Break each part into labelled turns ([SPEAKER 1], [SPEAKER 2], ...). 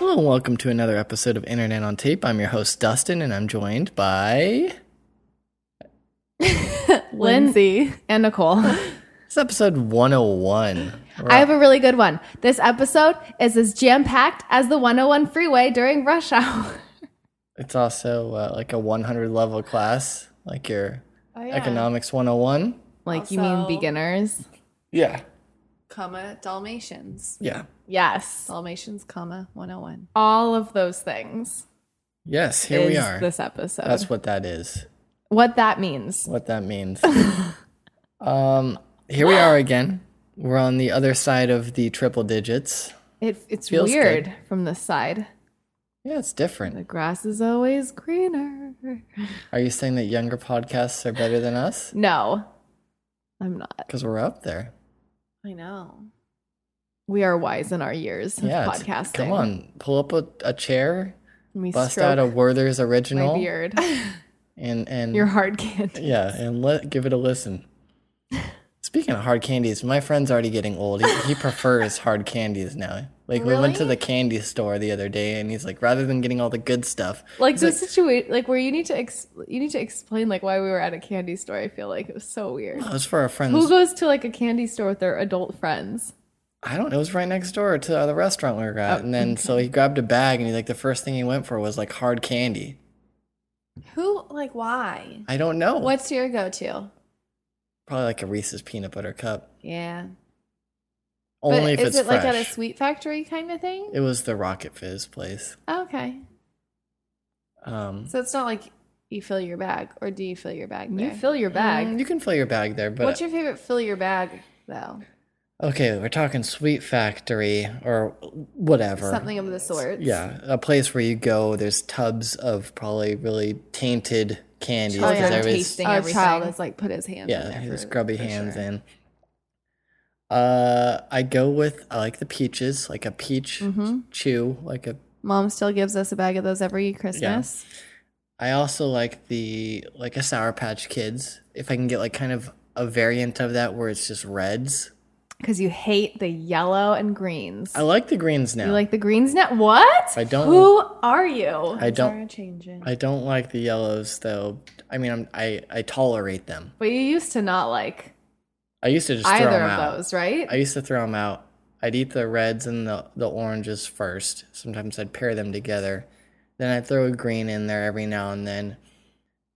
[SPEAKER 1] and welcome to another episode of Internet on Tape. I'm your host, Dustin, and I'm joined by.
[SPEAKER 2] Lindsay and Nicole.
[SPEAKER 1] It's episode 101.
[SPEAKER 2] I have a really good one. This episode is as jam packed as the 101 freeway during rush hour.
[SPEAKER 1] It's also uh, like a 100 level class, like your
[SPEAKER 3] Oh, yeah.
[SPEAKER 1] Economics 101.
[SPEAKER 2] Like, you mean
[SPEAKER 3] Also-
[SPEAKER 2] beginners?
[SPEAKER 1] Yeah.
[SPEAKER 3] comma dalmatians
[SPEAKER 1] Yeah.
[SPEAKER 2] Yes.
[SPEAKER 3] dalmatians comma 101
[SPEAKER 2] All of those things.
[SPEAKER 1] Yes, here we
[SPEAKER 2] is
[SPEAKER 1] are.
[SPEAKER 2] This episode.
[SPEAKER 1] That's what that is.
[SPEAKER 2] what that means.
[SPEAKER 1] what that means. um, here we are again. We're on the other side of the triple digits.
[SPEAKER 2] It, it's
[SPEAKER 1] Feels
[SPEAKER 2] weird
[SPEAKER 1] good.
[SPEAKER 2] from this side.
[SPEAKER 1] Yeah, it's different.
[SPEAKER 2] The grass is always greener.
[SPEAKER 1] Are you saying that younger podcasts are better than us?
[SPEAKER 2] No, I'm not.
[SPEAKER 1] Because we're up there.
[SPEAKER 3] i know
[SPEAKER 2] We are wise in our years of
[SPEAKER 1] Yeah. it's-
[SPEAKER 2] podcasting.
[SPEAKER 1] Come on, pull up a, a chair,
[SPEAKER 2] We
[SPEAKER 1] bust
[SPEAKER 2] stroke
[SPEAKER 1] out a oh Werther's
[SPEAKER 2] my
[SPEAKER 1] original,
[SPEAKER 2] beard.
[SPEAKER 1] and and
[SPEAKER 2] Your hard candy.
[SPEAKER 1] yeah, and let give it a listen. Speaking of hard candies, my friend's already getting old. He, he prefers hard candies now. Like we went to the
[SPEAKER 3] Really?
[SPEAKER 1] candy store the other day, and he's like, rather than getting all the good stuff,
[SPEAKER 2] Like the situation, like where you need to ex- you need to explain like why we were at a candy store. I feel like it was so weird.
[SPEAKER 1] it was for our friends.
[SPEAKER 2] Who goes to like a candy store with their adult friends?
[SPEAKER 1] I don't know. It was right next door to the restaurant we were
[SPEAKER 2] Oh,
[SPEAKER 1] at, and then so he grabbed a bag, and he like the first thing he went for was like hard candy.
[SPEAKER 3] who like why
[SPEAKER 1] I don't know.
[SPEAKER 3] what's your go-to
[SPEAKER 1] Probably like a Reese's peanut butter cup.
[SPEAKER 3] yeah
[SPEAKER 1] Only if
[SPEAKER 2] is
[SPEAKER 1] it's
[SPEAKER 2] it
[SPEAKER 1] fresh.
[SPEAKER 2] like at a sweet factory kind of thing?
[SPEAKER 1] it was the Rocket Fizz place.
[SPEAKER 2] okay,
[SPEAKER 1] Um,
[SPEAKER 3] Oh, so it's not like you fill your bag or do you fill your bag there?
[SPEAKER 2] you fill your bag.
[SPEAKER 1] mm, you can fill your bag there, but
[SPEAKER 3] what's your favorite fill your bag though
[SPEAKER 1] okay, we're talking Sweet Factory or whatever.
[SPEAKER 3] something of the sort
[SPEAKER 1] Yeah, a place where you go. There's tubs of probably really tainted candies. 'cause
[SPEAKER 3] Children
[SPEAKER 1] there was-
[SPEAKER 3] a
[SPEAKER 2] tasting everything.
[SPEAKER 3] child has like put his hands in
[SPEAKER 1] yeah
[SPEAKER 3] there
[SPEAKER 1] his
[SPEAKER 3] for-
[SPEAKER 1] grubby
[SPEAKER 3] for
[SPEAKER 1] hands
[SPEAKER 3] sure.
[SPEAKER 1] in uh i go with i like the peaches like a peach
[SPEAKER 3] Mm-hmm.
[SPEAKER 1] chew like a
[SPEAKER 3] mom still gives us a bag of those every christmas
[SPEAKER 1] i also like the like a sour patch kids if i can get like kind of a variant of that where it's just reds
[SPEAKER 2] Because you hate the yellow and greens.
[SPEAKER 1] i like the greens now
[SPEAKER 2] you like the greens now? What?
[SPEAKER 1] I don't-
[SPEAKER 2] Who are you?
[SPEAKER 1] i don't
[SPEAKER 3] changing
[SPEAKER 1] i don't like the yellows though i mean I'm, i i tolerate them
[SPEAKER 2] But you used to not like
[SPEAKER 1] i used to just throw
[SPEAKER 2] either
[SPEAKER 1] them
[SPEAKER 2] of
[SPEAKER 1] out
[SPEAKER 2] those, right?
[SPEAKER 1] i used to throw them out i'd eat the reds and the, the oranges first sometimes i'd pair them together Then I throw a green in there every now and then.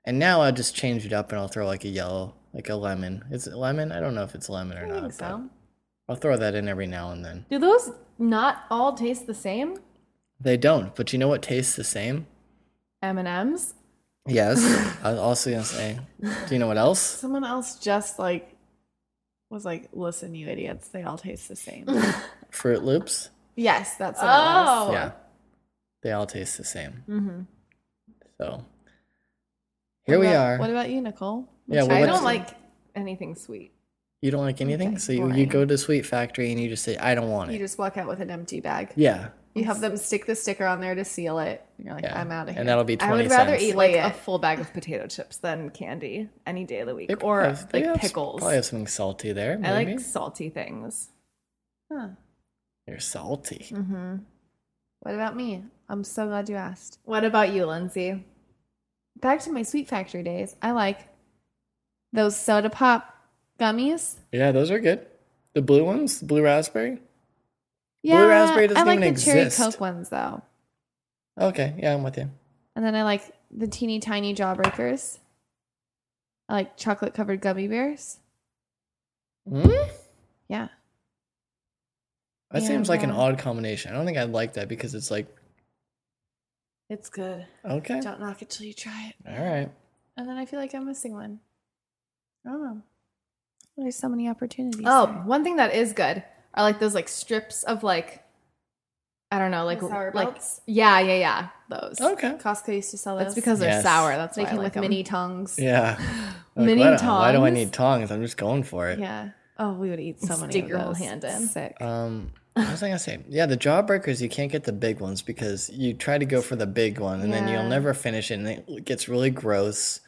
[SPEAKER 1] And now I just change it up and I'll throw like a yellow, like a lemon. Is it lemon? I don't know if it's lemon or not.
[SPEAKER 2] think
[SPEAKER 1] but
[SPEAKER 2] so.
[SPEAKER 1] I'll throw that in every now and then.
[SPEAKER 2] Do those not all taste the same?
[SPEAKER 1] They don't, but you know what tastes the same?
[SPEAKER 2] M and M's.
[SPEAKER 1] Yes. I was also gonna say. Do you know what else?
[SPEAKER 3] Someone else just like was like, "Listen, you idiots! They all taste the same."
[SPEAKER 1] Fruit Loops.
[SPEAKER 3] yes, that's what it was.
[SPEAKER 2] Oh,
[SPEAKER 1] Yeah. They all taste the same.
[SPEAKER 2] Mhm.
[SPEAKER 1] So here
[SPEAKER 3] What
[SPEAKER 1] we
[SPEAKER 3] about-
[SPEAKER 1] are.
[SPEAKER 3] What about you, Nicole?
[SPEAKER 1] Yeah, well,
[SPEAKER 2] I
[SPEAKER 1] what's-
[SPEAKER 2] don't like anything sweet.
[SPEAKER 1] you don't like anything? so you, you
[SPEAKER 3] boring.
[SPEAKER 1] go to Sweet Factory and you just say, I don't want
[SPEAKER 3] You
[SPEAKER 1] it.
[SPEAKER 3] just walk out with an empty bag.
[SPEAKER 1] yeah.
[SPEAKER 3] You have them stick the sticker on there to seal it. And you're like,
[SPEAKER 1] Yeah.
[SPEAKER 3] "I'm out of here."
[SPEAKER 1] And that'll be twenty
[SPEAKER 2] I would rather
[SPEAKER 1] cents.
[SPEAKER 2] eat like
[SPEAKER 3] Slay
[SPEAKER 2] a
[SPEAKER 3] it.
[SPEAKER 2] full bag of potato chips than candy any day of the week,
[SPEAKER 1] They
[SPEAKER 2] or
[SPEAKER 1] probably have- they
[SPEAKER 2] like
[SPEAKER 1] have s-
[SPEAKER 2] pickles.
[SPEAKER 1] Probably have something salty there. Maybe.
[SPEAKER 2] I like salty things.
[SPEAKER 3] Huh.
[SPEAKER 1] You're salty.
[SPEAKER 3] mm.
[SPEAKER 2] Mm-hmm.
[SPEAKER 3] What about me? I'm so glad you asked.
[SPEAKER 2] What about you, Lindsay?
[SPEAKER 3] Back to my Sweet Factory days. I like those soda pop gummies.
[SPEAKER 1] Yeah, those are good. The blue ones, the blue raspberry. Blue
[SPEAKER 3] Yeah,
[SPEAKER 1] raspberry doesn't
[SPEAKER 3] I like
[SPEAKER 1] even
[SPEAKER 3] the cherry
[SPEAKER 1] exist.
[SPEAKER 3] coke ones though,
[SPEAKER 1] Okay, yeah, I'm with you.
[SPEAKER 3] and then I like the teeny tiny jawbreakers. I like chocolate covered gummy bears.
[SPEAKER 1] Mm?
[SPEAKER 3] Yeah.
[SPEAKER 1] That
[SPEAKER 3] Yeah,
[SPEAKER 1] seems like an
[SPEAKER 3] yeah.
[SPEAKER 1] odd combination. I don't think I'd like that because it's like
[SPEAKER 3] It's good.
[SPEAKER 1] okay,
[SPEAKER 3] Don't knock it till you try it.
[SPEAKER 1] all right.
[SPEAKER 3] And then I feel like I'm missing one. I don't know. There's so many opportunities.
[SPEAKER 2] Oh,
[SPEAKER 3] there.
[SPEAKER 2] one thing that is good are like those like strips of like I don't know, like
[SPEAKER 3] The sour
[SPEAKER 2] like
[SPEAKER 3] belts?
[SPEAKER 2] yeah, yeah, Oh, yeah, those.
[SPEAKER 1] Okay.
[SPEAKER 3] Costco used to sell those.
[SPEAKER 2] That's because they're
[SPEAKER 1] Yes.
[SPEAKER 2] sour. That's
[SPEAKER 3] they
[SPEAKER 2] why I
[SPEAKER 3] came
[SPEAKER 2] like
[SPEAKER 3] with
[SPEAKER 2] them.
[SPEAKER 3] mini tongues.
[SPEAKER 1] Yeah. Like,
[SPEAKER 2] Mini
[SPEAKER 1] why, do- why do I
[SPEAKER 2] tongs?
[SPEAKER 1] need tongs? I'm just going for it.
[SPEAKER 3] Yeah. Oh, we would eat so many.
[SPEAKER 2] Stick
[SPEAKER 3] of
[SPEAKER 2] your whole
[SPEAKER 3] those.
[SPEAKER 2] hand in.
[SPEAKER 3] Sick.
[SPEAKER 1] Um, what was I gonna say? Yeah, the jawbreakers you can't get the big ones because you try to go for the big one and then
[SPEAKER 3] Yeah.
[SPEAKER 1] you'll never finish it and it gets really gross.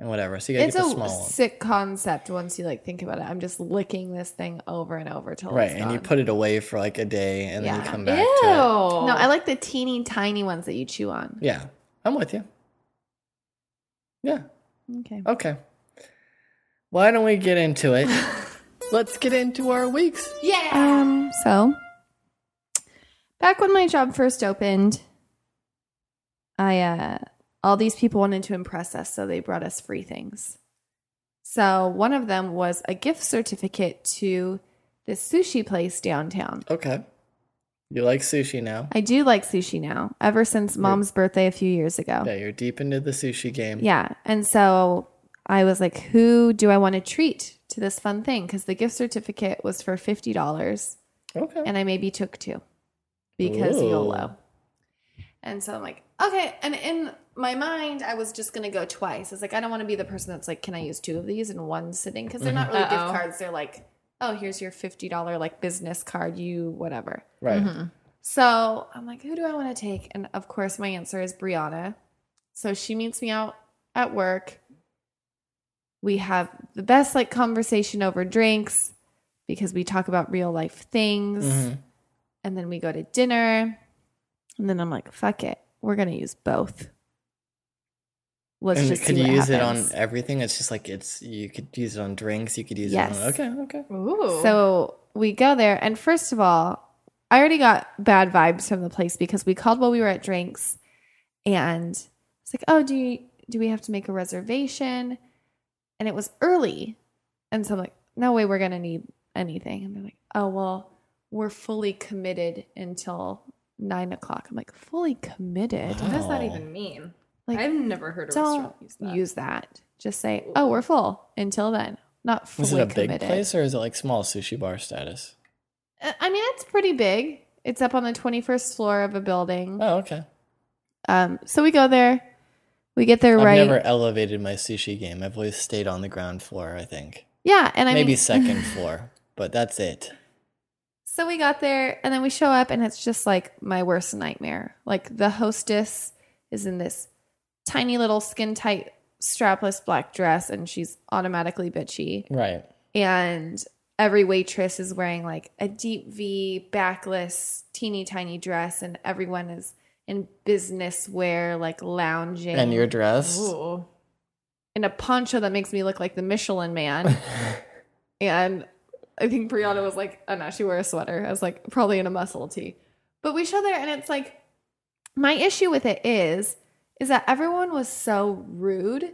[SPEAKER 1] and whatever. So you gotta
[SPEAKER 3] It's
[SPEAKER 1] get the
[SPEAKER 3] a
[SPEAKER 1] small one.
[SPEAKER 3] sick concept once you like think about it. I'm just licking this thing over and over till
[SPEAKER 1] Right,
[SPEAKER 3] it's
[SPEAKER 1] and you
[SPEAKER 3] gone.
[SPEAKER 1] put it away for like a day and then you
[SPEAKER 3] Yeah.
[SPEAKER 1] come
[SPEAKER 2] Ew.
[SPEAKER 1] back to it.
[SPEAKER 2] Oh.
[SPEAKER 3] No, I like the teeny tiny ones that you chew on.
[SPEAKER 1] Yeah. I'm with you. Yeah.
[SPEAKER 3] Okay.
[SPEAKER 1] Okay. Why don't we get into it? Let's get into our weeks.
[SPEAKER 2] Yeah.
[SPEAKER 3] Um, so back when my job first opened, I uh all these people wanted to impress us, so they brought us free things. So one of them was a gift certificate to this sushi place downtown.
[SPEAKER 1] Okay. You like sushi now?
[SPEAKER 3] I do like sushi now, ever since mom's birthday a few years ago.
[SPEAKER 1] Yeah, you're deep into the sushi game.
[SPEAKER 3] Yeah. And so I was like, who do I want to treat to this fun thing? Because the gift certificate was for $50
[SPEAKER 1] Okay.
[SPEAKER 3] and I maybe took two because
[SPEAKER 1] Ooh.
[SPEAKER 3] YOLO. And so I'm like, okay. And in my mind, I was just going to go twice. I was like, I don't want to be the person that's like, can I use two of these in one sitting? Because they're not really
[SPEAKER 2] Uh-oh.
[SPEAKER 3] gift cards. They're like, oh, here's your $50 like business card, you whatever.
[SPEAKER 1] right.
[SPEAKER 3] Mm-hmm. So I'm like, who do I want to take? And of course, my answer is Brianna. So she meets me out at work. We have the best like conversation over drinks because we talk about real life things.
[SPEAKER 1] Mhm.
[SPEAKER 3] And then we go to dinner. And then I'm like, fuck it. We're going to use both. Let's
[SPEAKER 1] And
[SPEAKER 3] just
[SPEAKER 1] could
[SPEAKER 3] see
[SPEAKER 1] you
[SPEAKER 3] what
[SPEAKER 1] use
[SPEAKER 3] happens.
[SPEAKER 1] it on everything? It's just like it's you could use it on drinks, you could use
[SPEAKER 3] Yes.
[SPEAKER 1] it on okay, okay.
[SPEAKER 2] Ooh.
[SPEAKER 3] So we go there, and first of all, I already got bad vibes from the place because we called while we were at drinks, and it's like, oh, do you, do we have to make a reservation? And it was early, and so I'm like, no way, we're gonna need anything. And they're like, oh well, we're fully committed until nine o'clock. I'm like, fully committed?
[SPEAKER 1] Wow.
[SPEAKER 2] What does that
[SPEAKER 1] Oh.
[SPEAKER 2] even mean?
[SPEAKER 3] Like,
[SPEAKER 2] I've never heard a
[SPEAKER 3] Don't
[SPEAKER 2] restaurant use that.
[SPEAKER 3] use that. Just say, oh, we're full until then. Not fully
[SPEAKER 1] Is it a big
[SPEAKER 3] committed.
[SPEAKER 1] place or is it like small sushi bar status?
[SPEAKER 3] Uh, I mean, it's pretty big. It's up on the 21st floor of a building.
[SPEAKER 1] Oh, okay.
[SPEAKER 3] Um, so we go there. We get there
[SPEAKER 1] I've
[SPEAKER 3] right.
[SPEAKER 1] never elevated my sushi game. I've always stayed on the ground floor, I think.
[SPEAKER 3] yeah, and I
[SPEAKER 1] Maybe
[SPEAKER 3] mean-
[SPEAKER 1] second floor, but that's it.
[SPEAKER 3] So we got there, and then we show up, and it's just like my worst nightmare. Like the hostess is in this tiny little skin tight strapless black dress, and she's automatically bitchy.
[SPEAKER 1] Right.
[SPEAKER 3] and every waitress is wearing like a deep V backless teeny tiny dress and everyone is in business wear like lounging
[SPEAKER 1] And your dress.
[SPEAKER 2] Ooh.
[SPEAKER 3] in a poncho that makes me look like the Michelin man and I think Brianna was like oh no she wore a sweater I was like probably in a muscle tee but we show there and it's like my issue with it is is that everyone was so rude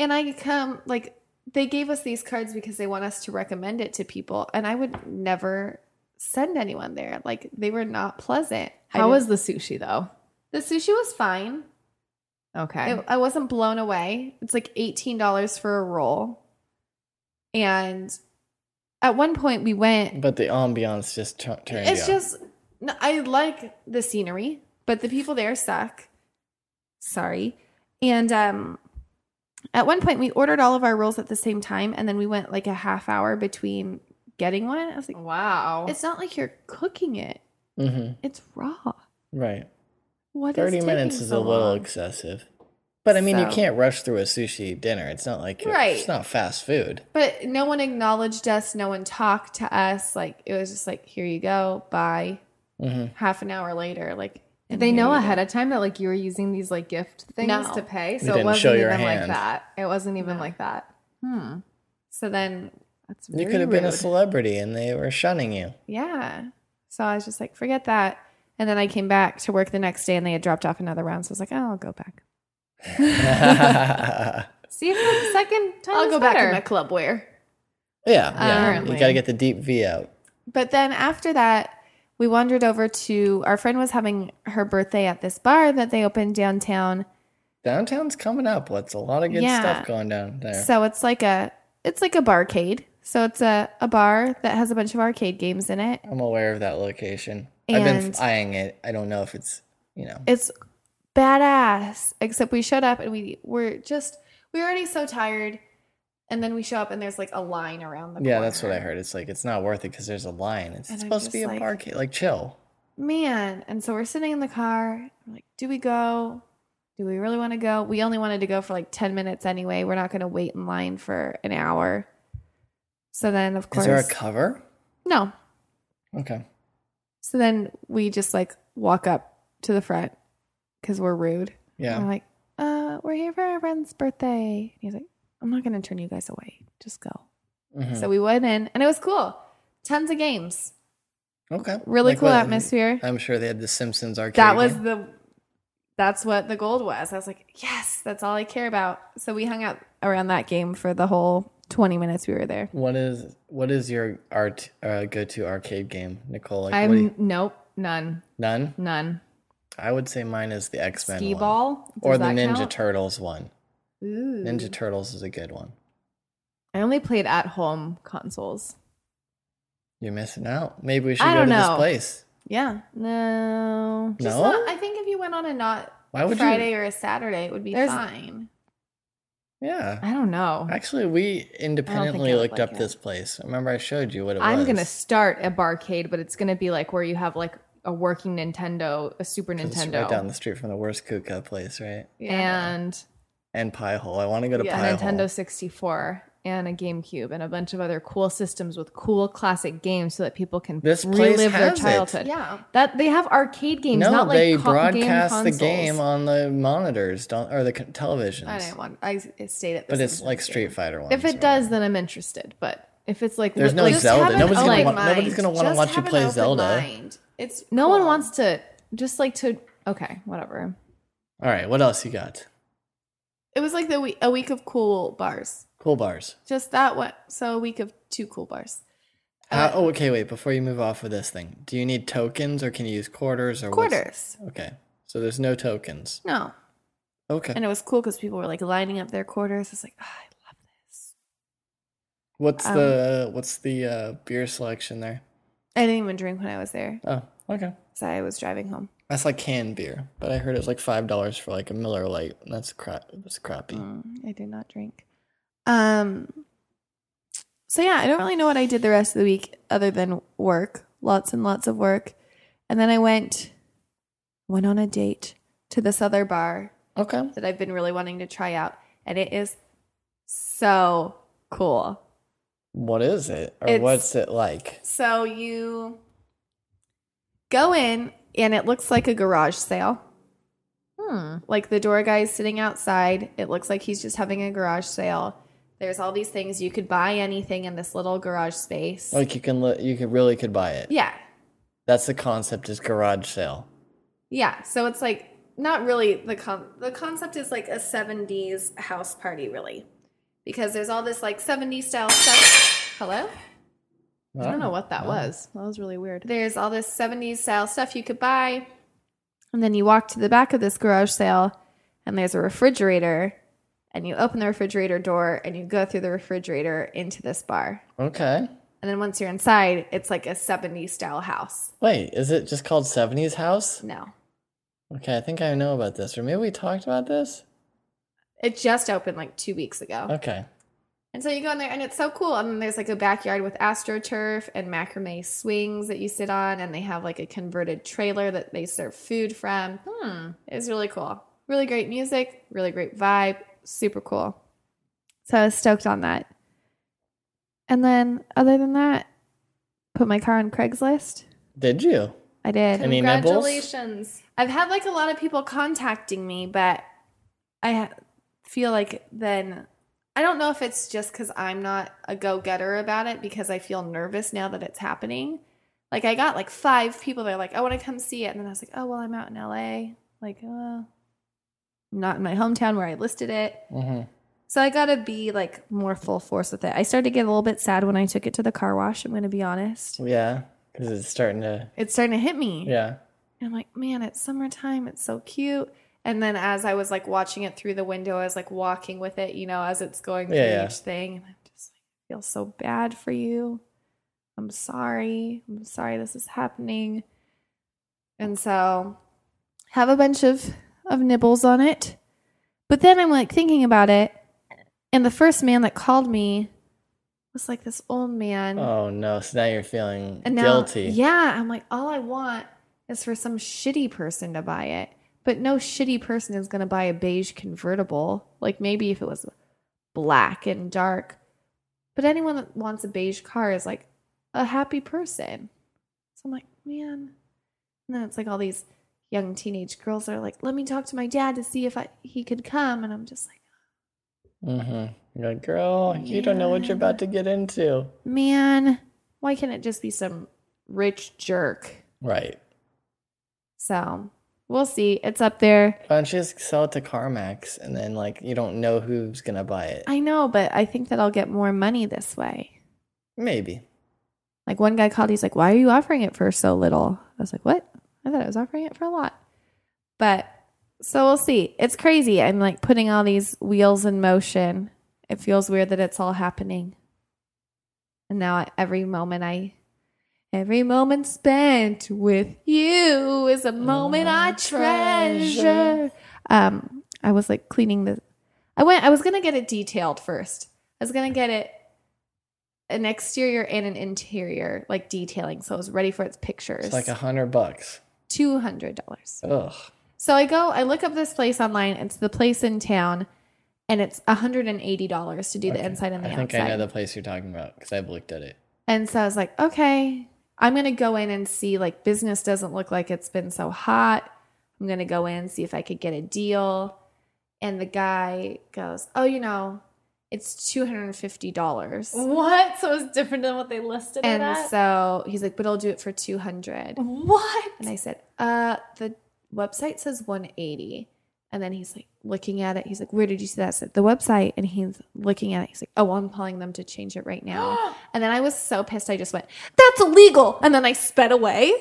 [SPEAKER 3] and i come like they gave us these cards because they want us to recommend it to people and i would never send anyone there like they were not pleasant I
[SPEAKER 2] How was
[SPEAKER 3] didn't-
[SPEAKER 2] the sushi though?
[SPEAKER 3] the sushi was fine
[SPEAKER 2] Okay.
[SPEAKER 3] I, I wasn't blown away. It's like $18 for a roll. And at one point we went,
[SPEAKER 1] But the ambiance just tu- turned
[SPEAKER 3] it's
[SPEAKER 1] you on.
[SPEAKER 3] just, no, I like the scenery, but the people there suck. Sorry. And um, at one point we ordered all of our rolls at the same time. And then we went like a half hour between getting one. I was like,
[SPEAKER 1] Oh.
[SPEAKER 2] wow.
[SPEAKER 3] it's not like you're cooking it.
[SPEAKER 1] Mhm.
[SPEAKER 3] It's raw.
[SPEAKER 1] Right.
[SPEAKER 3] What is
[SPEAKER 1] 30 minutes
[SPEAKER 3] taking
[SPEAKER 1] is
[SPEAKER 3] so
[SPEAKER 1] a little
[SPEAKER 3] long?
[SPEAKER 1] excessive. But I mean, you
[SPEAKER 3] So-
[SPEAKER 1] can't rush through a sushi dinner. It's not like
[SPEAKER 3] Right.
[SPEAKER 1] it's not fast food.
[SPEAKER 3] But no one acknowledged us. No one talked to us. Like it was just like, here you go. Bye.
[SPEAKER 1] hmm
[SPEAKER 3] Half an hour later, like
[SPEAKER 2] Did they know ahead of time that like you were using these like gift things
[SPEAKER 3] No.
[SPEAKER 2] to
[SPEAKER 1] They
[SPEAKER 2] pay? So it
[SPEAKER 1] didn't
[SPEAKER 2] wasn't
[SPEAKER 1] show your
[SPEAKER 2] even like
[SPEAKER 1] hand.
[SPEAKER 2] that. It wasn't even
[SPEAKER 3] No.
[SPEAKER 2] like that. Hmm.
[SPEAKER 3] So then,
[SPEAKER 2] That's
[SPEAKER 1] You
[SPEAKER 2] very
[SPEAKER 1] could have been a
[SPEAKER 2] rude.
[SPEAKER 1] celebrity and they were shunning you.
[SPEAKER 3] yeah. So I was just like, forget that. And then I came back to work the next day, and they had dropped off another round. So I was like, oh, I'll go back.
[SPEAKER 1] yeah.
[SPEAKER 2] See if the second time.
[SPEAKER 3] I'll
[SPEAKER 2] is
[SPEAKER 3] go back
[SPEAKER 2] better.
[SPEAKER 3] in my club wear.
[SPEAKER 1] yeah.
[SPEAKER 2] Apparently.
[SPEAKER 1] You got to get the deep V out.
[SPEAKER 3] But then after that, we wandered over to our friend was having her birthday at this bar that they opened downtown.
[SPEAKER 1] Downtown's coming up. What's a lot of good
[SPEAKER 3] Yeah.
[SPEAKER 1] stuff going down there.
[SPEAKER 3] So it's like a it's like a barcade. So it's a, a bar that has a bunch of arcade games in it.
[SPEAKER 1] I'm aware of that location. I've been
[SPEAKER 3] And-
[SPEAKER 1] eyeing it. I don't know if it's, you know.
[SPEAKER 3] It's badass. Except we showed up and we were just we were already so tired. And then we show up and there's like a line around the
[SPEAKER 1] yeah, that's what
[SPEAKER 3] corner.
[SPEAKER 1] I heard. It's like it's not worth it because there's a line. It's
[SPEAKER 3] And I'm
[SPEAKER 1] supposed to be a
[SPEAKER 3] just like-
[SPEAKER 1] park. Like chill.
[SPEAKER 3] Man. And so we're sitting in the car. I'm like, do we go? do we really want to go? We only wanted to go for like 10 minutes anyway. We're not going to wait in line for an hour. So then,
[SPEAKER 1] Is
[SPEAKER 3] of course,
[SPEAKER 1] there a cover?
[SPEAKER 3] no.
[SPEAKER 1] Okay.
[SPEAKER 3] So then we just like walk up to the front because we're rude. And
[SPEAKER 1] Yeah.
[SPEAKER 3] we're like, uh, we're here for our friend's birthday. And he's like, I'm not going to turn you guys away. Just go.
[SPEAKER 1] Mhm.
[SPEAKER 3] So we went in and it was cool. Tons of games.
[SPEAKER 1] Okay.
[SPEAKER 3] Really
[SPEAKER 1] Like
[SPEAKER 3] cool
[SPEAKER 1] what-
[SPEAKER 3] atmosphere.
[SPEAKER 1] I'm sure they had the Simpsons arcade.
[SPEAKER 3] that was
[SPEAKER 1] game.
[SPEAKER 3] the that's what the gold was. I was like, yes, that's all I care about. So we hung out around that game for the whole 20 minutes we were there.
[SPEAKER 1] What is what is your art uh, go to arcade game, Nicole? Like, what do you,
[SPEAKER 2] I'm nope, none,
[SPEAKER 1] none.
[SPEAKER 2] none.
[SPEAKER 1] I would say mine is the X Men
[SPEAKER 3] Ski
[SPEAKER 1] one,
[SPEAKER 3] ball
[SPEAKER 1] or
[SPEAKER 3] Does
[SPEAKER 1] the
[SPEAKER 3] that
[SPEAKER 1] Ninja
[SPEAKER 3] count?
[SPEAKER 1] Turtles one.
[SPEAKER 3] Ooh.
[SPEAKER 1] Ninja Turtles is a good one.
[SPEAKER 2] I only played at home consoles.
[SPEAKER 1] You're missing out. Maybe we should
[SPEAKER 3] I
[SPEAKER 1] go to
[SPEAKER 3] don't
[SPEAKER 1] this
[SPEAKER 3] know.
[SPEAKER 1] place.
[SPEAKER 3] Yeah.
[SPEAKER 2] No,
[SPEAKER 3] Just
[SPEAKER 1] no,
[SPEAKER 3] not- I think if you went on a not
[SPEAKER 1] why would
[SPEAKER 3] Friday or a Saturday, it would be
[SPEAKER 2] There's-
[SPEAKER 3] fine.
[SPEAKER 1] you? Yeah.
[SPEAKER 2] I don't
[SPEAKER 3] Oh.
[SPEAKER 2] know.
[SPEAKER 1] Actually, we independently
[SPEAKER 3] I would
[SPEAKER 1] looked
[SPEAKER 3] like
[SPEAKER 1] up
[SPEAKER 3] it.
[SPEAKER 1] this place. Remember, I showed you what it was.
[SPEAKER 2] I'm gonna start a barcade, but it's gonna be like where you have like a working Nintendo, a Super
[SPEAKER 1] 'Cause it's
[SPEAKER 2] Nintendo,
[SPEAKER 1] right down the street from the worst kuka place, right?
[SPEAKER 2] and
[SPEAKER 1] And Pie Hole. I want to go to
[SPEAKER 3] Yeah,
[SPEAKER 1] Pie
[SPEAKER 2] a Nintendo
[SPEAKER 1] Hole.
[SPEAKER 2] 64, and a GameCube, and a bunch of other cool systems with cool classic games, so that people can
[SPEAKER 1] This place
[SPEAKER 2] relive their
[SPEAKER 1] has it.
[SPEAKER 2] childhood.
[SPEAKER 3] yeah.
[SPEAKER 2] That they have arcade games,
[SPEAKER 1] No,
[SPEAKER 2] not like
[SPEAKER 1] they
[SPEAKER 2] co- game
[SPEAKER 1] broadcast the
[SPEAKER 2] consoles.
[SPEAKER 1] game on the monitors, don't or the co-
[SPEAKER 3] I
[SPEAKER 1] televisions.
[SPEAKER 3] didn't want. I s- stayed at. The
[SPEAKER 1] But it's
[SPEAKER 3] Simpsons
[SPEAKER 1] like
[SPEAKER 3] game.
[SPEAKER 1] Street Fighter one.
[SPEAKER 2] If it does, then I'm interested. But if it's like
[SPEAKER 1] There's no
[SPEAKER 2] like,
[SPEAKER 3] Just
[SPEAKER 1] Zelda.
[SPEAKER 3] have an
[SPEAKER 1] Nobody's
[SPEAKER 2] gonna
[SPEAKER 3] open
[SPEAKER 2] want-
[SPEAKER 1] nobody's gonna wanna
[SPEAKER 3] mind.
[SPEAKER 1] watch
[SPEAKER 3] Just
[SPEAKER 1] you
[SPEAKER 3] have
[SPEAKER 1] play
[SPEAKER 3] an open
[SPEAKER 1] Zelda.
[SPEAKER 3] mind. It's
[SPEAKER 2] no one
[SPEAKER 3] cool.
[SPEAKER 2] wants to just like to okay, whatever.
[SPEAKER 1] all right. What else you got?
[SPEAKER 3] It was like the week, a week of cool bars.
[SPEAKER 1] Cool bars.
[SPEAKER 3] Just that one. So a week of two cool bars.
[SPEAKER 1] How, oh, okay. Wait, before you move off of this thing, do you need tokens or can you use quarters or what's-
[SPEAKER 3] Quarters.
[SPEAKER 1] Okay, so there's no tokens.
[SPEAKER 3] No.
[SPEAKER 1] Okay.
[SPEAKER 3] And it was cool because people were like lining up their quarters. It's like, "Ah, I love this.
[SPEAKER 1] what's
[SPEAKER 3] um,
[SPEAKER 1] the what's the uh, beer selection there?
[SPEAKER 3] I didn't even drink when I was there.
[SPEAKER 1] Oh, okay.
[SPEAKER 3] So I was driving home.
[SPEAKER 1] That's like canned beer, but I heard it was like five dollars for like a Miller Lite. and That's crap. That's crappy.
[SPEAKER 3] Mm, I did not drink. Um. So yeah, I don't really know what I did the rest of the week other than work, lots and lots of work, and then I went went on a date to this other bar
[SPEAKER 1] Okay.
[SPEAKER 3] that I've been really wanting to try out, and it is so cool.
[SPEAKER 1] What is it or
[SPEAKER 3] It's-
[SPEAKER 1] what's it like?
[SPEAKER 3] So you go in, and it looks like a garage sale.
[SPEAKER 2] Hmm.
[SPEAKER 3] like the door guy is sitting outside. It looks like he's just having a garage sale. There's all these things you could buy anything in this little garage space.
[SPEAKER 1] Like you can li- you could really could buy it.
[SPEAKER 3] yeah.
[SPEAKER 1] That's the concept is garage sale.
[SPEAKER 3] Yeah, so it's like not really the con- the concept is like a 70s house party really. Because there's all this like 70s style stuff. Hello?
[SPEAKER 2] I don't know what that
[SPEAKER 1] Oh.
[SPEAKER 2] was. That was really weird.
[SPEAKER 3] There's all this 70s style stuff you could buy. And then you walk to the back of this garage sale, and there's a refrigerator. And you open the refrigerator door and you go through the refrigerator into this bar.
[SPEAKER 1] Ah, Okay.
[SPEAKER 3] And then once you're inside, it's like a 70s style house.
[SPEAKER 1] Wait, is it just called 70s House?
[SPEAKER 3] No,
[SPEAKER 1] Okay, I think I know about this. Or maybe we talked about this?
[SPEAKER 3] it just opened like two weeks ago.
[SPEAKER 1] Okay.
[SPEAKER 3] And so you go in there and it's so cool. And then there's like a backyard with astroturf and macrame swings that you sit on. And they have like a converted trailer that they serve food from.
[SPEAKER 2] Hmm.
[SPEAKER 3] It was really cool. Really great music, really great vibe, super cool. So I was stoked on that. And then, other than that, put my car on Craigslist.
[SPEAKER 1] Did you?
[SPEAKER 3] I did.
[SPEAKER 1] Any nibbles?
[SPEAKER 2] Congratulations.
[SPEAKER 3] I've had like a lot of people contacting me, but I ha- feel like then I don't know if it's just because I'm not a go getter about it because I feel nervous now that it's happening. Like I got like five people that are like, I want to come see it, and then I was like, oh well, I'm out in LA, like, uh, I'm not in my hometown where I listed it.
[SPEAKER 1] hmm
[SPEAKER 3] So I gotta be like more full force with it. I started to get a little bit sad when I took it to the car wash. I'm gonna be honest.
[SPEAKER 1] Yeah, because it's starting to.
[SPEAKER 3] It's starting to hit me.
[SPEAKER 1] Yeah.
[SPEAKER 3] And I'm like, man, it's summertime. It's so cute. And then as I was like watching it through the window, I was like walking with it, you know, as it's going through
[SPEAKER 1] Yeah, yeah.
[SPEAKER 3] each thing. And I'm just like, I feel so bad for you. I'm sorry. I'm sorry this is happening. And so have a bunch of, of nibbles on it. But then I'm like thinking about it. And the first man that called me was like this old man.
[SPEAKER 1] Oh no! So now you're feeling
[SPEAKER 3] And now,
[SPEAKER 1] guilty.
[SPEAKER 3] yeah, I'm like, all I want is for some shitty person to buy it. But no shitty person is going to buy a beige convertible. Like maybe if it was black and dark. But anyone that wants a beige car is like a happy person. So I'm like, man. And then it's like all these young teenage girls are like, let me talk to my dad to see if I, he could come. And I'm just like,
[SPEAKER 1] Mm-hmm. You're like, girl, you don't know what you're about to get into.
[SPEAKER 3] man, why can't it just be some rich jerk?
[SPEAKER 1] Right.
[SPEAKER 3] So we'll see. It's up there.
[SPEAKER 1] Why don't you just sell it to CarMax and then like you don't know who's gonna buy it?
[SPEAKER 3] I know, but I think that I'll get more money this way.
[SPEAKER 1] Maybe.
[SPEAKER 3] Like one guy called, he's like, why are you offering it for so little? I was like, what? I thought I was offering it for a lot. But so we'll see. It's crazy. I'm like putting all these wheels in motion. It feels weird that it's all happening. And now I- every moment I, every moment spent with you is a moment I
[SPEAKER 1] treasure.
[SPEAKER 3] treasure. Um, I was like cleaning the, I went, I was going to get it detailed first. I was going to get it an exterior and an interior, like detailing. So it was ready for its pictures.
[SPEAKER 1] It's like a hundred bucks.
[SPEAKER 3] $200.
[SPEAKER 1] Ugh.
[SPEAKER 3] So I go, I look up this place online. It's the place in town, and it's $180 to do the
[SPEAKER 1] Okay.
[SPEAKER 3] inside and the
[SPEAKER 1] I think I
[SPEAKER 3] outside.
[SPEAKER 1] know the place you're talking about because I've looked at it.
[SPEAKER 3] And so I was like, okay, I'm going to go in and see. Like, business doesn't look like it's been so hot. I'm going to go in and see if I could get a deal. And the guy goes, oh, you know, it's $250.
[SPEAKER 2] What? So it's different than what they listed
[SPEAKER 3] And
[SPEAKER 2] it at?
[SPEAKER 3] so he's like, but I'll do it for 200.
[SPEAKER 2] what?
[SPEAKER 3] And I said, uh, the website says 180. And then he's like looking at it. He's like, where did you see that? I said, the website. And he's looking at it. He's like, oh, I'm calling them to change it right now. and then I was so pissed. I just went, that's illegal. And then I sped away.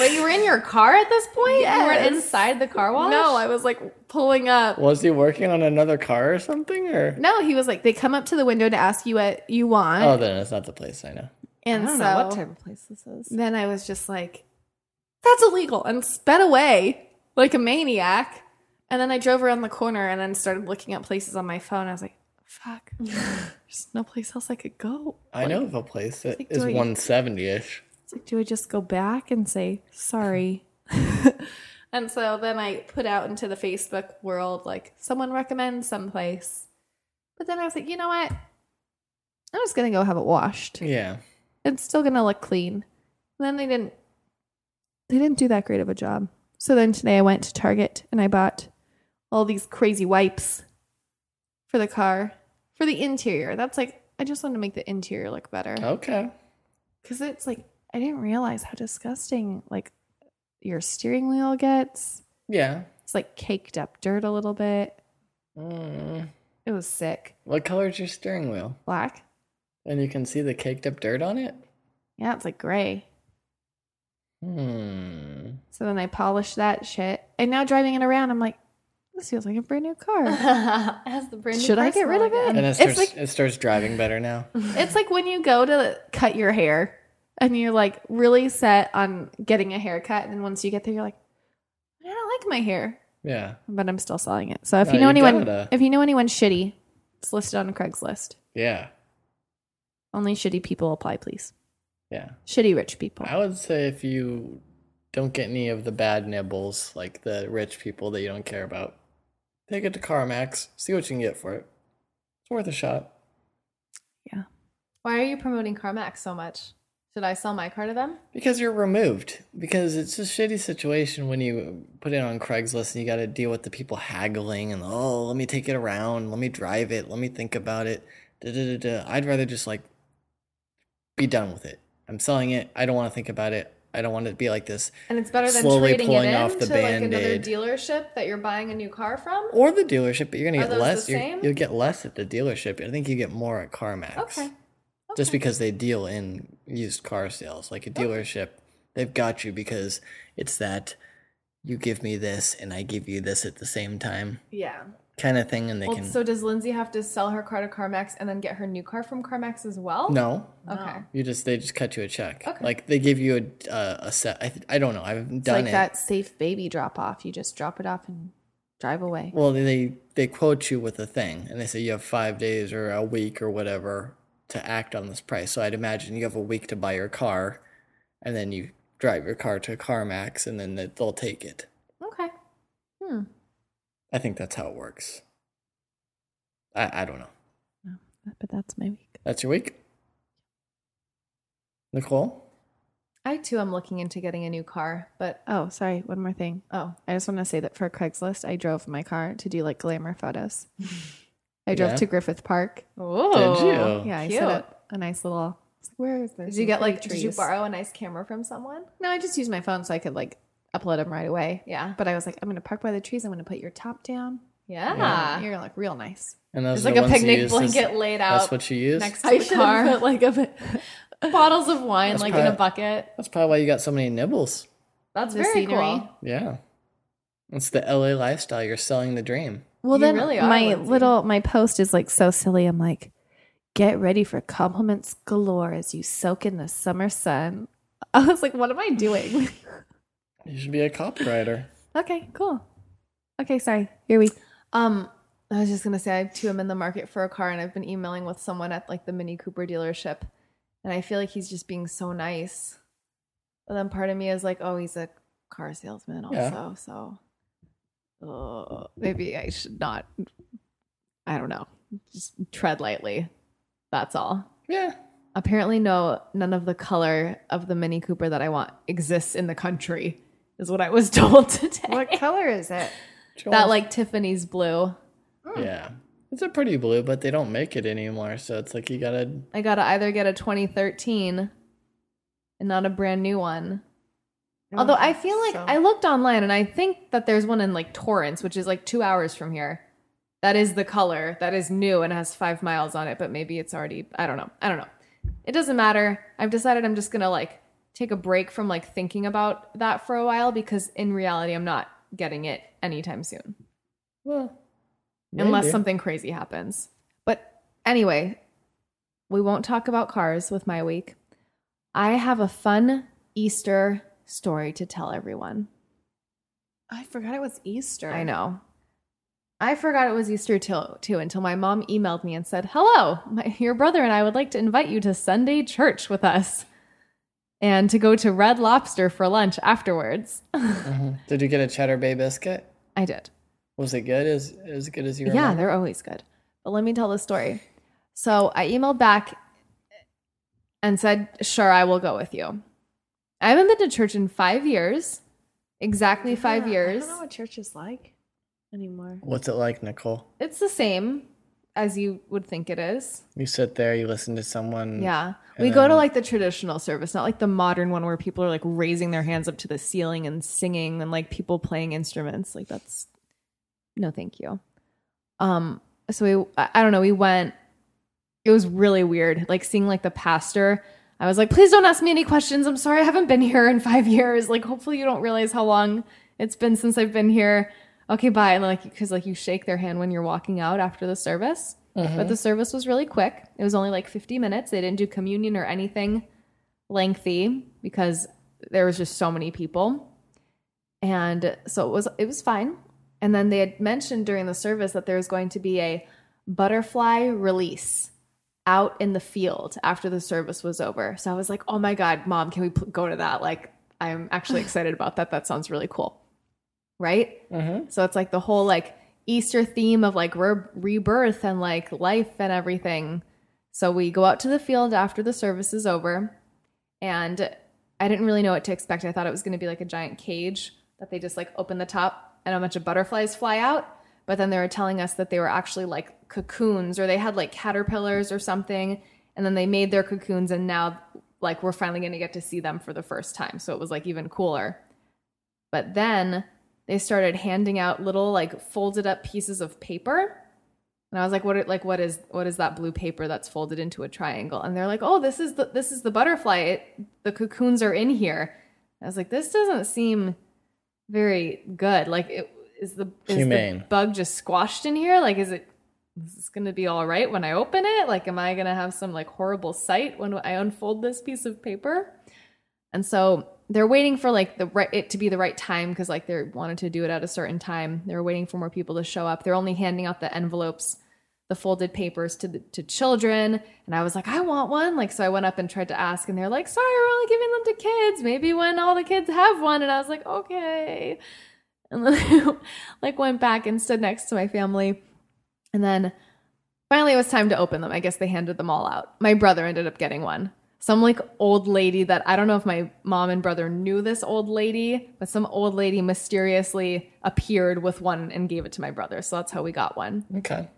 [SPEAKER 2] Wait, you were in your car at this point? You
[SPEAKER 3] Yes.
[SPEAKER 2] were inside the car wash?
[SPEAKER 3] no, I was like pulling up.
[SPEAKER 1] Was he working on another car or something? Or
[SPEAKER 3] No, he was like, they come up to the window to ask you what you want.
[SPEAKER 1] oh, then it's not the place I know.
[SPEAKER 3] and
[SPEAKER 2] I don't
[SPEAKER 3] so
[SPEAKER 2] know what type of place this is.
[SPEAKER 3] then I was just like, that's illegal, and sped away like a maniac. And then I drove around the corner and then started looking at places on my phone. I was like, fuck, there's no place else I could go.
[SPEAKER 1] I know of a place that
[SPEAKER 3] like,
[SPEAKER 1] is
[SPEAKER 3] do I-
[SPEAKER 1] 170 ish.
[SPEAKER 3] It's like, do I just go back and say, sorry? and so then I put out into the Facebook world, like, someone recommends someplace. But then I was like, you know what? I'm just going to go have it washed.
[SPEAKER 1] Yeah.
[SPEAKER 3] it's still gonna look clean. And then they didn't they didn't do that great of a job. So then today I went to Target and I bought all these crazy wipes for the car. For the interior. That's like I just want to make the interior look better.
[SPEAKER 1] Okay.
[SPEAKER 3] Cause it's like I didn't realize how disgusting like your steering wheel gets.
[SPEAKER 1] Yeah.
[SPEAKER 3] It's like caked up dirt a little bit.
[SPEAKER 1] Mm.
[SPEAKER 3] It was sick.
[SPEAKER 1] What color is your steering wheel?
[SPEAKER 3] Black.
[SPEAKER 1] And you can see the caked up dirt on it.
[SPEAKER 3] Yeah, it's like gray.
[SPEAKER 1] Hmm.
[SPEAKER 3] So then I polished that shit. And now driving it around, I'm like, this feels like a brand new car.
[SPEAKER 2] Has the brand new
[SPEAKER 3] Should I
[SPEAKER 2] car
[SPEAKER 3] get rid
[SPEAKER 2] smell
[SPEAKER 3] of it?
[SPEAKER 1] And it
[SPEAKER 3] Um, It's
[SPEAKER 1] starts.
[SPEAKER 3] like-
[SPEAKER 1] it starts driving better now.
[SPEAKER 3] It's like when you go to cut your hair and you're like really set on getting a haircut. And then once you get there, you're like, I don't like my hair,
[SPEAKER 1] Yeah.
[SPEAKER 3] but I'm still selling it. So if
[SPEAKER 1] No,
[SPEAKER 3] you know
[SPEAKER 1] you
[SPEAKER 3] anyone,
[SPEAKER 1] gotta.
[SPEAKER 3] if you know anyone shitty, it's listed on Craigslist.
[SPEAKER 1] Yeah.
[SPEAKER 3] Only shitty people apply, please.
[SPEAKER 1] Yeah.
[SPEAKER 3] Shitty rich people.
[SPEAKER 1] I would say if you don't get any of the bad nibbles, like the rich people that you don't care about, take it to CarMax. See what you can get for it. It's worth a shot.
[SPEAKER 2] Why are you promoting CarMax so much? Should I sell my car to them?
[SPEAKER 1] Because you're removed. Because it's a shitty situation when you put it on Craigslist and you got to deal with the people haggling and, oh, let me take it around. Let me drive it. Let me think about it. Da, da, da, da. I'd rather just like be done with it. I'm selling it. I don't want to think about it. I don't want it to be like this.
[SPEAKER 2] And it's better than
[SPEAKER 1] Slowly
[SPEAKER 2] trading it
[SPEAKER 1] pulling
[SPEAKER 2] in
[SPEAKER 1] off the
[SPEAKER 2] to like another
[SPEAKER 1] Band-Aid.
[SPEAKER 2] dealership that you're buying a new car from.
[SPEAKER 1] Or the dealership, but you're going
[SPEAKER 2] Are
[SPEAKER 1] to get
[SPEAKER 2] those the
[SPEAKER 1] less. You're-
[SPEAKER 2] same?
[SPEAKER 1] You'll get less at the dealership. I think you get more at CarMax.
[SPEAKER 2] Okay.
[SPEAKER 1] just because they deal in used car sales like a dealership they've got you because it's that you give me this and i give you this at the same time
[SPEAKER 2] Yeah.
[SPEAKER 1] kind of thing and they
[SPEAKER 2] Well,
[SPEAKER 1] can
[SPEAKER 2] so does Lindsay have to sell her car to CarMax and then get her new car from CarMax as well?
[SPEAKER 1] no
[SPEAKER 2] Okay.
[SPEAKER 1] you just they just cut you a check
[SPEAKER 2] Okay.
[SPEAKER 1] like they give you a uh, a set I, th- I don't know i've
[SPEAKER 3] It's
[SPEAKER 1] done
[SPEAKER 3] like
[SPEAKER 1] it
[SPEAKER 3] that safe baby drop off. You just drop it off and drive away.
[SPEAKER 1] well they they quote you with a thing and they say you have five days or a week or whatever to act on this price so i'd imagine you have a week to buy your car and then you drive your car to CarMax and then they- they'll take it.
[SPEAKER 2] Okay. Hmm.
[SPEAKER 1] I think that's how it works. I, I don't know.
[SPEAKER 2] But that's my week.
[SPEAKER 1] That's your week? Nicole?
[SPEAKER 2] I too am looking into getting a new car, but
[SPEAKER 3] Oh, sorry. One more thing.
[SPEAKER 2] oh,
[SPEAKER 3] I just want to say that for Craigslist, I drove my car to do like glamour photos. I drove
[SPEAKER 1] Yeah.
[SPEAKER 3] to Griffith Park.
[SPEAKER 1] Oh,
[SPEAKER 3] yeah, I
[SPEAKER 2] cute.
[SPEAKER 3] set up a nice little. Where is this?
[SPEAKER 2] Did you get like? Did you borrow a nice camera from someone?
[SPEAKER 3] No, I just used my phone so I could like upload them right away.
[SPEAKER 2] Yeah.
[SPEAKER 3] But I was like, I'm gonna park by the trees. I'm gonna put your top down.
[SPEAKER 2] Yeah.
[SPEAKER 3] You're gonna look real nice.
[SPEAKER 1] And those
[SPEAKER 2] It's
[SPEAKER 1] are
[SPEAKER 2] like
[SPEAKER 1] the
[SPEAKER 2] a
[SPEAKER 1] ones you
[SPEAKER 2] picnic
[SPEAKER 1] used as-
[SPEAKER 2] blanket laid
[SPEAKER 1] That's
[SPEAKER 2] out
[SPEAKER 1] what you use?
[SPEAKER 2] next to
[SPEAKER 3] I
[SPEAKER 2] the
[SPEAKER 3] should
[SPEAKER 2] car.
[SPEAKER 3] have put like a
[SPEAKER 2] bottles of wine
[SPEAKER 1] That's
[SPEAKER 2] like in a
[SPEAKER 1] probably-
[SPEAKER 2] bucket.
[SPEAKER 1] That's probably why you got so many nibbles.
[SPEAKER 2] That's
[SPEAKER 3] The
[SPEAKER 2] very
[SPEAKER 3] scenery.
[SPEAKER 2] cool.
[SPEAKER 1] Yeah. It's the LA lifestyle. You're selling the dream.
[SPEAKER 3] Well,
[SPEAKER 2] You
[SPEAKER 3] then
[SPEAKER 2] really are,
[SPEAKER 3] my
[SPEAKER 2] Lindsay.
[SPEAKER 3] little my post is like so silly. I'm like, get ready for compliments galore as you soak in the summer sun. I was like, what am I doing?
[SPEAKER 1] You should be a copywriter.
[SPEAKER 3] okay, cool. Okay, sorry. Your week.
[SPEAKER 2] Um, I was just gonna say I too am in the market for a car, and I've been emailing with someone at like the Mini Cooper dealership, and I feel like he's just being so nice. But then part of me is like, oh, he's a car salesman also,
[SPEAKER 1] Yeah.
[SPEAKER 2] so uh, maybe I should not. I don't know. Just tread lightly. That's all.
[SPEAKER 1] Yeah.
[SPEAKER 2] Apparently, no, none of the color of the Mini Cooper that I want exists in the country, is what I was told today.
[SPEAKER 3] What color is it?
[SPEAKER 2] That like Tiffany's blue.
[SPEAKER 1] Yeah. Hmm. It's a pretty blue, but they don't make it anymore. So it's like you gotta.
[SPEAKER 2] I gotta either get a 2013 and not a brand new one. Although
[SPEAKER 3] Mm,
[SPEAKER 2] I feel like I looked online and I think that there's one in like Torrance, which is like two hours from here. That is the color that is new and has five miles on it, but maybe it's already, I don't know. I don't know. It doesn't matter. I've decided I'm just gonna like take a break from like thinking about that for a while because in reality, I'm not getting it anytime soon
[SPEAKER 1] Well.
[SPEAKER 2] unless
[SPEAKER 1] maybe.
[SPEAKER 2] something crazy happens. But anyway, we won't talk about cars with my week. I have a fun Easter story to tell everyone.
[SPEAKER 3] I forgot it was Easter.
[SPEAKER 2] I know. I forgot it was Easter till, too until my mom emailed me and said, Hello, my, your brother and I would like to invite you to Sunday church with us and to go to Red Lobster for lunch afterwards.
[SPEAKER 1] Mhm. Did you get a Cheddar Bay biscuit?
[SPEAKER 2] I did.
[SPEAKER 1] Was it good? As as good as you
[SPEAKER 2] Yeah,
[SPEAKER 1] remember?
[SPEAKER 2] they're always good. But let me tell the story. So I emailed back and said, Sure, I will go with you. I haven't been to church in five years, exactly five years.
[SPEAKER 3] I don't know what church is like anymore.
[SPEAKER 1] What's it like, Nicole?
[SPEAKER 2] It's the same as you would think it is.
[SPEAKER 1] You sit there, you listen to someone.
[SPEAKER 2] Yeah.
[SPEAKER 1] Mm. And
[SPEAKER 2] we go to
[SPEAKER 1] then-
[SPEAKER 2] like the traditional service, not like the modern one where people are like raising their hands up to the ceiling and singing and like people playing instruments. Like that's no thank you. Um so we I I don't know, we went it was really weird like seeing like the pastor. I was like, "Please don't ask me any questions. I'm sorry I haven't been here in 5 years. Like hopefully you don't realize how long it's been since I've been here." Okay, bye. And like cuz like you shake their hand when you're walking out after the service. But the service was really quick. It was only like 50 minutes. They didn't do communion or anything lengthy because there was just so many people. And so it was it was fine. And then they had mentioned during the service that there was going to be a butterfly release out in the field after the service was over. So I was like, "Oh my god, mom, can we pl- go to that?" Like I'm actually excited about that. That sounds really cool. Right?
[SPEAKER 1] Mhm.
[SPEAKER 2] So it's like the whole like Easter theme of like re- rebirth and like life and everything. So we go out to the field after the service is over, and I didn't really know what to expect. I thought it was going to be like a giant cage that they just like open the top and a bunch of butterflies fly out. But then they were telling us that they were actually like cocoons or they had like caterpillars or something. And then they made their cocoons, and now like we're finally going to get to see them for the first time. So it was like even cooler. But then they started handing out little like folded up pieces of paper. And I was like, what are, like what is what is that blue paper that's folded into a triangle? And they're like, "Oh, this is the this is the butterfly. It, the cocoons are in here." I was like, "This doesn't seem very good. Like it is the is
[SPEAKER 1] Humane.
[SPEAKER 2] the bug just squashed in here? Like is it is this going to be all right when I open it? Like am I going to have some like horrible sight when I unfold this piece of paper?" And so they're waiting for like the right it to be the right time because like they wanted to do it at a certain time. They were waiting for more people to show up. They're only handing out the envelopes the folded papers to the, to children and I was like I want one like so I went up and tried to ask and they're like sorry we're only giving them to kids maybe when all the kids have one and I was like okay and then I, like went back and stood next to my family and then finally it was time to open them I guess they handed them all out my brother ended up getting one some like old lady that I don't know if my mom and brother knew this old lady, but some old lady mysteriously appeared with one and gave it to my brother. So that's how we got one.
[SPEAKER 1] Okay.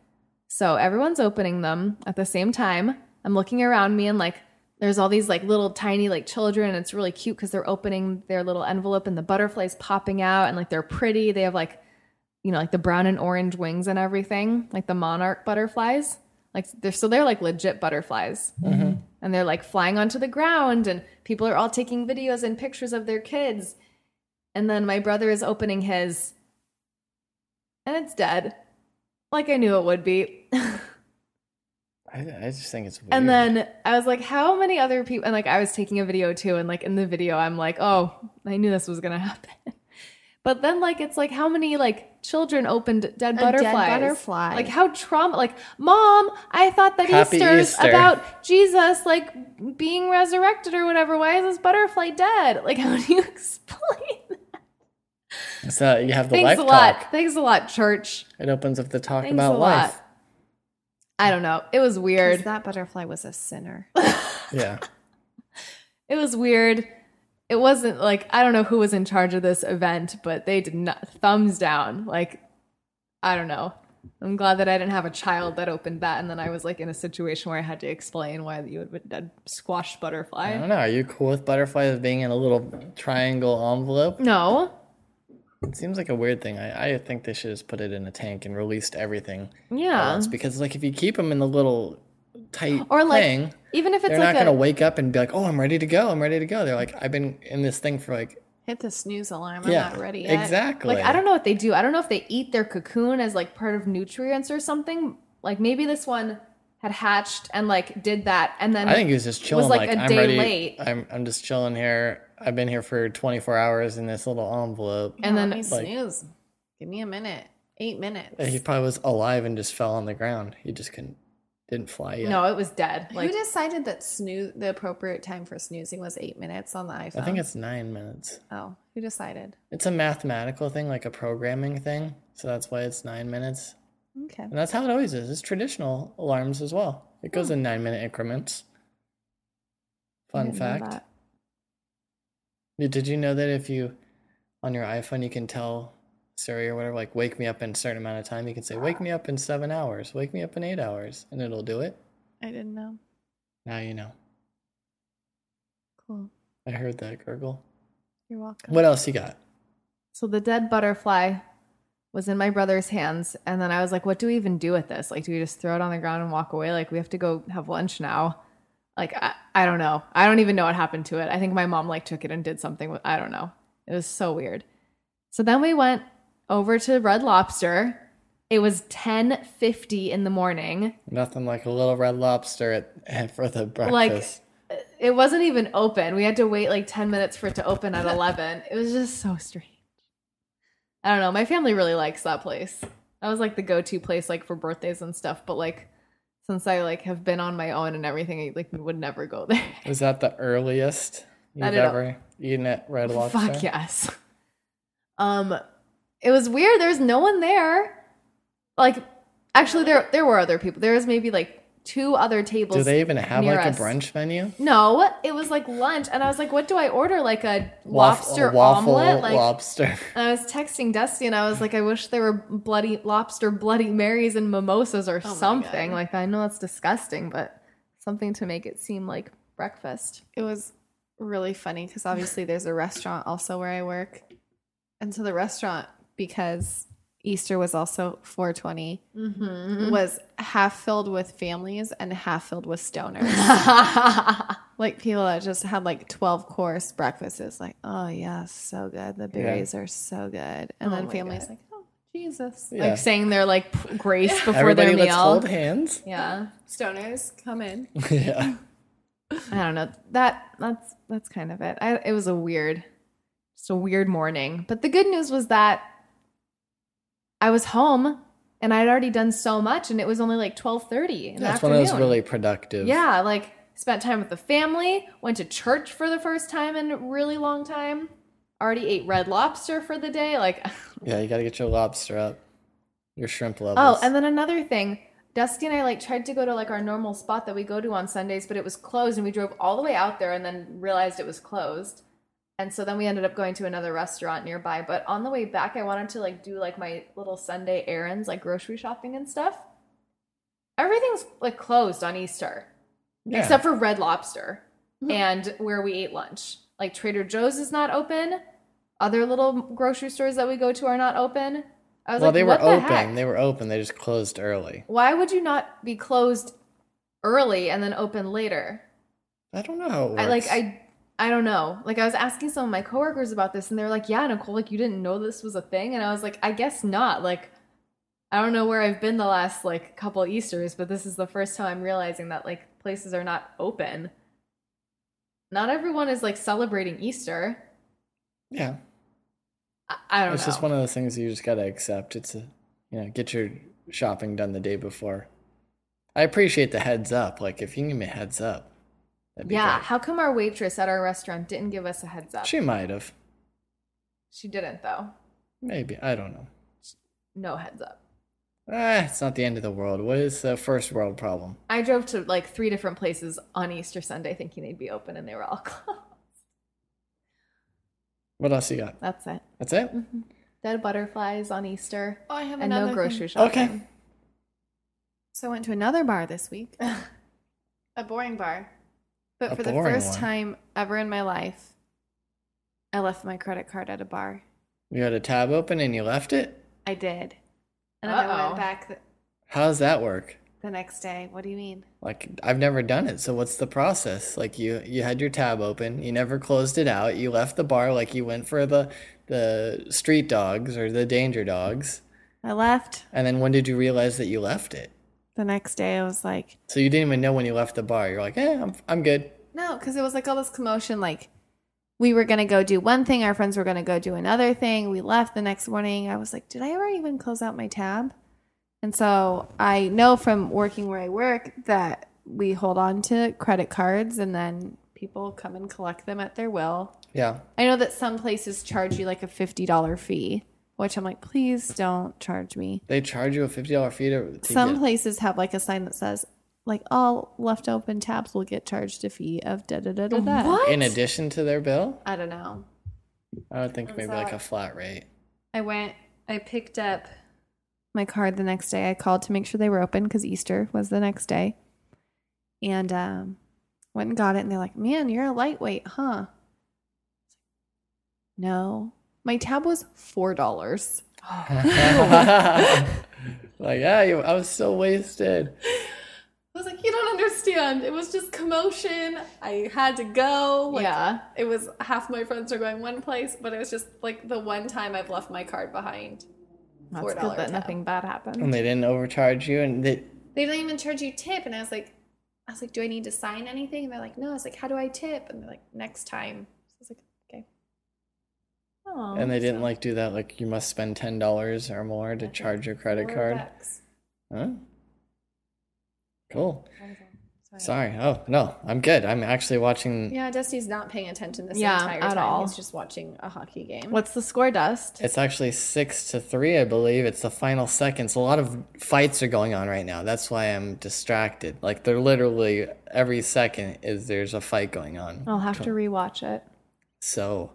[SPEAKER 2] So everyone's opening them at the same time. I'm looking around me and like there's all these like little tiny like children. It's really cute because they're opening their little envelope and the butterflies popping out and like they're pretty. They have like you know like the brown and orange wings and everything, like the monarch butterflies. Like they're so they're like legit butterflies.
[SPEAKER 1] Mm-hmm.
[SPEAKER 2] And they're like flying onto the ground and people are all taking videos and pictures of their kids. And then my brother is opening his and it's dead. Like I knew it would be.
[SPEAKER 1] I, I just think it's weird.
[SPEAKER 2] And then I was like, how many other people? And like, I was taking a video too. And like, in the video, I'm like, oh, I knew this was going to happen. But then, like, it's like, how many like children opened dead
[SPEAKER 3] dead
[SPEAKER 2] butterflies?
[SPEAKER 3] butterfly.
[SPEAKER 2] Like, how trauma, like, mom, I thought that
[SPEAKER 1] Happy
[SPEAKER 2] Easter's
[SPEAKER 1] Easter.
[SPEAKER 2] about Jesus, like, being resurrected or whatever. Why is this butterfly dead? Like, how do you explain?
[SPEAKER 1] so you have the
[SPEAKER 2] Thanks
[SPEAKER 1] life
[SPEAKER 2] a lot.
[SPEAKER 1] talk.
[SPEAKER 2] Thanks a lot, church.
[SPEAKER 1] It opens up the talk
[SPEAKER 2] Thanks
[SPEAKER 1] about
[SPEAKER 2] a
[SPEAKER 1] life.
[SPEAKER 2] lot. I don't know. It was weird.
[SPEAKER 3] That butterfly was a sinner.
[SPEAKER 1] Yeah.
[SPEAKER 2] it was weird. It wasn't like I don't know who was in charge of this event, but they did not thumbs down. Like I don't know. I'm glad that I didn't have a child that opened that, and then I was like in a situation where I had to explain why you would would squash
[SPEAKER 1] I
[SPEAKER 2] butterfly.
[SPEAKER 1] don't know. Are you cool with butterflies being in a little triangle envelope?
[SPEAKER 2] No,
[SPEAKER 1] It seems like a weird thing. I, I think they should just put it in a tank and released everything. at
[SPEAKER 2] yeah,
[SPEAKER 1] once because like if you keep them in the little tight
[SPEAKER 2] or like
[SPEAKER 1] thing,
[SPEAKER 2] even if it's
[SPEAKER 1] they're
[SPEAKER 2] like
[SPEAKER 1] not going to
[SPEAKER 2] a
[SPEAKER 1] wake up and be like, "Oh, I'm ready to go. I'm ready to go." They're like, "I've been in this thing for like
[SPEAKER 3] Hit the snooze alarm.
[SPEAKER 1] yeah,
[SPEAKER 3] I'm not ready yet.
[SPEAKER 1] exactly."
[SPEAKER 2] like I don't know what they do. I don't know if they eat their cocoon as like part of nutrients or something. Like maybe this one had hatched and like did that, and then
[SPEAKER 1] I think he was just chilling.
[SPEAKER 2] like,
[SPEAKER 1] like,
[SPEAKER 2] a
[SPEAKER 1] I'm
[SPEAKER 2] day
[SPEAKER 1] ready.
[SPEAKER 2] late.
[SPEAKER 1] I'm I'm just chilling here. I've been here for 24 hours in this little envelope.
[SPEAKER 2] and
[SPEAKER 3] And
[SPEAKER 2] then
[SPEAKER 3] then snooze. Give me a minute. Eight minutes.
[SPEAKER 1] And he probably was alive and just fell on the ground. He just couldn't didn't fly yet.
[SPEAKER 2] no, it was dead. Like
[SPEAKER 3] Who decided that snooze the appropriate time for snoozing was eight minutes on the iPhone?
[SPEAKER 1] I think it's nine minutes.
[SPEAKER 3] oh, who decided?
[SPEAKER 1] It's a mathematical thing, like a programming thing. So that's why it's nine minutes.
[SPEAKER 3] Okay.
[SPEAKER 1] And that's how it always is. It's traditional alarms as well. It goes in nine minute increments. Fun
[SPEAKER 3] didn't know
[SPEAKER 1] fact.
[SPEAKER 3] that.
[SPEAKER 1] Did did you know that if you on your iPhone you can tell Siri or whatever, like wake me up in a certain amount of time, you can say, Wake me up in seven hours, wake me up in eight hours, and it'll do it.
[SPEAKER 3] I didn't know.
[SPEAKER 1] Now you know.
[SPEAKER 3] Cool.
[SPEAKER 1] I heard that gurgle.
[SPEAKER 3] You're welcome.
[SPEAKER 1] What else you got?
[SPEAKER 2] So the dead butterfly was in my brother's hands. And then I was like, what do we even do with this? Like, do we just throw it on the ground and walk away? Like, we have to go have lunch now. Like, I, I don't know. I don't even know what happened to it. I think my mom like took it and did something with, I don't know. It was so weird. So then we went over to Red Lobster. It was 10:50 in the morning.
[SPEAKER 1] Nothing like a little red lobster at, for the
[SPEAKER 2] Like uh,
[SPEAKER 1] breakfast.
[SPEAKER 2] it wasn't even open. We had to wait like 10 minutes for it to open at 11. It was just so strange. I don't know. My family really likes that place. That was like the go-to place like for birthdays and stuff, but like since I like have been on my own and everything, I like would never go there.
[SPEAKER 1] Was that the earliest
[SPEAKER 2] Not
[SPEAKER 1] you've
[SPEAKER 2] at all.
[SPEAKER 1] ever eaten at Red Lobster?
[SPEAKER 2] Fuck yes. Um it was weird. There was no one there. Like actually there there were other people. There was maybe like two other tables.
[SPEAKER 1] Do they even have
[SPEAKER 2] near
[SPEAKER 1] like
[SPEAKER 2] us.
[SPEAKER 1] a brunch menu?
[SPEAKER 2] No, it was like lunch, and I was like, "What do I order? Like a
[SPEAKER 1] Waf-
[SPEAKER 2] lobster
[SPEAKER 1] a waffle
[SPEAKER 2] omelet?" Like,
[SPEAKER 1] lobster.
[SPEAKER 2] and I was texting Dusty, and I was like, "I wish there were bloody lobster Bloody Marys and mimosas or
[SPEAKER 3] Oh my
[SPEAKER 2] something."
[SPEAKER 3] God.
[SPEAKER 2] Like, I know it's disgusting, but something to make it seem like breakfast.
[SPEAKER 3] it was really funny because obviously there's a restaurant also where I work. And so the restaurant, because Easter was also 420,
[SPEAKER 2] Mm-hmm.
[SPEAKER 3] was half filled with families and half filled with stoners.
[SPEAKER 2] I
[SPEAKER 3] like people that just had like 12 course breakfasts. It's like, oh, yeah, so good. The berries are so good. And
[SPEAKER 2] Oh
[SPEAKER 3] then
[SPEAKER 2] my
[SPEAKER 3] families
[SPEAKER 2] God.
[SPEAKER 3] like, oh, Jesus.
[SPEAKER 1] Yeah.
[SPEAKER 2] Like saying their like p- grace before
[SPEAKER 1] Everybody,
[SPEAKER 2] their
[SPEAKER 1] let's
[SPEAKER 2] meal.
[SPEAKER 1] hold hands.
[SPEAKER 2] yeah,
[SPEAKER 3] Stoners, come in.
[SPEAKER 1] yeah.
[SPEAKER 2] I don't know. That that's that's kind of it. I, it was a weird, just a weird morning. But the good news was that I was home and I'd already done so much, and it was only like twelve thirty in the
[SPEAKER 1] That's when I
[SPEAKER 2] afternoon.
[SPEAKER 1] was really productive.
[SPEAKER 2] yeah, like spent time with the family, went to church for the first time in a really long time. Already ate red lobster for the day. Like,
[SPEAKER 1] Yeah, you got to get your lobster up, your shrimp levels.
[SPEAKER 2] oh, and then another thing, Dusty and I like tried to go to like our normal spot that we go to on Sundays, but it was closed, and we drove all the way out there, and then realized it was closed. And so then we ended up going to another restaurant nearby. But on the way back, I wanted to like do like my little Sunday errands, like grocery shopping and stuff. Everything's like closed on Easter.
[SPEAKER 1] yeah. Mm-hmm.
[SPEAKER 2] except for Red Lobster
[SPEAKER 3] Mhm.
[SPEAKER 2] and where we ate lunch. Like Trader Joe's is not open. Other little grocery stores that we go to are not open. I was
[SPEAKER 1] well,
[SPEAKER 2] like,
[SPEAKER 1] they were
[SPEAKER 2] what the
[SPEAKER 1] open.
[SPEAKER 2] heck?
[SPEAKER 1] They were open. They just closed early.
[SPEAKER 2] Why would you not be closed early and then open later?
[SPEAKER 1] I don't know how it works.
[SPEAKER 2] I like I I don't know. Like I was asking some of my coworkers about this and they were like, "Yeah, Nicole, like you didn't know this was a thing." And I was like, "I guess not." Like I don't know where I've been the last like couple Easters, but this is the first time I'm realizing that like places are not open. Not everyone is like celebrating Easter.
[SPEAKER 1] yeah,
[SPEAKER 2] I, I don't
[SPEAKER 1] it's
[SPEAKER 2] know.
[SPEAKER 1] just one of those things you just got to accept. It's a, you know, get your shopping done the day before. I appreciate the heads up. Like if you can give me a heads up, that'd be
[SPEAKER 2] yeah,
[SPEAKER 1] great.
[SPEAKER 2] how come our waitress at our restaurant didn't give us a heads up?
[SPEAKER 1] She might have.
[SPEAKER 2] she didn't though.
[SPEAKER 1] Maybe I don't know.
[SPEAKER 2] No heads up.
[SPEAKER 1] Ah, it's not the end of the world. What is the first world problem?
[SPEAKER 2] I drove to like three different places on Easter Sunday thinking they'd be open and they were all closed.
[SPEAKER 1] What else you got?
[SPEAKER 2] That's it.
[SPEAKER 1] That's it.
[SPEAKER 2] Dead butterflies on Easter
[SPEAKER 3] Oh, I have
[SPEAKER 2] and
[SPEAKER 3] another
[SPEAKER 2] no grocery
[SPEAKER 3] thing.
[SPEAKER 2] shopping.
[SPEAKER 1] Okay.
[SPEAKER 3] So I went to another bar this week, a boring bar, but
[SPEAKER 1] A
[SPEAKER 3] for the
[SPEAKER 1] boring
[SPEAKER 3] first
[SPEAKER 1] one.
[SPEAKER 3] time ever in my life, I left my credit card at a bar.
[SPEAKER 1] You had a tab open and you left it.
[SPEAKER 3] I did, and then I
[SPEAKER 2] Uh-oh.
[SPEAKER 3] went back the,
[SPEAKER 1] How does that work?
[SPEAKER 3] the next day. What do you mean?
[SPEAKER 1] Like I've never done it. So what's the process? Like you you had your tab open, you never closed it out. You left the bar like you went for the the street dogs or the danger dogs.
[SPEAKER 3] I left
[SPEAKER 1] And then when did you realize that you left it?
[SPEAKER 3] the next day. I was like,
[SPEAKER 1] So you didn't even know when you left the bar. You're like, "Eh, I'm I'm good."
[SPEAKER 3] No, because it was like all this commotion. Like we were gonna go do one thing, our friends were gonna go do another thing. We left the next morning. I was like, did I ever even close out my tab? And so I know from working where I work that we hold on to credit cards and then people come and collect them at their will.
[SPEAKER 1] Yeah.
[SPEAKER 3] I know that some places charge you like a fifty dollar fee, which I'm like, please don't charge me.
[SPEAKER 1] They charge you a $50 fee to, to
[SPEAKER 3] Some
[SPEAKER 1] get-
[SPEAKER 3] places have like a sign that says like all left open tabs will get charged a fee of da da da da da.
[SPEAKER 2] What?
[SPEAKER 1] in addition to their bill?
[SPEAKER 3] I don't know.
[SPEAKER 1] I would think maybe like
[SPEAKER 3] sorry.
[SPEAKER 1] a flat rate.
[SPEAKER 3] I went, I picked up my card the next day. I called to make sure they were open because Easter was the next day. And um, went and got it. And they're like, man, you're a lightweight, huh? No. My tab was $4.
[SPEAKER 1] like, yeah, you, I was so wasted.
[SPEAKER 3] I was like, you don't understand. It was just commotion. I had to
[SPEAKER 2] Oh,
[SPEAKER 3] go. Like,
[SPEAKER 2] yeah.
[SPEAKER 3] It was half my friends were going one place, but it was just like the one time I've left my card behind.
[SPEAKER 2] That's
[SPEAKER 3] $4
[SPEAKER 2] good that
[SPEAKER 3] tab.
[SPEAKER 2] nothing bad happened.
[SPEAKER 1] And they didn't overcharge you and they
[SPEAKER 3] they don't even charge you tip. And I was like, I was like, do I need to sign anything? And they're like, no. I was like, how do I tip? And they're like, next time. So I was like, okay.
[SPEAKER 2] Oh.
[SPEAKER 1] and they didn't like do that like you must spend ten dollars or more to charge your credit
[SPEAKER 3] Four
[SPEAKER 1] card
[SPEAKER 3] bucks.
[SPEAKER 1] huh cool
[SPEAKER 3] Sorry.
[SPEAKER 1] sorry oh no i'm good i'm actually watching
[SPEAKER 3] Yeah, Dusty's not paying attention this
[SPEAKER 2] Yeah,
[SPEAKER 3] entire
[SPEAKER 2] at
[SPEAKER 3] time.
[SPEAKER 2] all.
[SPEAKER 3] He's just watching a hockey game.
[SPEAKER 2] What's the score, Dust?
[SPEAKER 1] it's actually six to three i believe it's the final seconds a lot of fights are going on right now that's why i'm distracted like they're literally every second is there's a fight going on
[SPEAKER 2] I'll have to rewatch it.
[SPEAKER 1] so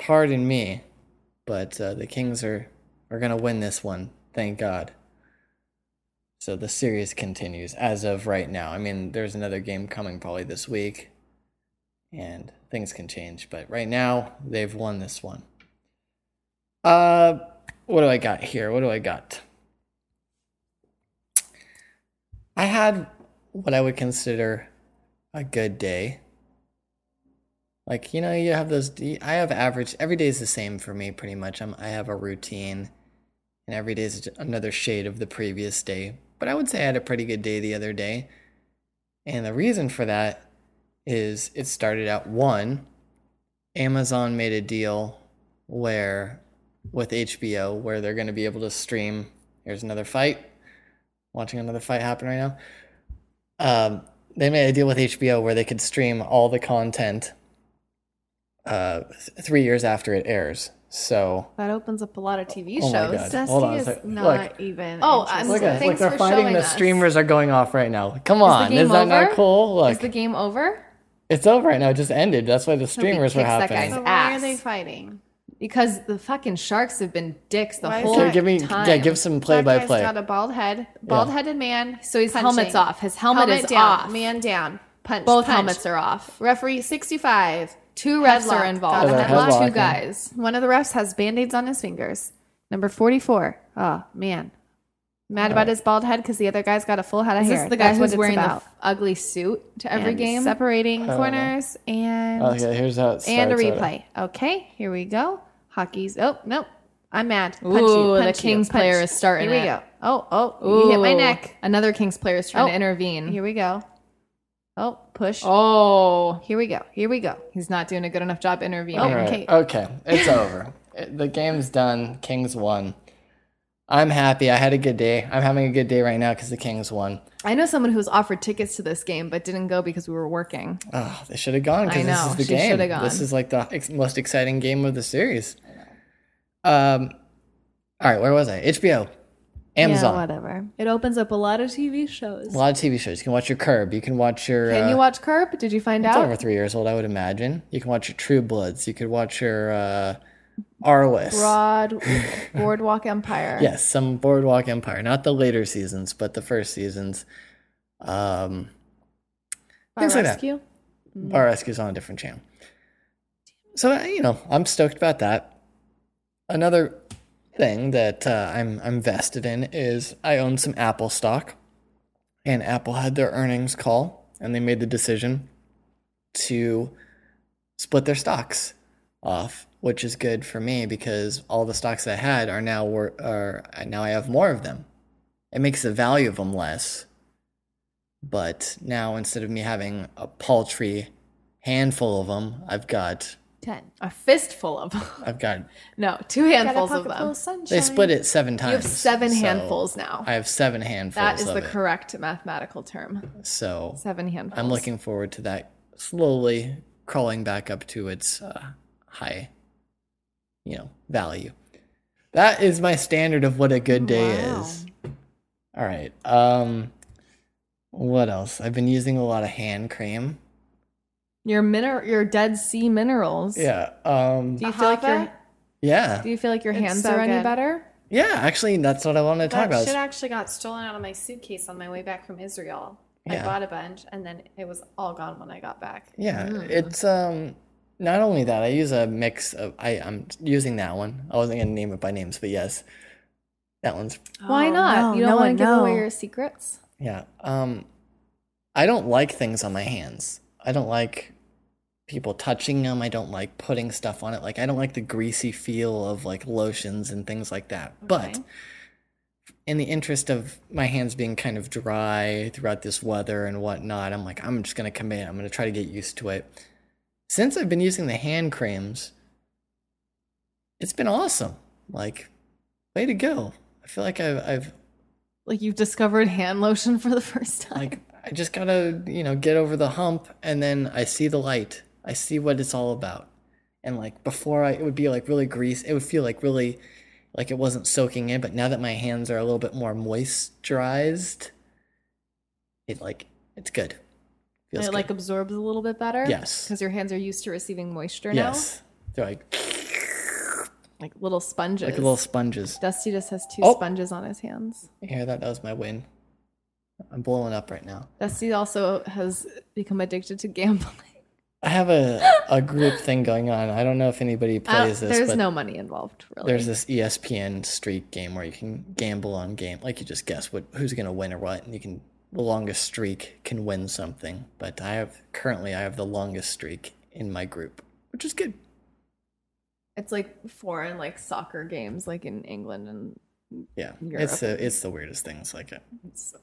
[SPEAKER 1] pardon me but uh, the kings are are gonna win this one thank god so the series continues as of right now i mean there's another game coming probably this week and things can change but right now they've won this one uh what do i got here what do i got i had what i would consider a good day like you know you have those i have average every day is the same for me pretty much I'm, i have a routine and every day is another shade of the previous day but i would say i had a pretty good day the other day and the reason for that is it started out one amazon made a deal where with hbo where they're going to be able to stream Here's another fight. Watching another fight happen right now. Um, they made a deal with HBO where they could stream all the content uh, th- three years after it airs. So
[SPEAKER 2] That opens up a lot of TV
[SPEAKER 1] Oh
[SPEAKER 2] shows.
[SPEAKER 1] my God.
[SPEAKER 3] Zesty
[SPEAKER 1] Hold on a
[SPEAKER 3] is
[SPEAKER 1] sec.
[SPEAKER 3] not
[SPEAKER 1] Look.
[SPEAKER 3] even.
[SPEAKER 2] Oh, I'm
[SPEAKER 1] look
[SPEAKER 2] So
[SPEAKER 1] at
[SPEAKER 3] interested.
[SPEAKER 1] us. Like
[SPEAKER 2] thanks
[SPEAKER 1] they're
[SPEAKER 2] for
[SPEAKER 1] finding
[SPEAKER 2] showing
[SPEAKER 1] the
[SPEAKER 2] us.
[SPEAKER 1] streamers are going off right now. Come on, is,
[SPEAKER 2] game
[SPEAKER 1] that not
[SPEAKER 2] over?
[SPEAKER 1] cool?
[SPEAKER 2] Is
[SPEAKER 1] Look,
[SPEAKER 2] the game over?
[SPEAKER 1] it's over right now. It just ended. That's why the streamers were
[SPEAKER 2] kicks that
[SPEAKER 1] happening.
[SPEAKER 2] guy's
[SPEAKER 3] So why are
[SPEAKER 2] ass.
[SPEAKER 3] they fighting?
[SPEAKER 2] Because the fucking sharks have been dicks the
[SPEAKER 3] Why is
[SPEAKER 2] whole
[SPEAKER 3] that-
[SPEAKER 2] time.
[SPEAKER 1] Give me, yeah, give some play
[SPEAKER 3] that
[SPEAKER 1] by
[SPEAKER 3] guy's
[SPEAKER 1] play.
[SPEAKER 3] Got a bald head, bald-headed man. So he's
[SPEAKER 2] helmet's off. His helmet, is
[SPEAKER 3] down,
[SPEAKER 2] off.
[SPEAKER 3] Man down. Punch.
[SPEAKER 2] Both
[SPEAKER 3] punch.
[SPEAKER 2] helmets are off.
[SPEAKER 3] Referee sixty-five.
[SPEAKER 2] Two refs
[SPEAKER 3] Headlock.
[SPEAKER 2] are involved.
[SPEAKER 3] Got
[SPEAKER 1] a headlock,
[SPEAKER 2] Two
[SPEAKER 1] yeah.
[SPEAKER 2] guys.
[SPEAKER 3] One of the refs has band-aids on his fingers. Number forty-four. Oh man, mad
[SPEAKER 1] Uh,
[SPEAKER 3] about his bald head because the other guy's got a full head of
[SPEAKER 2] Is
[SPEAKER 3] hair.
[SPEAKER 2] this the guy
[SPEAKER 3] That's what
[SPEAKER 2] who's
[SPEAKER 3] it's
[SPEAKER 2] wearing the
[SPEAKER 3] about.
[SPEAKER 2] f- ugly suit to every
[SPEAKER 3] And
[SPEAKER 2] game?
[SPEAKER 3] separating
[SPEAKER 1] know. Oh,
[SPEAKER 3] corners and
[SPEAKER 1] okay, here's how it starts.
[SPEAKER 3] and a
[SPEAKER 1] right?
[SPEAKER 3] replay. Okay, here we go. Hockey's. Oh nope, I'm mad. Punch
[SPEAKER 2] Ooh,
[SPEAKER 3] you,
[SPEAKER 2] the
[SPEAKER 3] punch you,
[SPEAKER 2] Kings
[SPEAKER 3] punch.
[SPEAKER 2] player is starting
[SPEAKER 3] Here we
[SPEAKER 2] it.
[SPEAKER 3] go. Oh oh, you hit my
[SPEAKER 2] Ooh,
[SPEAKER 3] neck.
[SPEAKER 2] Another Kings player is trying
[SPEAKER 3] Oh.
[SPEAKER 2] to intervene.
[SPEAKER 3] Here we go. Oh push.
[SPEAKER 2] oh,
[SPEAKER 3] Here we go. Here we go.
[SPEAKER 2] he's not doing a good enough job intervening.
[SPEAKER 1] All right.
[SPEAKER 3] Okay.
[SPEAKER 1] Okay. It's over. It- the game's done. Kings won. I'm happy. I had a good day. I'm having a good day right now because the Kings won.
[SPEAKER 2] I know someone who was offered tickets to this game but didn't go because we were working.
[SPEAKER 1] Oh, they should have gone
[SPEAKER 2] I
[SPEAKER 1] because this
[SPEAKER 2] know,
[SPEAKER 1] is the
[SPEAKER 2] she
[SPEAKER 1] game.
[SPEAKER 2] shoulda gone.
[SPEAKER 1] This is like the ex- most exciting game of the series. Um, all right, where was I? HBO, Amazon,
[SPEAKER 3] Yeah, whatever.
[SPEAKER 2] It opens up a lot of TV shows.
[SPEAKER 1] a lot of TV shows. You can watch your Curb. You can watch your.
[SPEAKER 2] Can
[SPEAKER 1] uh,
[SPEAKER 2] you watch Curb? Did you find
[SPEAKER 1] it's
[SPEAKER 2] out?
[SPEAKER 1] over three years old, I would imagine. You can watch your True Bloods. You could watch your uh, R List.
[SPEAKER 2] Broad.
[SPEAKER 3] Boardwalk Empire.
[SPEAKER 1] Yes, some Boardwalk Empire, not the later seasons, but the first seasons. Um,
[SPEAKER 3] Bar
[SPEAKER 1] things like that.
[SPEAKER 3] rescue.
[SPEAKER 1] Bar Rescue's on a different channel. So uh, you know, I'm stoked about that. Another thing that uh, I'm I'm vested in is I own some Apple stock, and Apple had their earnings call, and they made the decision to split their stocks off, which is good for me because all the stocks I had are now wor- are now I have more of them. It makes the value of them less, but now instead of me having a paltry handful of them, I've got
[SPEAKER 3] Ten.
[SPEAKER 2] A fistful of them.
[SPEAKER 1] I've got
[SPEAKER 2] No, two handfuls of them.
[SPEAKER 1] they split it seven times.
[SPEAKER 2] You have seven
[SPEAKER 1] so
[SPEAKER 2] handfuls now.
[SPEAKER 1] I have seven handfuls.
[SPEAKER 2] That is
[SPEAKER 1] of
[SPEAKER 2] the
[SPEAKER 1] it.
[SPEAKER 2] correct mathematical term.
[SPEAKER 1] So
[SPEAKER 2] Seven handfuls.
[SPEAKER 1] I'm looking forward to that slowly crawling back up to its uh, high, you know, value. That is my standard of what a good day
[SPEAKER 3] Wow.
[SPEAKER 1] is. All right. Um, what else? I've been using a lot of hand cream.
[SPEAKER 2] Your miner, your Dead Sea minerals.
[SPEAKER 1] Yeah. Um,
[SPEAKER 2] Do you feel like your
[SPEAKER 3] Ahava?
[SPEAKER 1] yeah.
[SPEAKER 2] Do you feel like your
[SPEAKER 3] It's
[SPEAKER 2] hands
[SPEAKER 3] so
[SPEAKER 2] are any
[SPEAKER 3] good.
[SPEAKER 2] better?
[SPEAKER 1] Yeah. Actually, that's what I wanted to talk
[SPEAKER 3] That
[SPEAKER 1] about.
[SPEAKER 3] shit actually got stolen out of my suitcase on my way back from Israel.
[SPEAKER 1] Yeah.
[SPEAKER 3] I bought a bunch, and then it was all gone when I got back.
[SPEAKER 1] Yeah, it's um not only that, I use a mix of I, I'm using that one. I wasn't gonna name it by names, but yes. That one's
[SPEAKER 2] Why
[SPEAKER 3] Oh,
[SPEAKER 2] not?
[SPEAKER 3] no,
[SPEAKER 2] you don't
[SPEAKER 3] no
[SPEAKER 2] want
[SPEAKER 3] one
[SPEAKER 2] to give
[SPEAKER 3] know.
[SPEAKER 2] away your secrets.
[SPEAKER 1] yeah. Um I don't like things on my hands. I don't like people touching them. I don't like putting stuff on it. Like I don't like the greasy feel of like lotions and things like that. But
[SPEAKER 3] Okay.
[SPEAKER 1] in the interest of my hands being kind of dry throughout this weather and whatnot, I'm like, I'm just gonna commit. I'm gonna try to get used to it. Since I've been using the hand creams, it's been awesome. Like, way to go. I feel like I've, I've
[SPEAKER 2] Like you've discovered hand lotion for the first time.
[SPEAKER 1] like I just gotta, you know, get over the hump and then I see the light. I see what it's all about. And like before I it would be like really grease it would feel like really like it wasn't soaking in, but now that my hands are a little bit more moisturized, it like it's good.
[SPEAKER 2] And
[SPEAKER 1] Feels
[SPEAKER 2] it like
[SPEAKER 1] good.
[SPEAKER 2] absorbs a little bit better.
[SPEAKER 1] Yes.
[SPEAKER 2] Because your hands are used to receiving moisture
[SPEAKER 1] Yes. They're like
[SPEAKER 2] now. Like little sponges.
[SPEAKER 1] like little sponges.
[SPEAKER 2] Dusty just has two
[SPEAKER 1] Oh.
[SPEAKER 2] sponges on his hands.
[SPEAKER 1] You hear that? That was my win. I'm blowing up right now.
[SPEAKER 2] Dusty also has become addicted to gambling.
[SPEAKER 1] I have a, a group thing going on. I don't know if anybody
[SPEAKER 2] I don't-
[SPEAKER 1] plays this,
[SPEAKER 2] Oh, there's
[SPEAKER 1] but
[SPEAKER 2] no money involved, really.
[SPEAKER 1] there's this E ESPN streak game where you can gamble on game, like you just guess what who's gonna win or what, and you can the longest streak can win something. But I have currently I have the longest streak in my group, which is good.
[SPEAKER 2] it's like foreign like soccer games like in England and
[SPEAKER 1] Yeah,
[SPEAKER 2] Europe.
[SPEAKER 1] it's the it's the weirdest things. Like it.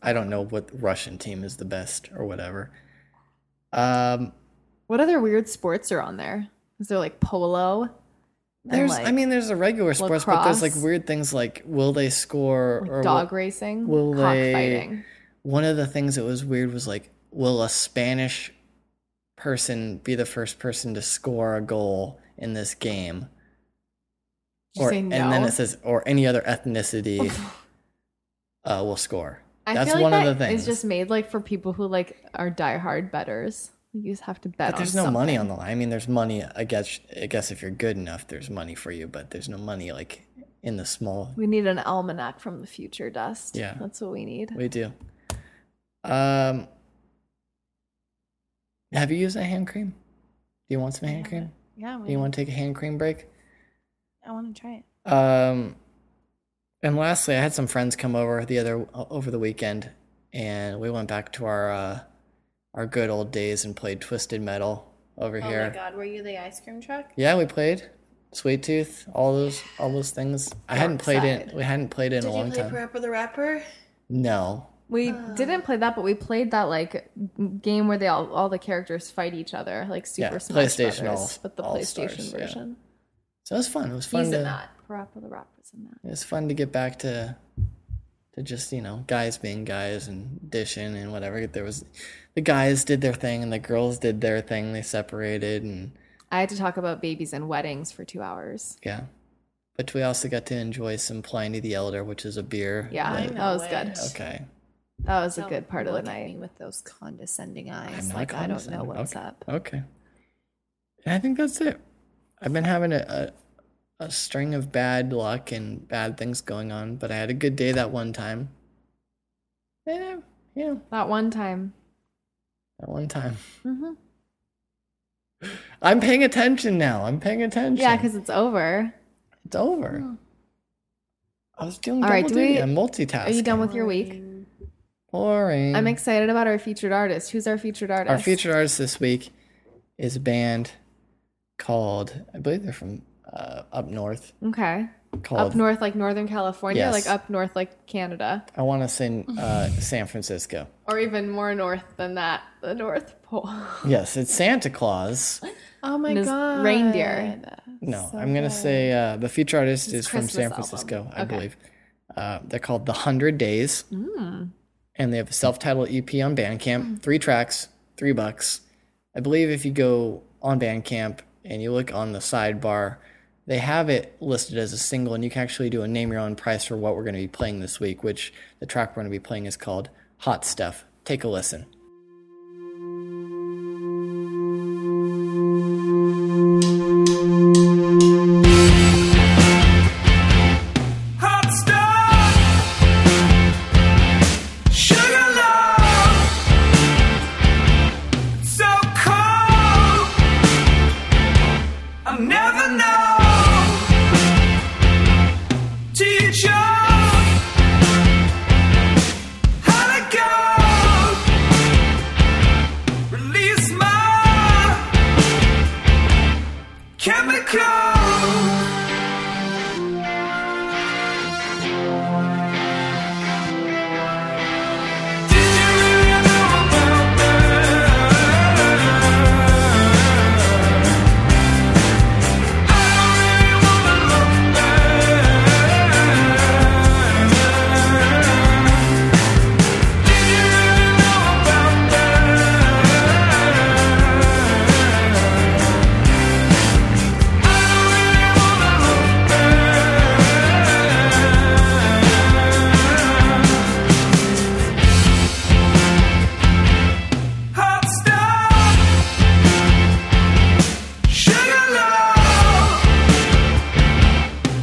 [SPEAKER 1] I don't know what Russian team is the best or whatever. Um,
[SPEAKER 2] what other weird sports are on there? Is there like polo? than,
[SPEAKER 1] There's,
[SPEAKER 2] like,
[SPEAKER 1] I mean, there's a regular sports, but there's like
[SPEAKER 3] lacrosse.
[SPEAKER 1] weird things like will they score
[SPEAKER 2] like
[SPEAKER 1] or
[SPEAKER 2] dog
[SPEAKER 1] will-
[SPEAKER 2] racing,
[SPEAKER 1] will they-
[SPEAKER 2] cockfighting.
[SPEAKER 1] one of the things that was weird was like, will a Spanish person be the first person to score a goal in this game?
[SPEAKER 3] Did you say no?
[SPEAKER 1] and then it says or any other ethnicity uh, will score.
[SPEAKER 2] I
[SPEAKER 1] That's
[SPEAKER 2] feel like
[SPEAKER 1] one of
[SPEAKER 2] that
[SPEAKER 1] the things.
[SPEAKER 2] It's just made like for people who like are diehard betters. You just have to bet.
[SPEAKER 1] but there's no
[SPEAKER 2] on
[SPEAKER 1] money on
[SPEAKER 2] something.
[SPEAKER 1] the line. I mean, there's money. I guess I guess if you're good enough, there's money for you. But there's no money like in the small.
[SPEAKER 2] We need an almanac from the future, Dust.
[SPEAKER 1] Yeah.
[SPEAKER 2] that's what we need.
[SPEAKER 1] We do. Um, have you used a hand cream? Do you want some hand cream?
[SPEAKER 4] Yeah,
[SPEAKER 1] Do you want to take a hand cream break?
[SPEAKER 4] I want to try it.
[SPEAKER 1] Um, and lastly, I had some friends come over the other over the weekend, and we went back to our uh, our good old days and played Twisted Metal over
[SPEAKER 4] Oh
[SPEAKER 1] here.
[SPEAKER 4] my god, were you the ice cream truck?
[SPEAKER 1] Yeah, we played Sweet Tooth, all those all those things. I hadn't played it. We hadn't played it in
[SPEAKER 4] Did
[SPEAKER 1] a
[SPEAKER 4] you
[SPEAKER 1] long
[SPEAKER 4] play
[SPEAKER 1] time.
[SPEAKER 4] Parappa the Rapper?
[SPEAKER 1] no,
[SPEAKER 2] We didn't play that, but we played that like game where they all all the characters fight each other, like Super
[SPEAKER 1] Yeah,
[SPEAKER 2] Smash
[SPEAKER 1] PlayStation
[SPEAKER 2] Brothers,
[SPEAKER 1] All-
[SPEAKER 2] but the
[SPEAKER 1] All-Stars,
[SPEAKER 2] PlayStation
[SPEAKER 1] yeah.
[SPEAKER 2] version.
[SPEAKER 1] so it was fun. It was fun
[SPEAKER 2] He's
[SPEAKER 1] to
[SPEAKER 2] in that. Parappa the Rapper's in that.
[SPEAKER 1] it was fun to get back to to just you know guys being guys and dishing and whatever. There was the guys did their thing and the girls did their thing. They separated and.
[SPEAKER 2] I had to talk about babies and weddings for two hours.
[SPEAKER 1] Yeah. But we also got to enjoy some Pliny the Elder, which is a beer.
[SPEAKER 2] Yeah,
[SPEAKER 1] that-
[SPEAKER 4] know
[SPEAKER 2] that was
[SPEAKER 4] it.
[SPEAKER 2] good.
[SPEAKER 1] okay.
[SPEAKER 2] That was a
[SPEAKER 4] Don't
[SPEAKER 2] good part of the
[SPEAKER 4] look at me
[SPEAKER 2] night.
[SPEAKER 4] with those condescending eyes.
[SPEAKER 1] I'm not
[SPEAKER 4] like I don't know
[SPEAKER 1] condescending.
[SPEAKER 4] what's
[SPEAKER 1] Okay.
[SPEAKER 4] up.
[SPEAKER 1] Okay. And I think that's it. I've been having a, a, a string of bad luck and bad things going on, but I had a good day that one time. Yeah, yeah,
[SPEAKER 2] That one time.
[SPEAKER 1] that one time.
[SPEAKER 2] Mhm.
[SPEAKER 1] I'm paying attention now. I'm paying attention.
[SPEAKER 2] Yeah, because it's over.
[SPEAKER 1] it's over. I was doing
[SPEAKER 2] All
[SPEAKER 1] double
[SPEAKER 2] right, do
[SPEAKER 1] duty.
[SPEAKER 2] we-
[SPEAKER 1] I'm multitasking.
[SPEAKER 2] Are you done with your week?
[SPEAKER 1] Mm. boring?
[SPEAKER 2] I'm excited about our featured artist. Who's our featured artist?
[SPEAKER 1] Our featured artist this week is a band called, I believe they're from uh, up north.
[SPEAKER 2] Okay.
[SPEAKER 1] Called,
[SPEAKER 2] Up north, like Northern California,
[SPEAKER 1] Yes.
[SPEAKER 2] like up north, like Canada,
[SPEAKER 1] I want to say uh, San Francisco.
[SPEAKER 2] or even more north than that, the North Pole.
[SPEAKER 1] Yes, it's Santa Claus.
[SPEAKER 3] Oh my
[SPEAKER 2] And his
[SPEAKER 3] god.
[SPEAKER 2] reindeer.
[SPEAKER 1] No, I'm going to say uh, the featured artist is from
[SPEAKER 2] Christmas
[SPEAKER 1] San
[SPEAKER 2] album.
[SPEAKER 1] Francisco, I
[SPEAKER 2] Okay.
[SPEAKER 1] believe. Uh, they're called The Hundred Days,
[SPEAKER 2] Mm.
[SPEAKER 1] and they have a self titled EP on Bandcamp. Three tracks, three bucks. I believe if you go on Bandcamp and you look on the sidebar, they have it listed as a single, and you can actually do a name your own price for what we're going to be playing this week, which the track we're going to be playing is called Hot Stuff. Take a listen.
[SPEAKER 5] Hot stuff. Sugar love. So cold. I never know. Teacher. How to go. Release my chemical. Hot stuff, sugar love.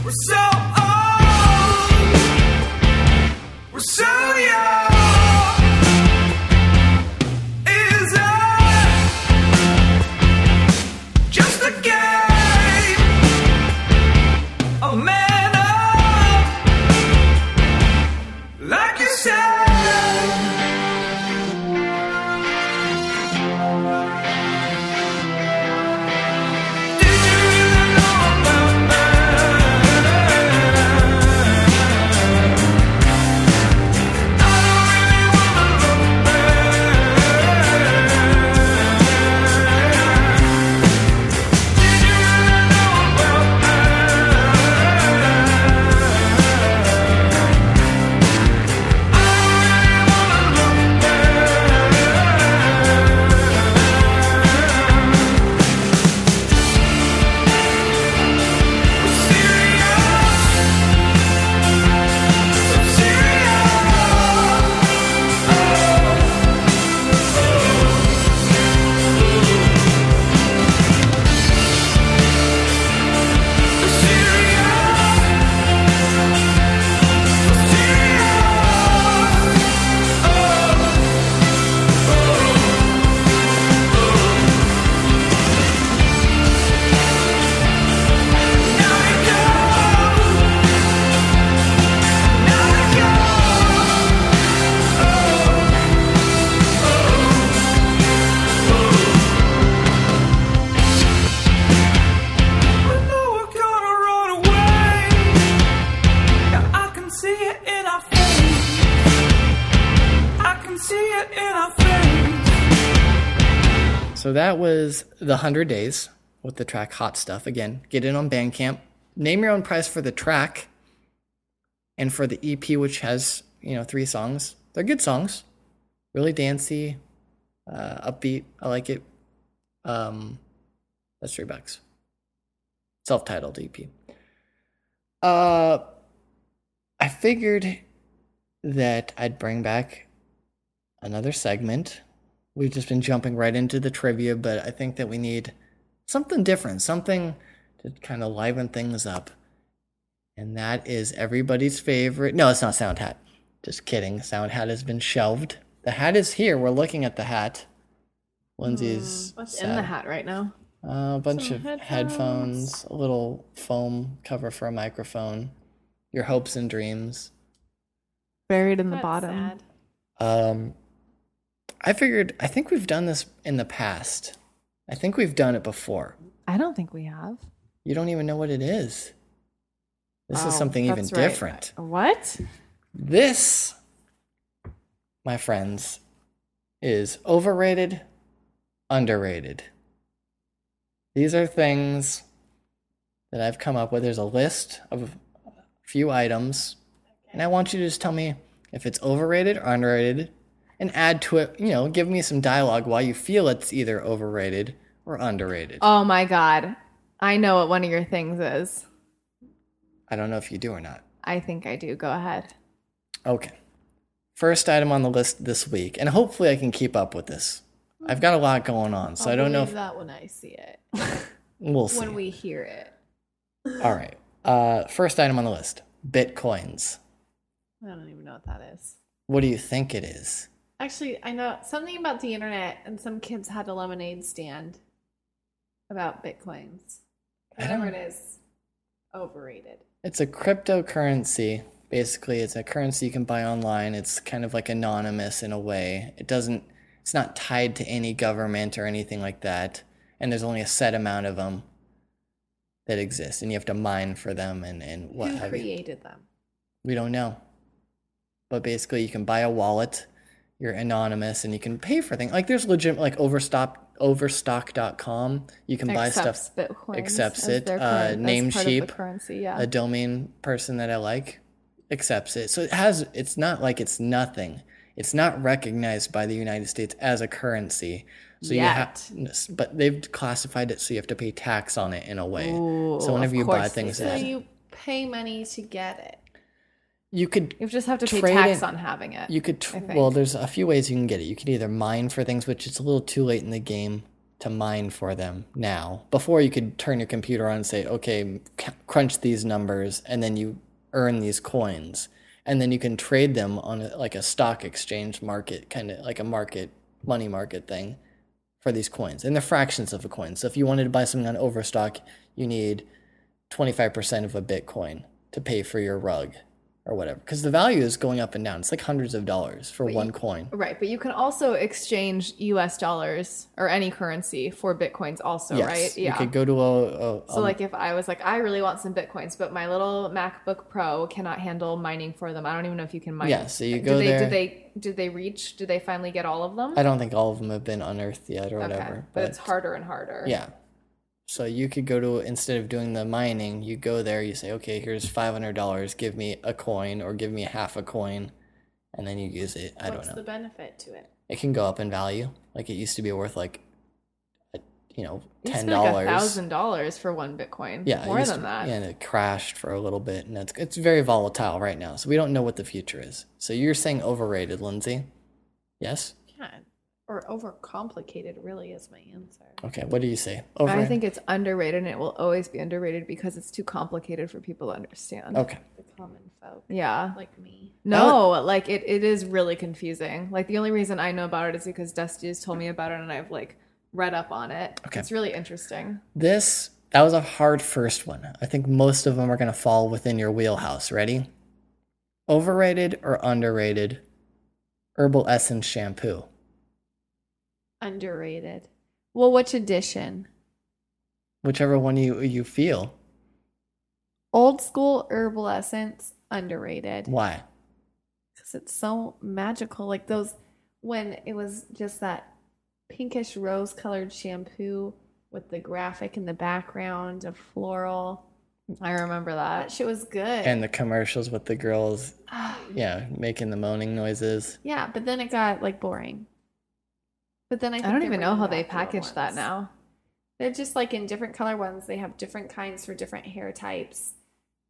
[SPEAKER 5] We're so old, we're so young. Is it just a game? Oh man, up, like you said. Did you really know about me? I don't really wanna look back. Did you really know about me?
[SPEAKER 1] So that was the 100 days with the track Hot Stuff. Again, get in on Bandcamp. Name your own price for the track and for the EP, which has, you know, three songs. They're good songs. Really dancey, uh, upbeat. I like it. Um, that's three bucks. Self titled EP. Uh, I figured that I'd bring back another segment. We've just been jumping right into the trivia, but I think that we need something different, something to kind of liven things up. And that is everybody's favorite. No, it's not Sound Hat. Just kidding. Sound Hat has been shelved. The hat is here. We're looking at the hat. Lindsay's.
[SPEAKER 3] Hmm, What's in
[SPEAKER 1] sad.
[SPEAKER 3] the hat right now?
[SPEAKER 1] Uh, a bunch
[SPEAKER 3] Some
[SPEAKER 1] of headphones.
[SPEAKER 3] headphones.
[SPEAKER 1] a little foam cover for a microphone, your hopes and dreams.
[SPEAKER 2] Buried in the
[SPEAKER 3] That's
[SPEAKER 2] bottom.
[SPEAKER 3] sad.
[SPEAKER 1] Um, I figured, I think we've done this in the past. I think we've done it before.
[SPEAKER 2] I don't think we have.
[SPEAKER 1] You don't even know what it is. This
[SPEAKER 2] Oh,
[SPEAKER 1] is something even
[SPEAKER 2] that's right.
[SPEAKER 1] different.
[SPEAKER 2] What?
[SPEAKER 1] This, my friends, is overrated, underrated. These are things that I've come up with. There's a list of a few items, and I want you to just tell me if it's overrated or underrated and add to it, you know, give me some dialogue why you feel it's either overrated or underrated.
[SPEAKER 2] Oh my god. I know what one of your things is.
[SPEAKER 1] I don't know if you do or not.
[SPEAKER 2] I think I do. Go ahead.
[SPEAKER 1] Okay. First item on the list this week, and hopefully I can keep up with this. I've got a lot going on, so I don't know
[SPEAKER 3] Believe
[SPEAKER 1] if
[SPEAKER 3] that when I see it.
[SPEAKER 1] we'll see.
[SPEAKER 3] when we hear it.
[SPEAKER 1] All right. Uh, first item on the list Bitcoins.
[SPEAKER 3] I don't even know what that is.
[SPEAKER 1] What do you think it is?
[SPEAKER 3] Actually, I know something about the internet, and some kids had a lemonade stand about bitcoins.
[SPEAKER 1] I don't-
[SPEAKER 3] Whatever it is, overrated.
[SPEAKER 1] It's a cryptocurrency. Basically, it's a currency you can buy online. It's kind of like anonymous in a way. It doesn't, it's not tied to any government or anything like that. And there's only a set amount of them that exist, and you have to mine for them and, and what
[SPEAKER 3] Who
[SPEAKER 1] have you.
[SPEAKER 3] created them?
[SPEAKER 1] We don't know. But basically, you can buy a wallet, you're anonymous, and you can pay for things. Like, there's legit, like, overstock, overstock.com. You can buy stuff.
[SPEAKER 2] Accepts Bitcoin.
[SPEAKER 1] accepts
[SPEAKER 2] as
[SPEAKER 1] it,
[SPEAKER 2] their
[SPEAKER 1] uh,
[SPEAKER 2] curren- as
[SPEAKER 1] name
[SPEAKER 2] part of
[SPEAKER 1] sheep,
[SPEAKER 2] The currency. Yeah.
[SPEAKER 1] A domain person that I like accepts it. So it has, it's not like it's nothing. It's not recognized by the United States as a currency. So
[SPEAKER 2] Yet.
[SPEAKER 1] you have, but they've classified it so you have to pay tax on it in a way.
[SPEAKER 2] Ooh,
[SPEAKER 1] so whenever
[SPEAKER 2] of
[SPEAKER 1] you buy
[SPEAKER 2] course they
[SPEAKER 1] things,
[SPEAKER 2] do.
[SPEAKER 3] So
[SPEAKER 1] that
[SPEAKER 3] you pay money to get it.
[SPEAKER 1] you could
[SPEAKER 2] You just have to pay
[SPEAKER 1] Trade
[SPEAKER 2] tax
[SPEAKER 1] in-
[SPEAKER 2] on having it.
[SPEAKER 1] You could, tr-
[SPEAKER 2] I think.
[SPEAKER 1] well, there's a few ways you can get it. You could either mine for things, which it's a little too late in the game to mine for them now. Before you could turn your computer on and say, okay, c- crunch these numbers, and then you earn these coins. And then you can trade them on a, like a stock exchange market, kind of like a market, money market thing for these coins. And they're fractions of a coin. So if you wanted to buy something on Overstock, you need 25% of a Bitcoin to pay for your rug or whatever. Because the value is going up and down. It's like hundreds of dollars for one coin.
[SPEAKER 2] Right, but you can also exchange U.S. dollars or any currency for bitcoins, also,
[SPEAKER 1] yes.
[SPEAKER 2] Oh, right?
[SPEAKER 1] You could go to a. a
[SPEAKER 2] so,
[SPEAKER 1] um,
[SPEAKER 2] like, if I was like, I really want some bitcoins, but my little MacBook Pro cannot handle mining for them. I don't even know if you can mine.
[SPEAKER 1] Yeah, so you
[SPEAKER 2] Did
[SPEAKER 1] go
[SPEAKER 2] they,
[SPEAKER 1] there-
[SPEAKER 2] Did they? Did they reach? Did they finally get all of them?
[SPEAKER 1] I don't think all of them have been unearthed yet or whatever.
[SPEAKER 2] Okay, but it's harder and harder.
[SPEAKER 1] Yeah. So you could go to instead of doing the mining, you go there, you say, okay, here's five hundred dollars, give me a coin or give me half a coin, and then you use it. I don't
[SPEAKER 3] What's
[SPEAKER 1] know.
[SPEAKER 3] the benefit to it?
[SPEAKER 1] it can go up in value. Like it used to be worth like, a, you know,
[SPEAKER 2] You
[SPEAKER 1] ten
[SPEAKER 2] spend like
[SPEAKER 1] dollars.
[SPEAKER 2] a thousand dollars for one bitcoin.
[SPEAKER 1] yeah, it
[SPEAKER 2] more
[SPEAKER 1] used
[SPEAKER 2] than
[SPEAKER 1] to-
[SPEAKER 2] that.
[SPEAKER 1] Yeah, and it crashed for a little bit, and it's it's very volatile right now. So we don't know what the future is. So you're saying overrated, Lindsay? Yes.
[SPEAKER 3] Yeah, or overcomplicated really is my answer.
[SPEAKER 1] Okay. What do you say?
[SPEAKER 2] I think it's underrated, and it will always be underrated because it's too complicated for people to understand.
[SPEAKER 1] Okay.
[SPEAKER 3] The common folk
[SPEAKER 2] Yeah.
[SPEAKER 3] like me.
[SPEAKER 2] No, like it, it is really confusing. Like the only reason I know about it is because Dusty has told me about it and I've like read up on it.
[SPEAKER 1] Okay.
[SPEAKER 2] It's really interesting.
[SPEAKER 1] This that was a hard first one. I think most of them are going to fall within your wheelhouse. Ready? Overrated or underrated? Herbal essence shampoo.
[SPEAKER 3] Underrated. Well, which edition?
[SPEAKER 1] Whichever one you you feel.
[SPEAKER 3] Old school herbal essence, underrated.
[SPEAKER 1] Why?
[SPEAKER 3] Because it's so magical. Like those when it was just that pinkish rose colored shampoo with the graphic in the background of floral.
[SPEAKER 2] I remember
[SPEAKER 3] That
[SPEAKER 2] that.
[SPEAKER 3] shit was good. Ah,
[SPEAKER 1] and the commercials with the girls, yeah, making the moaning noises.
[SPEAKER 3] yeah, but then it got like boring. But then I,
[SPEAKER 2] I
[SPEAKER 3] think
[SPEAKER 2] don't
[SPEAKER 3] they're
[SPEAKER 2] even know
[SPEAKER 3] bringing
[SPEAKER 2] how
[SPEAKER 3] back
[SPEAKER 2] they
[SPEAKER 3] the old
[SPEAKER 2] package that
[SPEAKER 3] ones.
[SPEAKER 2] now.
[SPEAKER 3] They're just like in different color ones. They have different kinds for different hair types.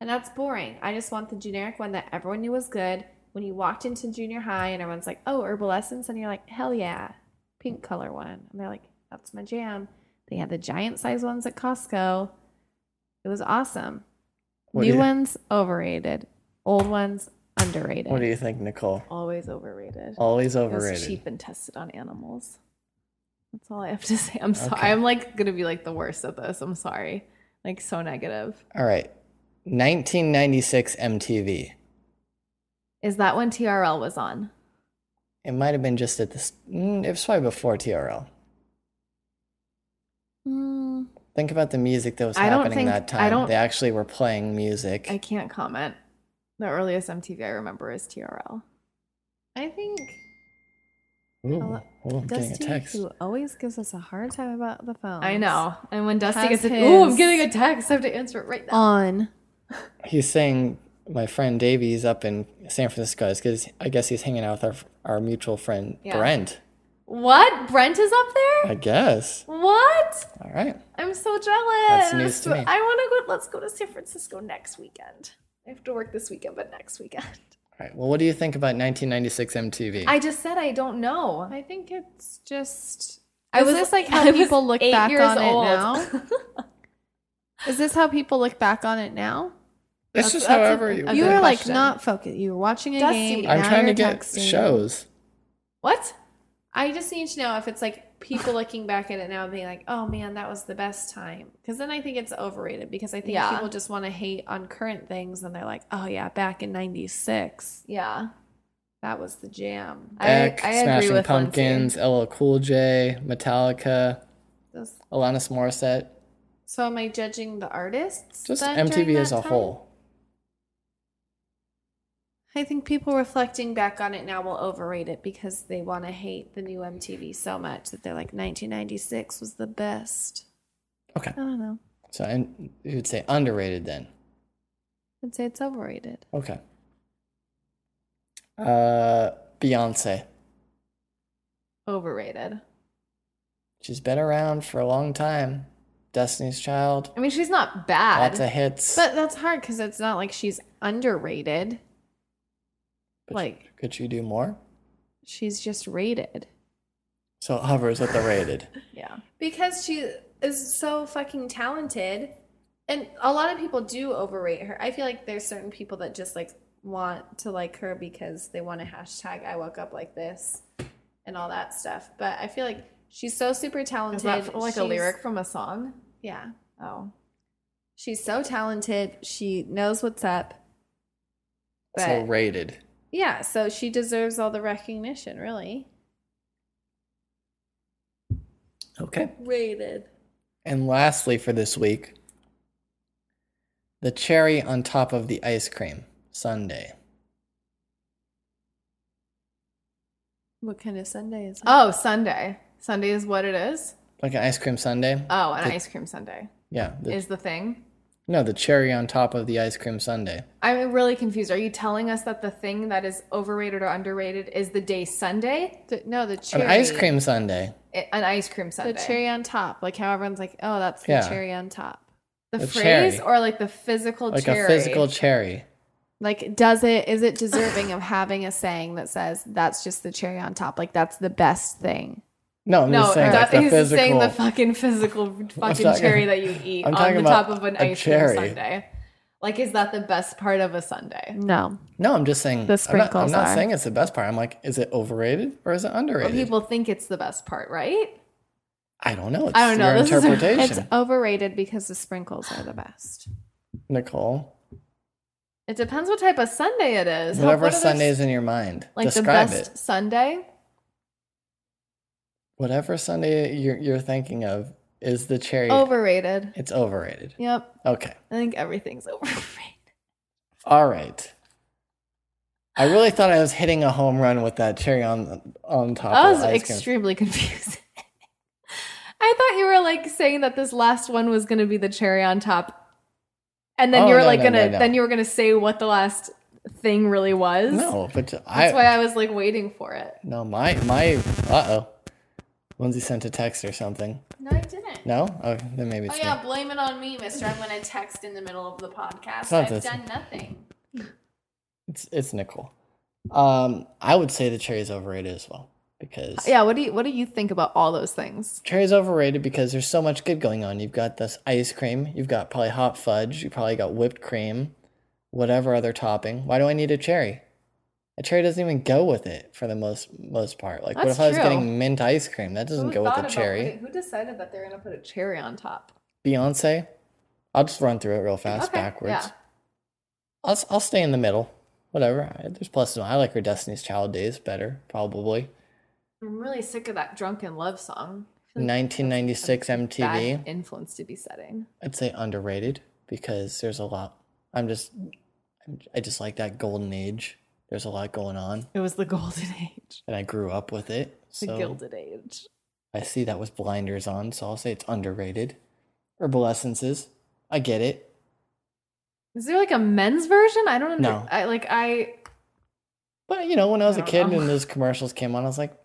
[SPEAKER 3] And that's boring. I just want the generic one that everyone knew was good. When you walked into junior high and everyone's like, oh, Herbal Essence. And you're like, hell yeah, pink color one. And they're like, that's my jam. They had the giant size ones at Costco. It was awesome.
[SPEAKER 1] What do
[SPEAKER 3] New
[SPEAKER 1] you-
[SPEAKER 3] ones, overrated. Old ones, underrated.
[SPEAKER 1] What do you think, Nicole?
[SPEAKER 2] Always overrated.
[SPEAKER 1] Always
[SPEAKER 2] It was
[SPEAKER 1] overrated.
[SPEAKER 2] cheap and tested on animals. That's all I have to say. I'm sorry.
[SPEAKER 1] Okay.
[SPEAKER 2] I'm like gonna be like the worst at this. I'm sorry. Like so negative.
[SPEAKER 1] All right. 1996 MTV.
[SPEAKER 2] Is that when TRL was on?
[SPEAKER 1] It might have been just at this. mm, It was probably before TRL.
[SPEAKER 2] Hmm.
[SPEAKER 1] Think about the music that was
[SPEAKER 2] I don't
[SPEAKER 1] happening
[SPEAKER 2] think-
[SPEAKER 1] that time.
[SPEAKER 2] I don't-
[SPEAKER 1] they actually were playing music.
[SPEAKER 2] I can't comment. The earliest MTV I remember is TRL.
[SPEAKER 3] I think
[SPEAKER 1] Ooh,
[SPEAKER 2] Oh,
[SPEAKER 1] ooh, Oh, I'm getting a
[SPEAKER 3] Dusty,
[SPEAKER 1] text.
[SPEAKER 3] who always gives us a hard time about the phone.
[SPEAKER 2] I know. And when Dusty
[SPEAKER 3] Has
[SPEAKER 2] gets it, oh, I'm
[SPEAKER 3] his- Um,
[SPEAKER 2] getting a text. I have to answer it right now.
[SPEAKER 3] On.
[SPEAKER 1] He's saying my friend Davey's up in San Francisco. It's 'cause- I guess he's hanging out with our our mutual friend
[SPEAKER 2] Yeah.
[SPEAKER 1] Brent.
[SPEAKER 2] What? Brent is up there?
[SPEAKER 1] I guess.
[SPEAKER 2] What?
[SPEAKER 1] All right.
[SPEAKER 2] I'm so jealous.
[SPEAKER 1] news to me.
[SPEAKER 2] I want to go. Let's go to San Francisco next weekend. I have to work this weekend, but next weekend.
[SPEAKER 1] All right. Well, what do you think about 1996 MTV?
[SPEAKER 2] I just said I don't know.
[SPEAKER 3] I think it's just.
[SPEAKER 2] I
[SPEAKER 3] is
[SPEAKER 2] was-
[SPEAKER 3] this like
[SPEAKER 2] I
[SPEAKER 3] how
[SPEAKER 2] was
[SPEAKER 3] people look
[SPEAKER 2] eight
[SPEAKER 3] back
[SPEAKER 2] years
[SPEAKER 3] on
[SPEAKER 2] old.
[SPEAKER 3] it now? is this how people look back on it now?
[SPEAKER 1] it's just
[SPEAKER 2] that's a-
[SPEAKER 1] however you.
[SPEAKER 2] a
[SPEAKER 3] you
[SPEAKER 2] good
[SPEAKER 3] were like
[SPEAKER 2] question.
[SPEAKER 3] not focused. You were watching a
[SPEAKER 2] Dusty.
[SPEAKER 3] game.
[SPEAKER 1] I'm
[SPEAKER 3] now
[SPEAKER 1] trying to
[SPEAKER 3] you're
[SPEAKER 1] get
[SPEAKER 3] texting.
[SPEAKER 1] shows.
[SPEAKER 2] What?
[SPEAKER 3] I just need to know if it's like people looking back at it now being like, "Oh man, that was the best time." Because then I think it's overrated. Because I think
[SPEAKER 2] Yeah.
[SPEAKER 3] people just want to hate on current things, and they're like, "Oh yeah, back in '96,
[SPEAKER 2] Yeah.
[SPEAKER 3] that was the jam."
[SPEAKER 2] I-
[SPEAKER 1] Beck,
[SPEAKER 2] I agree
[SPEAKER 1] Smashing
[SPEAKER 2] with
[SPEAKER 1] Pumpkins, LL Cool J, Metallica,
[SPEAKER 3] Those-
[SPEAKER 1] Alanis Morissette.
[SPEAKER 3] So am I judging the artists?
[SPEAKER 1] Just
[SPEAKER 3] then
[SPEAKER 1] MTV
[SPEAKER 3] during
[SPEAKER 1] as
[SPEAKER 3] that
[SPEAKER 1] a
[SPEAKER 3] time?
[SPEAKER 1] whole.
[SPEAKER 3] I think people reflecting back on it now will overrate it because they want to hate the new MTV so much that they're like 1996 was the best.
[SPEAKER 1] Okay.
[SPEAKER 3] I don't know.
[SPEAKER 1] So and you would say underrated then.
[SPEAKER 3] I'd say it's overrated.
[SPEAKER 1] Okay. Uh, Beyonce.
[SPEAKER 2] Overrated.
[SPEAKER 1] She's been around for a long time. Destiny's Child.
[SPEAKER 2] I mean, she's not bad.
[SPEAKER 1] Lots of hits.
[SPEAKER 3] But that's hard because it's not like she's underrated.
[SPEAKER 1] But
[SPEAKER 3] like-
[SPEAKER 1] could she do more?
[SPEAKER 3] She's just rated.
[SPEAKER 1] So it hovers at the rated.
[SPEAKER 2] yeah.
[SPEAKER 3] Because she is so fucking talented. And a lot of people do overrate her. I feel like there's certain people that just like want to like her because they want to hashtag I woke up like this and all that stuff. But I feel like she's so super talented.
[SPEAKER 2] Is that from, like a
[SPEAKER 3] She's-
[SPEAKER 2] lyric from a song?
[SPEAKER 3] Yeah.
[SPEAKER 2] Oh.
[SPEAKER 3] She's so talented. She knows what's up. But
[SPEAKER 1] so rated.
[SPEAKER 3] yeah, so she deserves all the recognition, really.
[SPEAKER 1] Okay.
[SPEAKER 3] Rated.
[SPEAKER 1] And lastly for this week, the cherry on top of the ice cream Sunday.
[SPEAKER 3] What kind of Sunday is that?
[SPEAKER 2] Oh, Sunday. Sunday is what it is.
[SPEAKER 1] Like an ice cream Sunday.
[SPEAKER 2] Oh, an ice cream Sunday
[SPEAKER 1] Yeah. the-
[SPEAKER 2] is the thing.
[SPEAKER 1] no, the cherry on top of the ice cream Sunday.
[SPEAKER 2] I'm really confused. Are you telling us that the thing that is overrated or underrated is the day Sunday?
[SPEAKER 3] The- no, the cherry.
[SPEAKER 1] An ice cream Sunday.
[SPEAKER 2] I- An ice cream Sunday.
[SPEAKER 3] The cherry on top. Like how everyone's like, oh, that's the
[SPEAKER 1] Yeah.
[SPEAKER 3] cherry on top.
[SPEAKER 2] The
[SPEAKER 1] The
[SPEAKER 2] phrase
[SPEAKER 1] cherry.
[SPEAKER 2] or like the physical
[SPEAKER 1] Like
[SPEAKER 2] cherry?
[SPEAKER 1] a physical cherry.
[SPEAKER 3] Like, does it, is it deserving of having a saying that says that's just the cherry on top? Like, that's the best thing.
[SPEAKER 1] No, I'm
[SPEAKER 2] No,
[SPEAKER 1] just saying like
[SPEAKER 2] that,
[SPEAKER 1] the
[SPEAKER 2] he's
[SPEAKER 1] physical.
[SPEAKER 2] saying the fucking physical fucking
[SPEAKER 1] talking-
[SPEAKER 2] cherry that you eat
[SPEAKER 1] I'm
[SPEAKER 2] on
[SPEAKER 1] talking
[SPEAKER 2] the
[SPEAKER 1] about
[SPEAKER 2] top of an
[SPEAKER 1] a
[SPEAKER 2] ice
[SPEAKER 1] cherry.
[SPEAKER 2] cream Sunday. Like, is that the best part of a Sunday?
[SPEAKER 3] No.
[SPEAKER 1] no, I'm just saying.
[SPEAKER 3] The
[SPEAKER 1] I'm not, I'm
[SPEAKER 3] sprinkles
[SPEAKER 1] not
[SPEAKER 3] are.
[SPEAKER 1] saying it's the best part. I'm like, is it overrated or is it
[SPEAKER 2] But
[SPEAKER 1] underrated?
[SPEAKER 2] people think it's the best part, right?
[SPEAKER 1] I don't know. It's
[SPEAKER 2] I don't know.
[SPEAKER 1] your
[SPEAKER 2] This is a-
[SPEAKER 1] interpretation,
[SPEAKER 3] It's overrated because the sprinkles are the best.
[SPEAKER 1] Nicole.
[SPEAKER 2] It depends what type of Sunday it is. How-
[SPEAKER 1] Whatever
[SPEAKER 2] what other-
[SPEAKER 1] Sunday's in your mind,
[SPEAKER 2] like
[SPEAKER 1] describe
[SPEAKER 2] the best
[SPEAKER 1] it.
[SPEAKER 2] Sunday.
[SPEAKER 1] Whatever Sunday you're, you're thinking of is the cherry.
[SPEAKER 2] Oh, Overrated.
[SPEAKER 1] It's overrated.
[SPEAKER 2] Yep.
[SPEAKER 1] Okay.
[SPEAKER 2] I think everything's overrated.
[SPEAKER 1] All right. I really thought I was hitting a home run with that cherry on on top.
[SPEAKER 2] That
[SPEAKER 1] of
[SPEAKER 2] was
[SPEAKER 1] ice cream.
[SPEAKER 2] extremely confusing. I thought you were like saying that this last one was going to be the cherry on top, and then
[SPEAKER 1] Oh,
[SPEAKER 2] you were
[SPEAKER 1] no,
[SPEAKER 2] like
[SPEAKER 1] no,
[SPEAKER 2] gonna
[SPEAKER 1] no, no.
[SPEAKER 2] then you were gonna say what the last thing really was.
[SPEAKER 1] No, but
[SPEAKER 2] That's
[SPEAKER 1] I
[SPEAKER 2] why I was like waiting for it.
[SPEAKER 1] no my my uh oh, Lindsay sent a text or something.
[SPEAKER 3] No, I didn't.
[SPEAKER 1] No, oh then maybe
[SPEAKER 3] Oh
[SPEAKER 1] it's
[SPEAKER 3] yeah,
[SPEAKER 1] me.
[SPEAKER 3] blame it on me, Mister. I'm gonna text in the middle of the podcast.
[SPEAKER 1] not
[SPEAKER 3] I've
[SPEAKER 1] this.
[SPEAKER 3] done nothing.
[SPEAKER 1] It's it's Nicole. Um, I would say the cherry's overrated as well because
[SPEAKER 2] Yeah. What do you What do you think about all those things?
[SPEAKER 1] Cherry's overrated because there's so much good going on. You've got this ice cream, you've got probably hot fudge, you probably got whipped cream, whatever other topping. Why do I need a cherry? A cherry doesn't even go with it for the most most part. Like what if
[SPEAKER 2] That's
[SPEAKER 1] I was
[SPEAKER 2] true.
[SPEAKER 1] getting mint ice cream? That doesn't go with a cherry.
[SPEAKER 2] who decided that they're gonna put a cherry on top?
[SPEAKER 1] Beyonce. I'll just run through it real fast
[SPEAKER 2] Okay,
[SPEAKER 1] backwards.
[SPEAKER 2] yeah.
[SPEAKER 1] I'll s- I'll stay in the middle. Whatever. I- There's pluses. I like her Destiny's Child days better, probably.
[SPEAKER 2] I'm really sick of that drunken love song. I feel like
[SPEAKER 1] 1996 MTV.
[SPEAKER 2] bad influence to be setting.
[SPEAKER 1] I'd say underrated because there's a lot. I'm just, I'm- I just like that golden age. There's a lot going on,
[SPEAKER 6] It was the golden age,
[SPEAKER 1] and I grew up with it.
[SPEAKER 6] the
[SPEAKER 1] So
[SPEAKER 6] gilded age.
[SPEAKER 1] I see that with blinders on, so I'll say it's underrated. Herbal essences, I get it.
[SPEAKER 2] Is there like a men's version? I don't know.
[SPEAKER 1] No.
[SPEAKER 2] I like I
[SPEAKER 1] But you know, when I was a
[SPEAKER 2] I don't
[SPEAKER 1] kid
[SPEAKER 2] know.
[SPEAKER 1] and those commercials came on, I was like,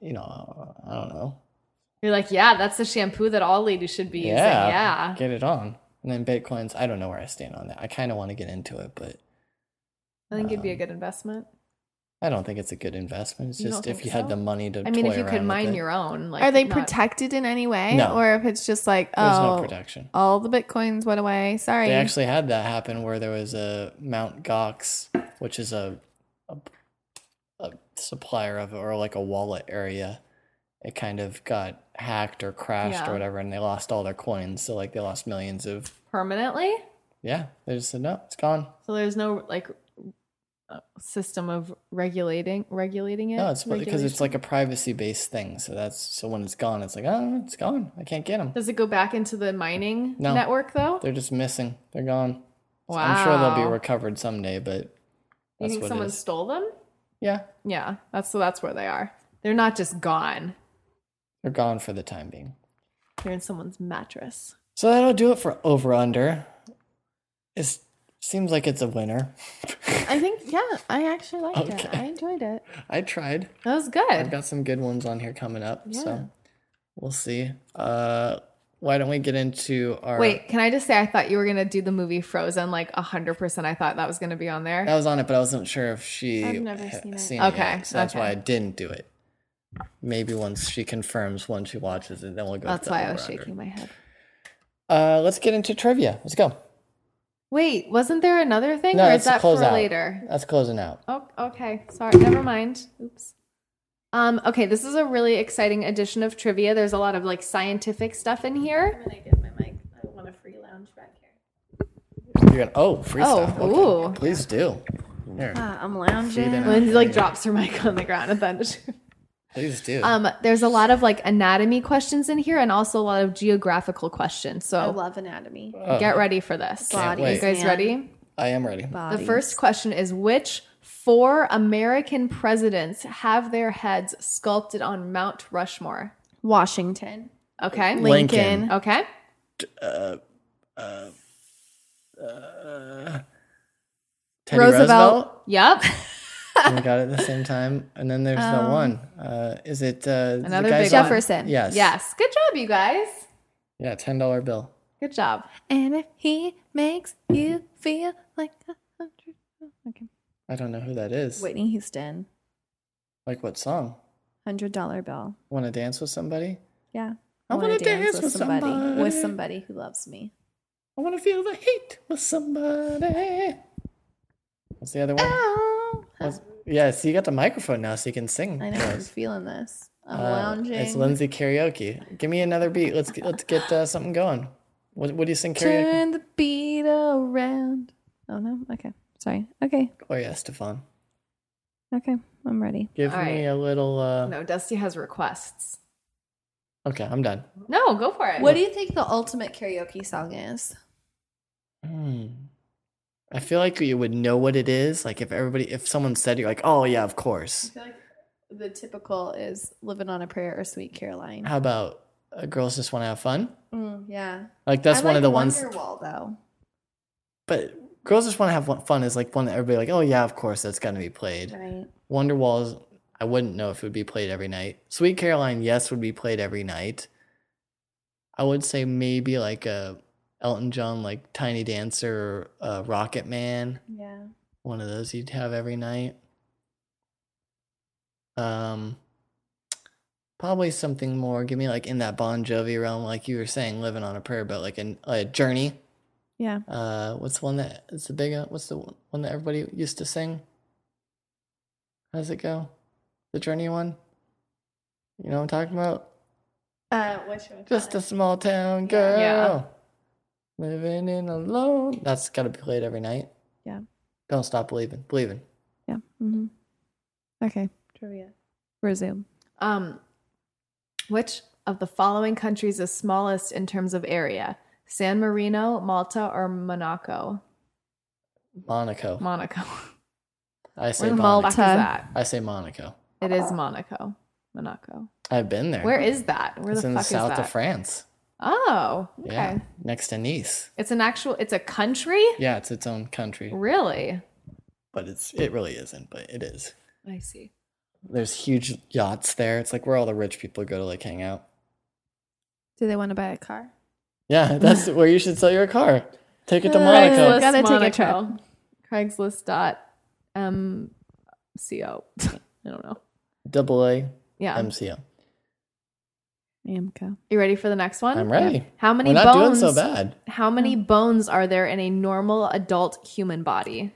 [SPEAKER 1] you know, I don't know,
[SPEAKER 2] you're like, yeah, that's the shampoo that all ladies should be using.
[SPEAKER 1] Yeah.
[SPEAKER 2] Yeah.
[SPEAKER 1] get it on. And then bitcoins, I don't know where I stand on that. I kind of want to get into it, but
[SPEAKER 6] I think it'd be a
[SPEAKER 1] Um,
[SPEAKER 6] good investment.
[SPEAKER 1] I don't think it's a good investment. It's
[SPEAKER 6] You don't
[SPEAKER 1] just if
[SPEAKER 6] think
[SPEAKER 1] you had
[SPEAKER 6] so?
[SPEAKER 1] the money to.
[SPEAKER 2] I mean,
[SPEAKER 1] toy
[SPEAKER 2] if you could
[SPEAKER 1] around with
[SPEAKER 2] mine
[SPEAKER 1] it.
[SPEAKER 2] your own, like
[SPEAKER 3] Are they
[SPEAKER 2] not-
[SPEAKER 3] protected in any way,
[SPEAKER 1] No.
[SPEAKER 3] or if it's just like
[SPEAKER 1] There's
[SPEAKER 3] oh,
[SPEAKER 1] no protection.
[SPEAKER 3] all the bitcoins went away? Sorry.
[SPEAKER 1] They actually had that happen where there was a Mount Gox, which is a a, a supplier of or like a wallet area. It kind of got hacked or crashed
[SPEAKER 2] Yeah.
[SPEAKER 1] or whatever, and they lost all their coins. So like they lost millions of
[SPEAKER 2] permanently?
[SPEAKER 1] yeah. They just said no, it's gone.
[SPEAKER 2] So there's no like uh, system of regulating regulating it.
[SPEAKER 1] No, it's because it's
[SPEAKER 2] Regulation?
[SPEAKER 1] like a privacy based thing. So that's so when it's gone, it's like oh, it's gone. I can't get them.
[SPEAKER 2] Does it go back into the mining
[SPEAKER 1] No.
[SPEAKER 2] network though?
[SPEAKER 1] They're just missing. They're gone. So I'm sure they'll be
[SPEAKER 2] Wow.
[SPEAKER 1] recovered someday, but
[SPEAKER 2] you
[SPEAKER 1] that's
[SPEAKER 2] think
[SPEAKER 1] what
[SPEAKER 2] someone
[SPEAKER 1] it is.
[SPEAKER 2] stole them?
[SPEAKER 1] Yeah,
[SPEAKER 2] Yeah, that's so that's where they are. They're not just gone.
[SPEAKER 1] they're gone for the time being.
[SPEAKER 2] They're in someone's mattress.
[SPEAKER 1] So that'll do it for over under. It seems like it's a winner.
[SPEAKER 3] I think yeah, I actually liked it.
[SPEAKER 1] Okay.
[SPEAKER 3] I enjoyed it.
[SPEAKER 1] I tried.
[SPEAKER 2] That was
[SPEAKER 1] I've
[SPEAKER 2] good.
[SPEAKER 1] got some good ones on here coming up, so we'll see. Uh, why don't we get into our?
[SPEAKER 2] Wait, can I just say I thought you were gonna do the movie Frozen like hundred percent. I thought that was gonna be on
[SPEAKER 1] that
[SPEAKER 2] there.
[SPEAKER 1] was on it, but I wasn't sure if she
[SPEAKER 3] I've never
[SPEAKER 1] ha-
[SPEAKER 3] seen it.
[SPEAKER 2] Okay,
[SPEAKER 1] yet, so that's why
[SPEAKER 2] okay.
[SPEAKER 1] I didn't do it. Maybe once she confirms, once she watches it, then we'll go. with
[SPEAKER 2] That's
[SPEAKER 1] the
[SPEAKER 2] why I was
[SPEAKER 1] over-under.
[SPEAKER 2] shaking my head.
[SPEAKER 1] Uh, let's get into trivia. Let's go.
[SPEAKER 2] Wait, wasn't there another thing,
[SPEAKER 1] No,
[SPEAKER 2] or
[SPEAKER 1] that's
[SPEAKER 2] is
[SPEAKER 1] the
[SPEAKER 2] that for
[SPEAKER 1] closeout.
[SPEAKER 2] later?
[SPEAKER 1] That's closing out.
[SPEAKER 2] Oh, okay. Sorry. Never mind. Oops. Um. Okay. This is a really exciting edition of trivia. There's a lot of like scientific stuff in here.
[SPEAKER 3] I'm gonna get my mic. I want a free lounge back here.
[SPEAKER 1] You're gonna oh freestyle.
[SPEAKER 2] Oh,
[SPEAKER 1] Okay. please do. Here,
[SPEAKER 3] Ah, I'm
[SPEAKER 1] Feed it
[SPEAKER 3] lounging.
[SPEAKER 1] out.
[SPEAKER 2] Lindsay like drops her mic on the ground at the end. Of
[SPEAKER 1] please do.
[SPEAKER 2] um. There's a lot of like anatomy questions in here, and also a lot of geographical questions.
[SPEAKER 3] I
[SPEAKER 2] So
[SPEAKER 3] love anatomy.
[SPEAKER 1] Oh,
[SPEAKER 2] get ready for this.
[SPEAKER 1] Can't
[SPEAKER 3] Bodies,
[SPEAKER 1] wait.
[SPEAKER 2] You guys
[SPEAKER 3] man.
[SPEAKER 2] ready?
[SPEAKER 1] I am ready.
[SPEAKER 2] The
[SPEAKER 3] Bodies.
[SPEAKER 2] first question is which four American presidents have their heads sculpted on Mount Rushmore?
[SPEAKER 3] Washington.
[SPEAKER 2] Okay.
[SPEAKER 1] Lincoln.
[SPEAKER 3] Lincoln.
[SPEAKER 2] Okay.
[SPEAKER 1] Teddy
[SPEAKER 2] Roosevelt.
[SPEAKER 1] Roosevelt.
[SPEAKER 2] Yep.
[SPEAKER 1] we got it at the same time. And then there's the one. Uh, is it uh,
[SPEAKER 2] Another
[SPEAKER 1] the guy
[SPEAKER 2] big
[SPEAKER 1] that-
[SPEAKER 2] one.
[SPEAKER 3] Jefferson.
[SPEAKER 1] Yes.
[SPEAKER 2] Yes. Good job, you guys.
[SPEAKER 1] Yeah. Ten dollar bill.
[SPEAKER 2] Good job.
[SPEAKER 3] And if he makes you feel like a hundred. Okay.
[SPEAKER 1] I don't know who that is.
[SPEAKER 3] Whitney Houston.
[SPEAKER 1] Like what song?
[SPEAKER 3] Hundred dollar bill.
[SPEAKER 1] Want to dance with somebody?
[SPEAKER 3] Yeah.
[SPEAKER 1] I
[SPEAKER 3] wanna
[SPEAKER 1] wanna dance with somebody.
[SPEAKER 3] With somebody who loves me.
[SPEAKER 1] I want to feel the heat with somebody. What's the other one?
[SPEAKER 3] Uh.
[SPEAKER 1] What's- yeah. So you got the microphone now, so you can sing.
[SPEAKER 3] I know.
[SPEAKER 1] to
[SPEAKER 3] I'm
[SPEAKER 1] us.
[SPEAKER 3] feeling this. I'm
[SPEAKER 1] Uh,
[SPEAKER 3] lounging.
[SPEAKER 1] it's Lindsay karaoke. Give me another beat. Let's get, let's get uh, something going. What, what do you sing karaoke?
[SPEAKER 3] Turn the beat around. Oh no. Okay. Sorry. Okay.
[SPEAKER 1] Oh yeah, Stefan.
[SPEAKER 3] Okay. I'm ready.
[SPEAKER 1] Give
[SPEAKER 2] All
[SPEAKER 1] me
[SPEAKER 2] right.
[SPEAKER 1] a little. Uh...
[SPEAKER 2] No, Dusty has requests.
[SPEAKER 1] Okay, I'm done.
[SPEAKER 2] No, go for it.
[SPEAKER 3] What do you think the ultimate karaoke song is?
[SPEAKER 1] Hmm. I feel like you would know what it is. Like if everybody, if someone said you're like, oh yeah, of course.
[SPEAKER 3] feel like the typical is "Living on a Prayer" or "Sweet Caroline."
[SPEAKER 1] How about uh, girls just want to have fun.
[SPEAKER 7] Mm, yeah.
[SPEAKER 1] Like that's
[SPEAKER 7] I
[SPEAKER 1] one
[SPEAKER 7] like
[SPEAKER 1] of the ones.
[SPEAKER 7] Wonderwall, though.
[SPEAKER 1] But girls just want to have one- fun is like one that everybody like. Oh yeah, of course that's gonna be played.
[SPEAKER 7] Right.
[SPEAKER 1] Wonderwall is. I wouldn't know if it would be played every night. Sweet Caroline, yes, would be played every night. I would say maybe like a Elton John, like Tiny Dancer, or uh, Rocket Man.
[SPEAKER 7] Yeah.
[SPEAKER 1] one of those you'd have every night. Um, probably something more. Give me like in that Bon Jovi realm, like you were saying, living on a prayer, but like an, a journey.
[SPEAKER 2] Yeah.
[SPEAKER 1] Uh, what's the one that is the big? uh, What's the one that everybody used to sing? How does it go? The journey one. You know what I'm talking about?
[SPEAKER 7] Uh, which one?
[SPEAKER 1] Just a small town girl living in alone. That's got to be played every night.
[SPEAKER 2] Yeah.
[SPEAKER 1] Don't stop believing. Believing.
[SPEAKER 2] Yeah.
[SPEAKER 3] mm-hmm.
[SPEAKER 2] hmm Okay.
[SPEAKER 7] trivia.
[SPEAKER 2] Resume. Um, which of the following countries is smallest in terms of area? San Marino, Malta, or Monaco?
[SPEAKER 1] Monaco.
[SPEAKER 2] Monaco.
[SPEAKER 1] I say
[SPEAKER 7] Or
[SPEAKER 2] Fuck
[SPEAKER 1] Monaco.
[SPEAKER 7] Malta.
[SPEAKER 2] is that?
[SPEAKER 1] I say Monaco.
[SPEAKER 2] It is Monaco. Monaco.
[SPEAKER 1] I've been there.
[SPEAKER 2] Where is that? Where
[SPEAKER 1] it's
[SPEAKER 2] the
[SPEAKER 1] in
[SPEAKER 2] fuck
[SPEAKER 1] the south
[SPEAKER 2] is that?
[SPEAKER 1] of France.
[SPEAKER 2] Oh, okay.
[SPEAKER 1] Yeah, next to Nice.
[SPEAKER 2] It's an actual. It's a country.
[SPEAKER 1] Yeah, it's its own country,
[SPEAKER 2] Really?
[SPEAKER 1] but it's it really isn't, but it is.
[SPEAKER 2] I see.
[SPEAKER 1] There's huge yachts there. It's like where all the rich people go to like hang out.
[SPEAKER 3] Do they want to buy a car?
[SPEAKER 1] Yeah, that's where you should sell your car. Take it to
[SPEAKER 3] Uh,
[SPEAKER 1] Monaco.
[SPEAKER 3] Craigslist. Gotta take a
[SPEAKER 2] Monaco. Craigslist dot m c o. I don't know.
[SPEAKER 1] Double A
[SPEAKER 2] Yeah.
[SPEAKER 1] MCO.
[SPEAKER 3] Amco.
[SPEAKER 2] you ready for the next one?
[SPEAKER 1] I'm ready.
[SPEAKER 2] How many
[SPEAKER 1] We're not
[SPEAKER 2] bones?
[SPEAKER 1] doing so bad.
[SPEAKER 2] How many bones are there in a normal adult human body?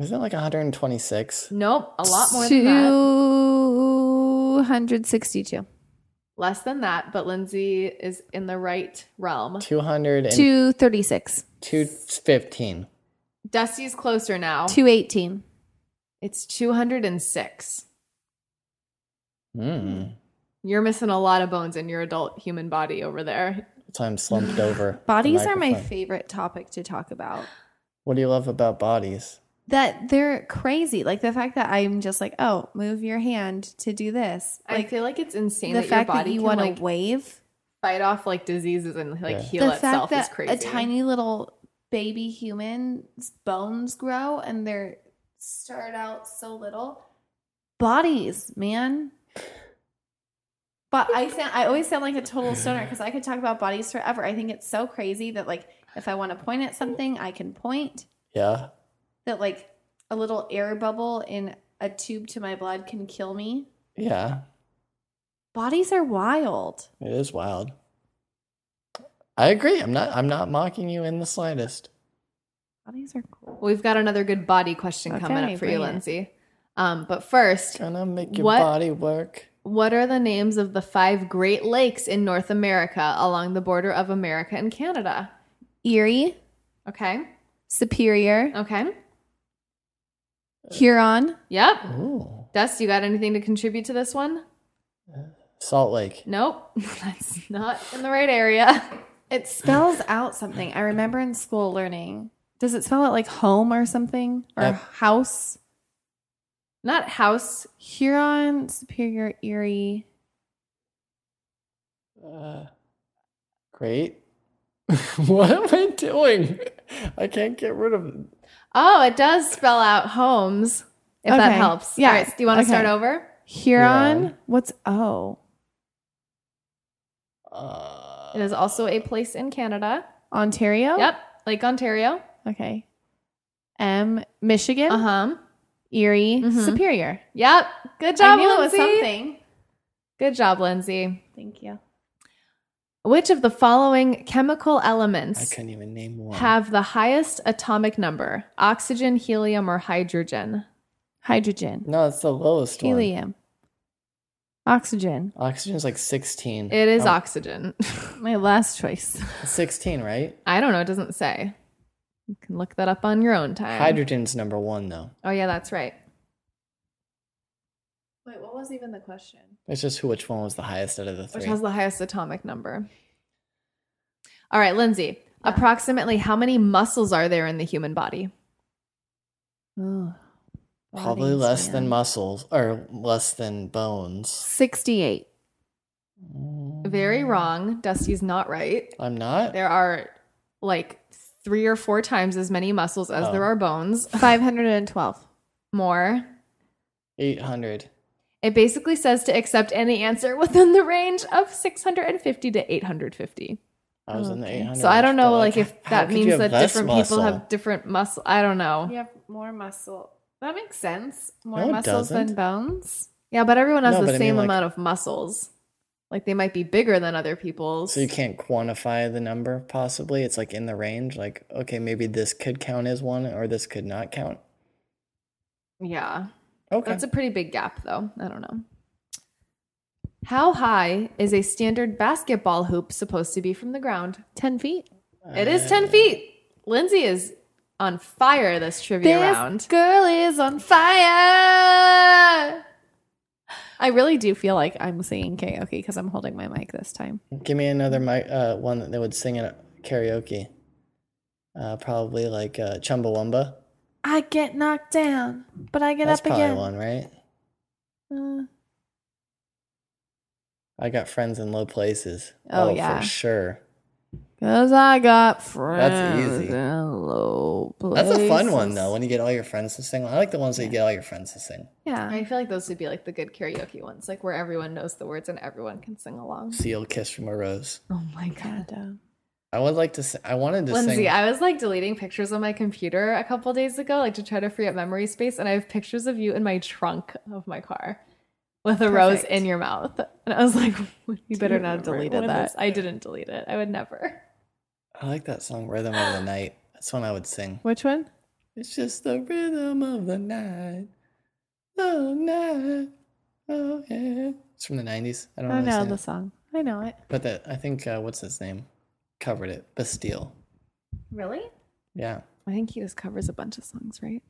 [SPEAKER 1] Isn't it like 126?
[SPEAKER 2] Nope, a lot more than that.
[SPEAKER 3] Two hundred sixty-two.
[SPEAKER 2] Less than that, but Lindsay is in the right realm.
[SPEAKER 1] 200 and
[SPEAKER 3] Two thirty-six.
[SPEAKER 1] 215.
[SPEAKER 2] Dusty's closer now.
[SPEAKER 3] Two eighteen.
[SPEAKER 2] It's 206.
[SPEAKER 1] Mm.
[SPEAKER 2] You're missing a lot of bones in your adult human body over there.
[SPEAKER 1] That's why I'm slumped over. the
[SPEAKER 3] Bodies are my
[SPEAKER 1] microphone.
[SPEAKER 3] favorite topic to talk about.
[SPEAKER 1] What do you love about bodies?
[SPEAKER 3] That they're crazy. Like the fact that I'm just like, oh, move your hand to do this.
[SPEAKER 2] I
[SPEAKER 3] Like
[SPEAKER 2] feel like it's insane
[SPEAKER 3] the
[SPEAKER 2] that your
[SPEAKER 3] fact that
[SPEAKER 2] body
[SPEAKER 3] you
[SPEAKER 2] can
[SPEAKER 3] want to
[SPEAKER 2] like
[SPEAKER 3] wave.
[SPEAKER 2] fight off like diseases and like
[SPEAKER 1] Yeah.
[SPEAKER 2] heal
[SPEAKER 3] the
[SPEAKER 2] itself
[SPEAKER 3] fact that
[SPEAKER 2] is crazy.
[SPEAKER 3] a tiny little baby human's bones grow and they're start out so little bodies man but i sound i always sound like a total stoner because i could talk about bodies forever i think it's so crazy that like if i want to point at something i can point
[SPEAKER 1] Yeah.
[SPEAKER 3] that like a little air bubble in a tube to my blood can kill me
[SPEAKER 1] Yeah.
[SPEAKER 3] bodies are wild
[SPEAKER 1] It is wild. I agree. I'm not I'm not mocking you in the slightest.
[SPEAKER 3] bodies are cool
[SPEAKER 2] We've got another good body question coming
[SPEAKER 3] Okay,
[SPEAKER 2] up for you,
[SPEAKER 3] bring it.
[SPEAKER 2] Lindsay. Um, but first,
[SPEAKER 1] Gonna make your
[SPEAKER 2] What-
[SPEAKER 1] body work.
[SPEAKER 2] what are the names of the five Great Lakes in North America along the border of America and Canada?
[SPEAKER 3] erie
[SPEAKER 2] Okay.
[SPEAKER 3] superior
[SPEAKER 2] Okay. Oh.
[SPEAKER 3] huron
[SPEAKER 2] Yep.
[SPEAKER 1] Ooh.
[SPEAKER 2] Dust, you got anything to contribute to this one?
[SPEAKER 1] Salt Lake.
[SPEAKER 2] Nope. That's not in the right area.
[SPEAKER 3] It spells out something. I remember in school learning. Does it spell out like home or something or
[SPEAKER 1] Uh,
[SPEAKER 3] house?
[SPEAKER 2] Not house.
[SPEAKER 3] Huron, Superior, Erie.
[SPEAKER 1] Uh, great. what am I doing? I can't get rid of
[SPEAKER 2] Oh, it does spell out homes, if that
[SPEAKER 3] Okay.
[SPEAKER 2] helps.
[SPEAKER 3] Yeah.
[SPEAKER 2] All right. Do you want to
[SPEAKER 3] Okay.
[SPEAKER 2] start over?
[SPEAKER 3] Huron.
[SPEAKER 1] Huron.
[SPEAKER 3] What's O?
[SPEAKER 1] uh,
[SPEAKER 2] It is also a place in Canada.
[SPEAKER 3] Ontario.
[SPEAKER 2] Yep. Lake Ontario.
[SPEAKER 3] Okay. M. Michigan.
[SPEAKER 2] Uh huh.
[SPEAKER 3] Erie.
[SPEAKER 2] Mhm.
[SPEAKER 3] Superior.
[SPEAKER 2] Yep. Good job, Lindsay.
[SPEAKER 3] something.
[SPEAKER 2] Good job, Lindsay.
[SPEAKER 3] Thank you.
[SPEAKER 2] Which of the following chemical
[SPEAKER 1] I
[SPEAKER 2] elements
[SPEAKER 1] couldn't even name one.
[SPEAKER 2] have the highest atomic number? Oxygen, helium, or hydrogen?
[SPEAKER 3] Hydrogen.
[SPEAKER 1] no, it's the lowest one.
[SPEAKER 3] Helium. Oxygen.
[SPEAKER 1] Oxygen's like 16.
[SPEAKER 2] It is
[SPEAKER 1] Oh,
[SPEAKER 2] oxygen.
[SPEAKER 3] My last choice.
[SPEAKER 1] 16, right?
[SPEAKER 2] I don't know. It doesn't say. You can look that up on your own time.
[SPEAKER 1] Hydrogen's number 1 though.
[SPEAKER 2] oh, yeah, that's right.
[SPEAKER 3] Wait, what was even the question?
[SPEAKER 1] It's just who which one was the highest out of the 3.
[SPEAKER 2] Which has the highest atomic number. All right, Lindsay, approximately how many muscles are there in the human body?
[SPEAKER 3] Oh,
[SPEAKER 1] Probably less than muscles or less than bones.
[SPEAKER 3] 68.
[SPEAKER 1] Mm.
[SPEAKER 2] Very wrong. Dusty's not right.
[SPEAKER 1] I'm not.
[SPEAKER 2] There are like three or four times as many muscles as
[SPEAKER 1] Oh.
[SPEAKER 2] there are bones.
[SPEAKER 3] 512.
[SPEAKER 2] More.
[SPEAKER 1] 800.
[SPEAKER 2] It basically says to accept any answer within the range of 650 to 850.
[SPEAKER 1] I was in the 800.
[SPEAKER 2] So I don't know, like, if
[SPEAKER 1] how
[SPEAKER 2] that
[SPEAKER 1] could you have
[SPEAKER 2] means that
[SPEAKER 1] less
[SPEAKER 2] different
[SPEAKER 1] muscle?
[SPEAKER 2] people have different muscle. I don't know.
[SPEAKER 3] You have more muscle. That makes sense. More
[SPEAKER 1] No, it
[SPEAKER 3] muscles
[SPEAKER 1] doesn't.
[SPEAKER 3] than bones.
[SPEAKER 2] Yeah, but everyone has
[SPEAKER 1] No, but
[SPEAKER 2] the
[SPEAKER 1] I mean,
[SPEAKER 2] same
[SPEAKER 1] like-
[SPEAKER 2] amount of muscles. Like they might be bigger than other people's.
[SPEAKER 1] So you can't quantify the number, possibly. It's like in the range, like, okay, maybe this could count as one or this could not count.
[SPEAKER 2] yeah.
[SPEAKER 1] Okay.
[SPEAKER 2] That's a pretty big gap though. I don't know. How high is a standard basketball hoop supposed to be from the ground? 10 feet. It is
[SPEAKER 3] Uh.
[SPEAKER 2] 10 feet. Lindsay is on fire this trivia
[SPEAKER 3] This
[SPEAKER 2] round.
[SPEAKER 3] girl is on fire. I really do feel like I'm singing karaoke because I'm holding my mic this time.
[SPEAKER 1] Give me another mi- uh, one that they would sing at karaoke. Uh, probably like uh, Chumbawamba.
[SPEAKER 3] I get knocked down, but I get
[SPEAKER 1] That's
[SPEAKER 3] up
[SPEAKER 1] probably
[SPEAKER 3] again.
[SPEAKER 1] one, right?
[SPEAKER 3] Uh,
[SPEAKER 1] I got friends in low places.
[SPEAKER 3] Oh, yeah.
[SPEAKER 1] for sure.
[SPEAKER 3] Cause I got friends.
[SPEAKER 1] easy.
[SPEAKER 3] In low
[SPEAKER 1] That's a fun one
[SPEAKER 3] places.
[SPEAKER 1] though. When you get all your friends to sing, I like the ones that you get all your friends to sing.
[SPEAKER 3] Yeah.
[SPEAKER 2] I feel like those would be like the good karaoke ones, like where everyone knows the words and everyone can sing along.
[SPEAKER 1] Seal kiss from a rose.
[SPEAKER 2] Oh my god.
[SPEAKER 1] I would like to. Sing, I wanted to
[SPEAKER 2] Lindsay,
[SPEAKER 1] sing.
[SPEAKER 2] I was like deleting pictures on my computer a couple days ago, like to try to free up memory space, and I have pictures of you in my trunk of my car with a rose
[SPEAKER 3] Perfect.
[SPEAKER 2] in your mouth. And I was like, you better
[SPEAKER 3] you
[SPEAKER 2] not have
[SPEAKER 3] remember
[SPEAKER 2] deleted
[SPEAKER 3] what
[SPEAKER 2] that.
[SPEAKER 3] this
[SPEAKER 2] I didn't delete it. I would never.
[SPEAKER 1] I like that song, Rhythm of the Night. That's one I would sing.
[SPEAKER 3] Which one?
[SPEAKER 1] It's just the rhythm of the night, the night. Oh yeah, it's from the '90s. I don't
[SPEAKER 3] I
[SPEAKER 1] really
[SPEAKER 3] know
[SPEAKER 1] sing
[SPEAKER 3] the
[SPEAKER 1] it.
[SPEAKER 3] song. I know it.
[SPEAKER 1] but that I think uh, what's his name covered it. Bastille.
[SPEAKER 4] Really?
[SPEAKER 1] Yeah.
[SPEAKER 2] I think he just covers a bunch of songs, right?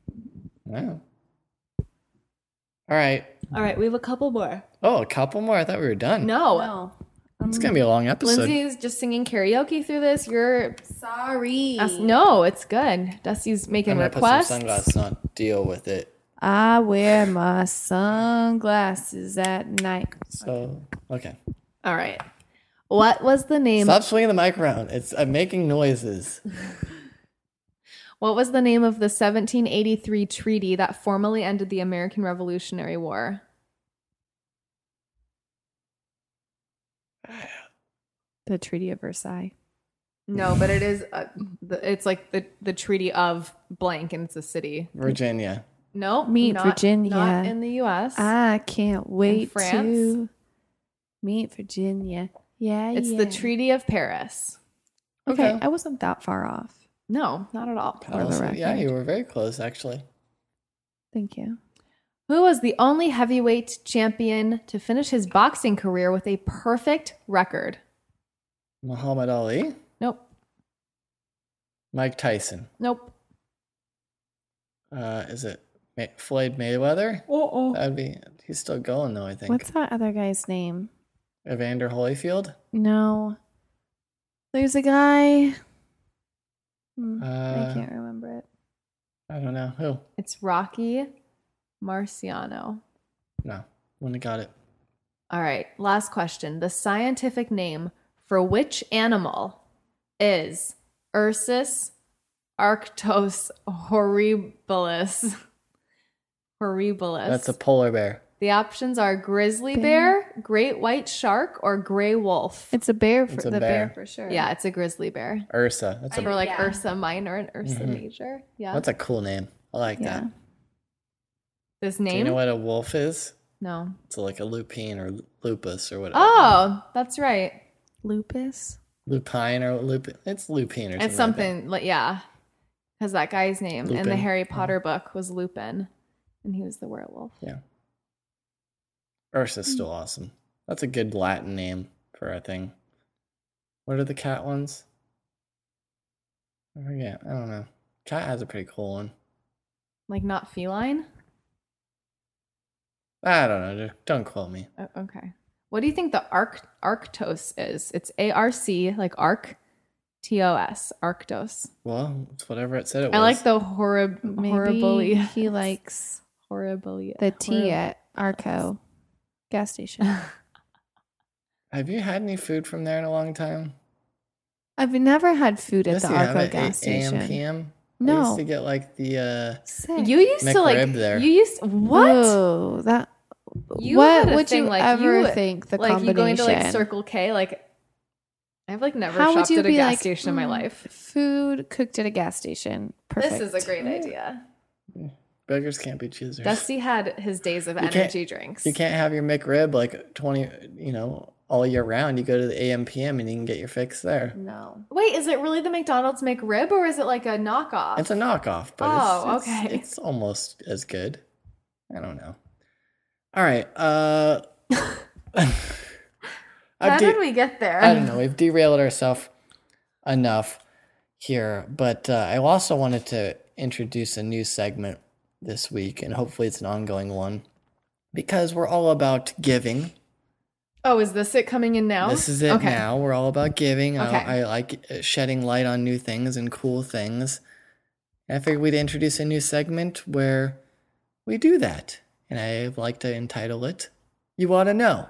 [SPEAKER 1] Wow. All right.
[SPEAKER 2] All right, we have a couple more.
[SPEAKER 1] Oh, a couple more. I thought we were done.
[SPEAKER 2] No,
[SPEAKER 4] No.
[SPEAKER 1] It's gonna be a long episode.
[SPEAKER 2] Lindsay's just singing karaoke through this. You're
[SPEAKER 4] Sorry.
[SPEAKER 2] no, it's good. Dusty's making
[SPEAKER 1] I'm gonna put
[SPEAKER 2] requests.
[SPEAKER 1] some sunglasses on. Deal with it.
[SPEAKER 3] I wear my sunglasses at night.
[SPEAKER 1] So okay.
[SPEAKER 2] All right. What was the name?
[SPEAKER 1] Stop swinging the mic around. It's I'm making noises.
[SPEAKER 2] What was the name of the 1783 treaty that formally ended the American Revolutionary War?
[SPEAKER 3] The Treaty of Versailles.
[SPEAKER 2] No, but it is. Uh, the, it's like the the Treaty of blank, and it's a city.
[SPEAKER 1] Virginia.
[SPEAKER 2] No,
[SPEAKER 3] Meet
[SPEAKER 2] not,
[SPEAKER 3] Virginia.
[SPEAKER 2] Not in the U.S.
[SPEAKER 3] I can't wait
[SPEAKER 2] France?
[SPEAKER 3] to meet Virginia. Yeah,
[SPEAKER 2] it's
[SPEAKER 3] yeah.
[SPEAKER 2] the Treaty of Paris.
[SPEAKER 3] Okay,
[SPEAKER 1] Okay.
[SPEAKER 3] I wasn't that far off.
[SPEAKER 2] No, not at all.
[SPEAKER 3] For the
[SPEAKER 1] Honestly, yeah,
[SPEAKER 3] record.
[SPEAKER 1] you were very close actually.
[SPEAKER 3] Thank you.
[SPEAKER 2] Who was the only heavyweight champion to finish his boxing career with a perfect record?
[SPEAKER 1] Muhammad Ali,
[SPEAKER 2] Nope.
[SPEAKER 1] Mike Tyson.
[SPEAKER 2] Nope.
[SPEAKER 1] Uh, is it Ma- Floyd Mayweather?
[SPEAKER 2] Oh,
[SPEAKER 1] That'd be. He's still going though. I think.
[SPEAKER 3] What's that other guy's name?
[SPEAKER 1] Evander Holyfield.
[SPEAKER 3] No. There's a guy. Hmm, I
[SPEAKER 1] Uh,
[SPEAKER 3] can't remember it.
[SPEAKER 1] I don't know who.
[SPEAKER 2] It's Rocky Marciano.
[SPEAKER 1] No, wouldn't have got it.
[SPEAKER 2] All right, last question. The scientific name for which animal is Ursus arctos horribilis? Horribilis.
[SPEAKER 1] That's a polar bear.
[SPEAKER 2] the options are grizzly
[SPEAKER 3] Bear.
[SPEAKER 2] bear. great white shark, or gray wolf.
[SPEAKER 3] It's a bear for
[SPEAKER 1] It's a
[SPEAKER 3] the
[SPEAKER 1] bear.
[SPEAKER 3] bear. for sure.
[SPEAKER 2] yeah, it's a grizzly bear.
[SPEAKER 1] Ursa. That's a
[SPEAKER 2] Or like
[SPEAKER 4] yeah.
[SPEAKER 2] Ursa minor and Ursa
[SPEAKER 1] Mhm.
[SPEAKER 2] major. Yeah.
[SPEAKER 1] that's a cool name. I like
[SPEAKER 3] Yeah.
[SPEAKER 1] that.
[SPEAKER 2] this
[SPEAKER 1] Do
[SPEAKER 2] name?
[SPEAKER 1] you know what a wolf is?
[SPEAKER 2] no.
[SPEAKER 1] It's like a lupine or lupus or whatever.
[SPEAKER 2] Oh, that's right.
[SPEAKER 3] Lupus.
[SPEAKER 1] Lupine or lupin. It's lupine or something.
[SPEAKER 2] It's something like yeah, because that guy's name in the
[SPEAKER 1] Lupin.
[SPEAKER 2] Harry Potter book was Lupin, and he was the werewolf.
[SPEAKER 1] Like that. Ursa's still awesome. That's a good Latin name for a thing. What are the cat ones? I forget. I don't know. Cat has a pretty cool one.
[SPEAKER 2] Like not feline.
[SPEAKER 1] I don't know. dude. Don't quote me.
[SPEAKER 2] O- okay. What do you think the arc arctos is? It's A R C like arc, T O S arctos.
[SPEAKER 1] Well, it's whatever it said it was.
[SPEAKER 2] I like the horrib
[SPEAKER 3] Maybe
[SPEAKER 2] horribly
[SPEAKER 3] he likes
[SPEAKER 2] horribly
[SPEAKER 3] the tea at Arco gas station.
[SPEAKER 1] Have you had any food from there in a long time?
[SPEAKER 4] I've never had food at
[SPEAKER 1] Yes,
[SPEAKER 4] the
[SPEAKER 1] you have
[SPEAKER 4] Arco
[SPEAKER 1] at
[SPEAKER 4] gas
[SPEAKER 1] 8
[SPEAKER 4] station.
[SPEAKER 1] AM, PM. I
[SPEAKER 4] No.
[SPEAKER 1] used to get like the uh
[SPEAKER 4] Sick.
[SPEAKER 2] You used to like
[SPEAKER 1] McRib there.
[SPEAKER 2] you used what?
[SPEAKER 4] Whoa, that
[SPEAKER 3] You
[SPEAKER 4] what
[SPEAKER 3] had a
[SPEAKER 4] would
[SPEAKER 3] thing
[SPEAKER 4] you
[SPEAKER 3] like
[SPEAKER 4] ever
[SPEAKER 3] you-
[SPEAKER 4] think the
[SPEAKER 3] like you
[SPEAKER 4] combination?
[SPEAKER 3] going to like Circle K, like I've like never
[SPEAKER 4] How would
[SPEAKER 3] shopped
[SPEAKER 4] you
[SPEAKER 3] at a
[SPEAKER 4] be
[SPEAKER 3] gas
[SPEAKER 4] like,
[SPEAKER 3] station in my
[SPEAKER 4] "Mm,
[SPEAKER 3] life.
[SPEAKER 4] Food cooked at a gas station. Perfect.
[SPEAKER 3] This is a great idea.
[SPEAKER 1] burgers can't be choosers.
[SPEAKER 3] Dusty had his days of
[SPEAKER 1] You can't-
[SPEAKER 3] energy drinks.
[SPEAKER 1] you can't have your McRib like twenty you know, all year round. You go to the AM PM and you can get your fix there.
[SPEAKER 3] No. Wait, is it really the McDonald's McRib or is it like a knockoff?
[SPEAKER 1] It's a knockoff, but
[SPEAKER 3] Oh,
[SPEAKER 1] it's, it's,
[SPEAKER 3] okay.
[SPEAKER 1] it's almost as good. I don't know. All right. Uh
[SPEAKER 3] How
[SPEAKER 1] I've
[SPEAKER 3] did
[SPEAKER 1] de-
[SPEAKER 3] we get there?
[SPEAKER 1] I don't know. We've derailed ourselves enough here, but uh, I also wanted to introduce a new segment this week, and hopefully it's an ongoing one because we're all about giving.
[SPEAKER 3] Oh, is this it coming in now?
[SPEAKER 1] This is it now. We're all about giving.
[SPEAKER 3] Okay.
[SPEAKER 1] I, I like uh, shedding light on new things and cool things. And I figured we'd introduce a new segment where we do that, and I'd like to entitle it "You Want to Know."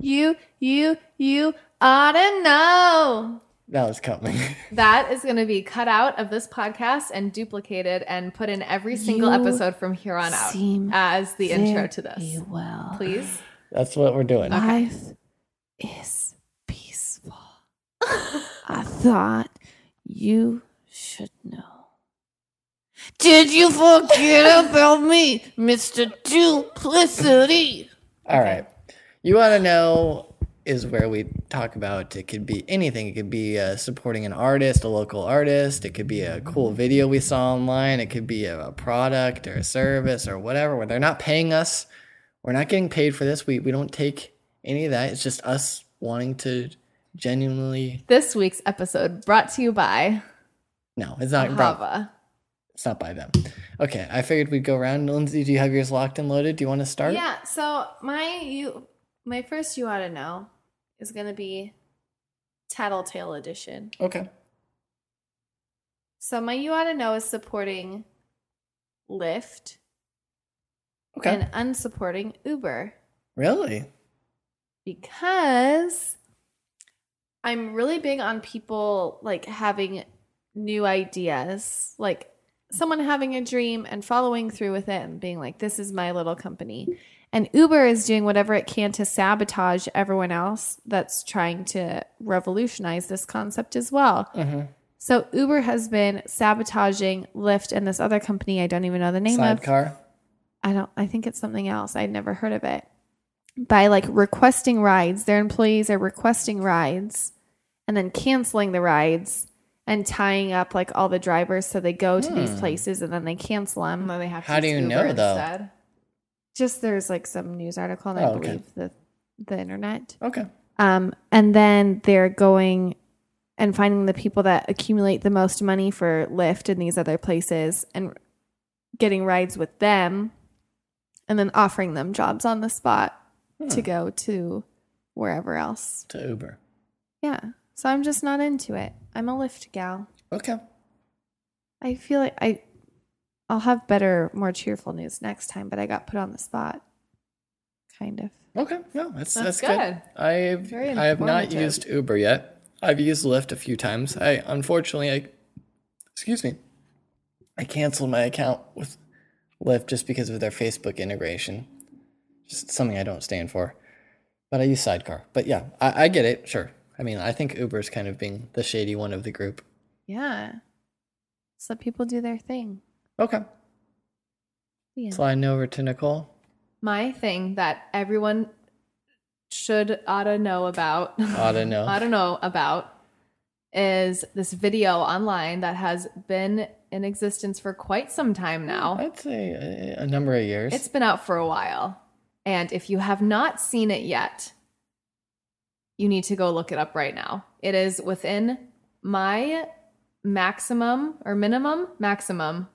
[SPEAKER 3] You, you, you ought to know.
[SPEAKER 1] That was coming.
[SPEAKER 3] That is going to be cut out of this podcast and duplicated and put in every single
[SPEAKER 4] You
[SPEAKER 3] episode from here on out
[SPEAKER 4] seem
[SPEAKER 3] as the intro to this.
[SPEAKER 4] Well,
[SPEAKER 3] Please.
[SPEAKER 1] That's what we're doing.
[SPEAKER 4] life is peaceful. I thought you should know. Did you forget about me, Mr. Duplicity?
[SPEAKER 1] All right. You want to know is where we talk about it could be anything. It could be uh, supporting an artist, a local artist. It could be a cool video we saw online. It could be a, a product or a service or whatever. Where they're not paying us, we're not getting paid for this. We we don't take any of that. It's just us wanting to genuinely.
[SPEAKER 3] This week's episode brought to you by
[SPEAKER 1] No, it's not.
[SPEAKER 3] Hava.
[SPEAKER 1] It's not by them. Okay, I figured we'd go around. Lindsay, do you have yours locked and loaded? Do you want to start?
[SPEAKER 3] Yeah, so my you my first you ought to know is going to be Tattletale edition.
[SPEAKER 1] Okay.
[SPEAKER 3] So my you ought to know is supporting Lyft
[SPEAKER 1] Okay.
[SPEAKER 3] and unsupporting Uber.
[SPEAKER 1] really?
[SPEAKER 3] because I'm really big on people like having new ideas, like someone having a dream and following through with it and being like, this is my little company. And Uber is doing whatever it can to sabotage everyone else that's trying to revolutionize this concept as well.
[SPEAKER 1] Mm-hmm.
[SPEAKER 3] So Uber has been sabotaging Lyft and this other company I don't even know the name of.
[SPEAKER 1] Sidecar.
[SPEAKER 3] I don't I think it's something else. I'd never heard of it. By like requesting rides. Their employees are requesting rides and then canceling the rides and tying up like all the drivers so they go to these
[SPEAKER 1] Hmm.
[SPEAKER 3] places and then they cancel them.
[SPEAKER 2] No, they have to
[SPEAKER 1] How do
[SPEAKER 2] use
[SPEAKER 1] you
[SPEAKER 2] Uber
[SPEAKER 1] know, though?
[SPEAKER 2] instead.
[SPEAKER 3] Just there's like some news article and I
[SPEAKER 1] Oh, okay.
[SPEAKER 3] believe the the internet.
[SPEAKER 1] Okay.
[SPEAKER 3] Um, and then they're going and finding the people that accumulate the most money for Lyft and these other places and getting rides with them and then offering them jobs on the spot to go to wherever else.
[SPEAKER 1] To Uber.
[SPEAKER 3] Yeah. So I'm just not into it. I'm a Lyft gal.
[SPEAKER 1] Okay.
[SPEAKER 3] I feel like I I'll have better, more cheerful news next time, but I got put on the spot. Kind of.
[SPEAKER 1] Okay. No, that's that's,
[SPEAKER 2] That's
[SPEAKER 1] good.
[SPEAKER 2] good.
[SPEAKER 1] I've
[SPEAKER 2] Very
[SPEAKER 1] I have not
[SPEAKER 2] informative.
[SPEAKER 1] used Uber yet. I've used Lyft a few times. I unfortunately I excuse me. I canceled my account with Lyft just because of their Facebook integration. Just something I don't stand for. But I use Sidecar. But yeah, I, I get it, sure. I mean I think Uber's kind of being the shady one of the group.
[SPEAKER 3] Yeah. Just let people do their thing.
[SPEAKER 1] Okay.
[SPEAKER 3] Yeah.
[SPEAKER 1] Sliding over to Nicole.
[SPEAKER 2] My thing that everyone should oughta know about.
[SPEAKER 1] Oughta know.
[SPEAKER 2] I don't know about is this video online that has been in existence for quite some time now.
[SPEAKER 1] I'd say a, a number of years.
[SPEAKER 2] It's been out for a while. And if you have not seen it yet, you need to go look it up right now. It is within my maximum or minimum, maximum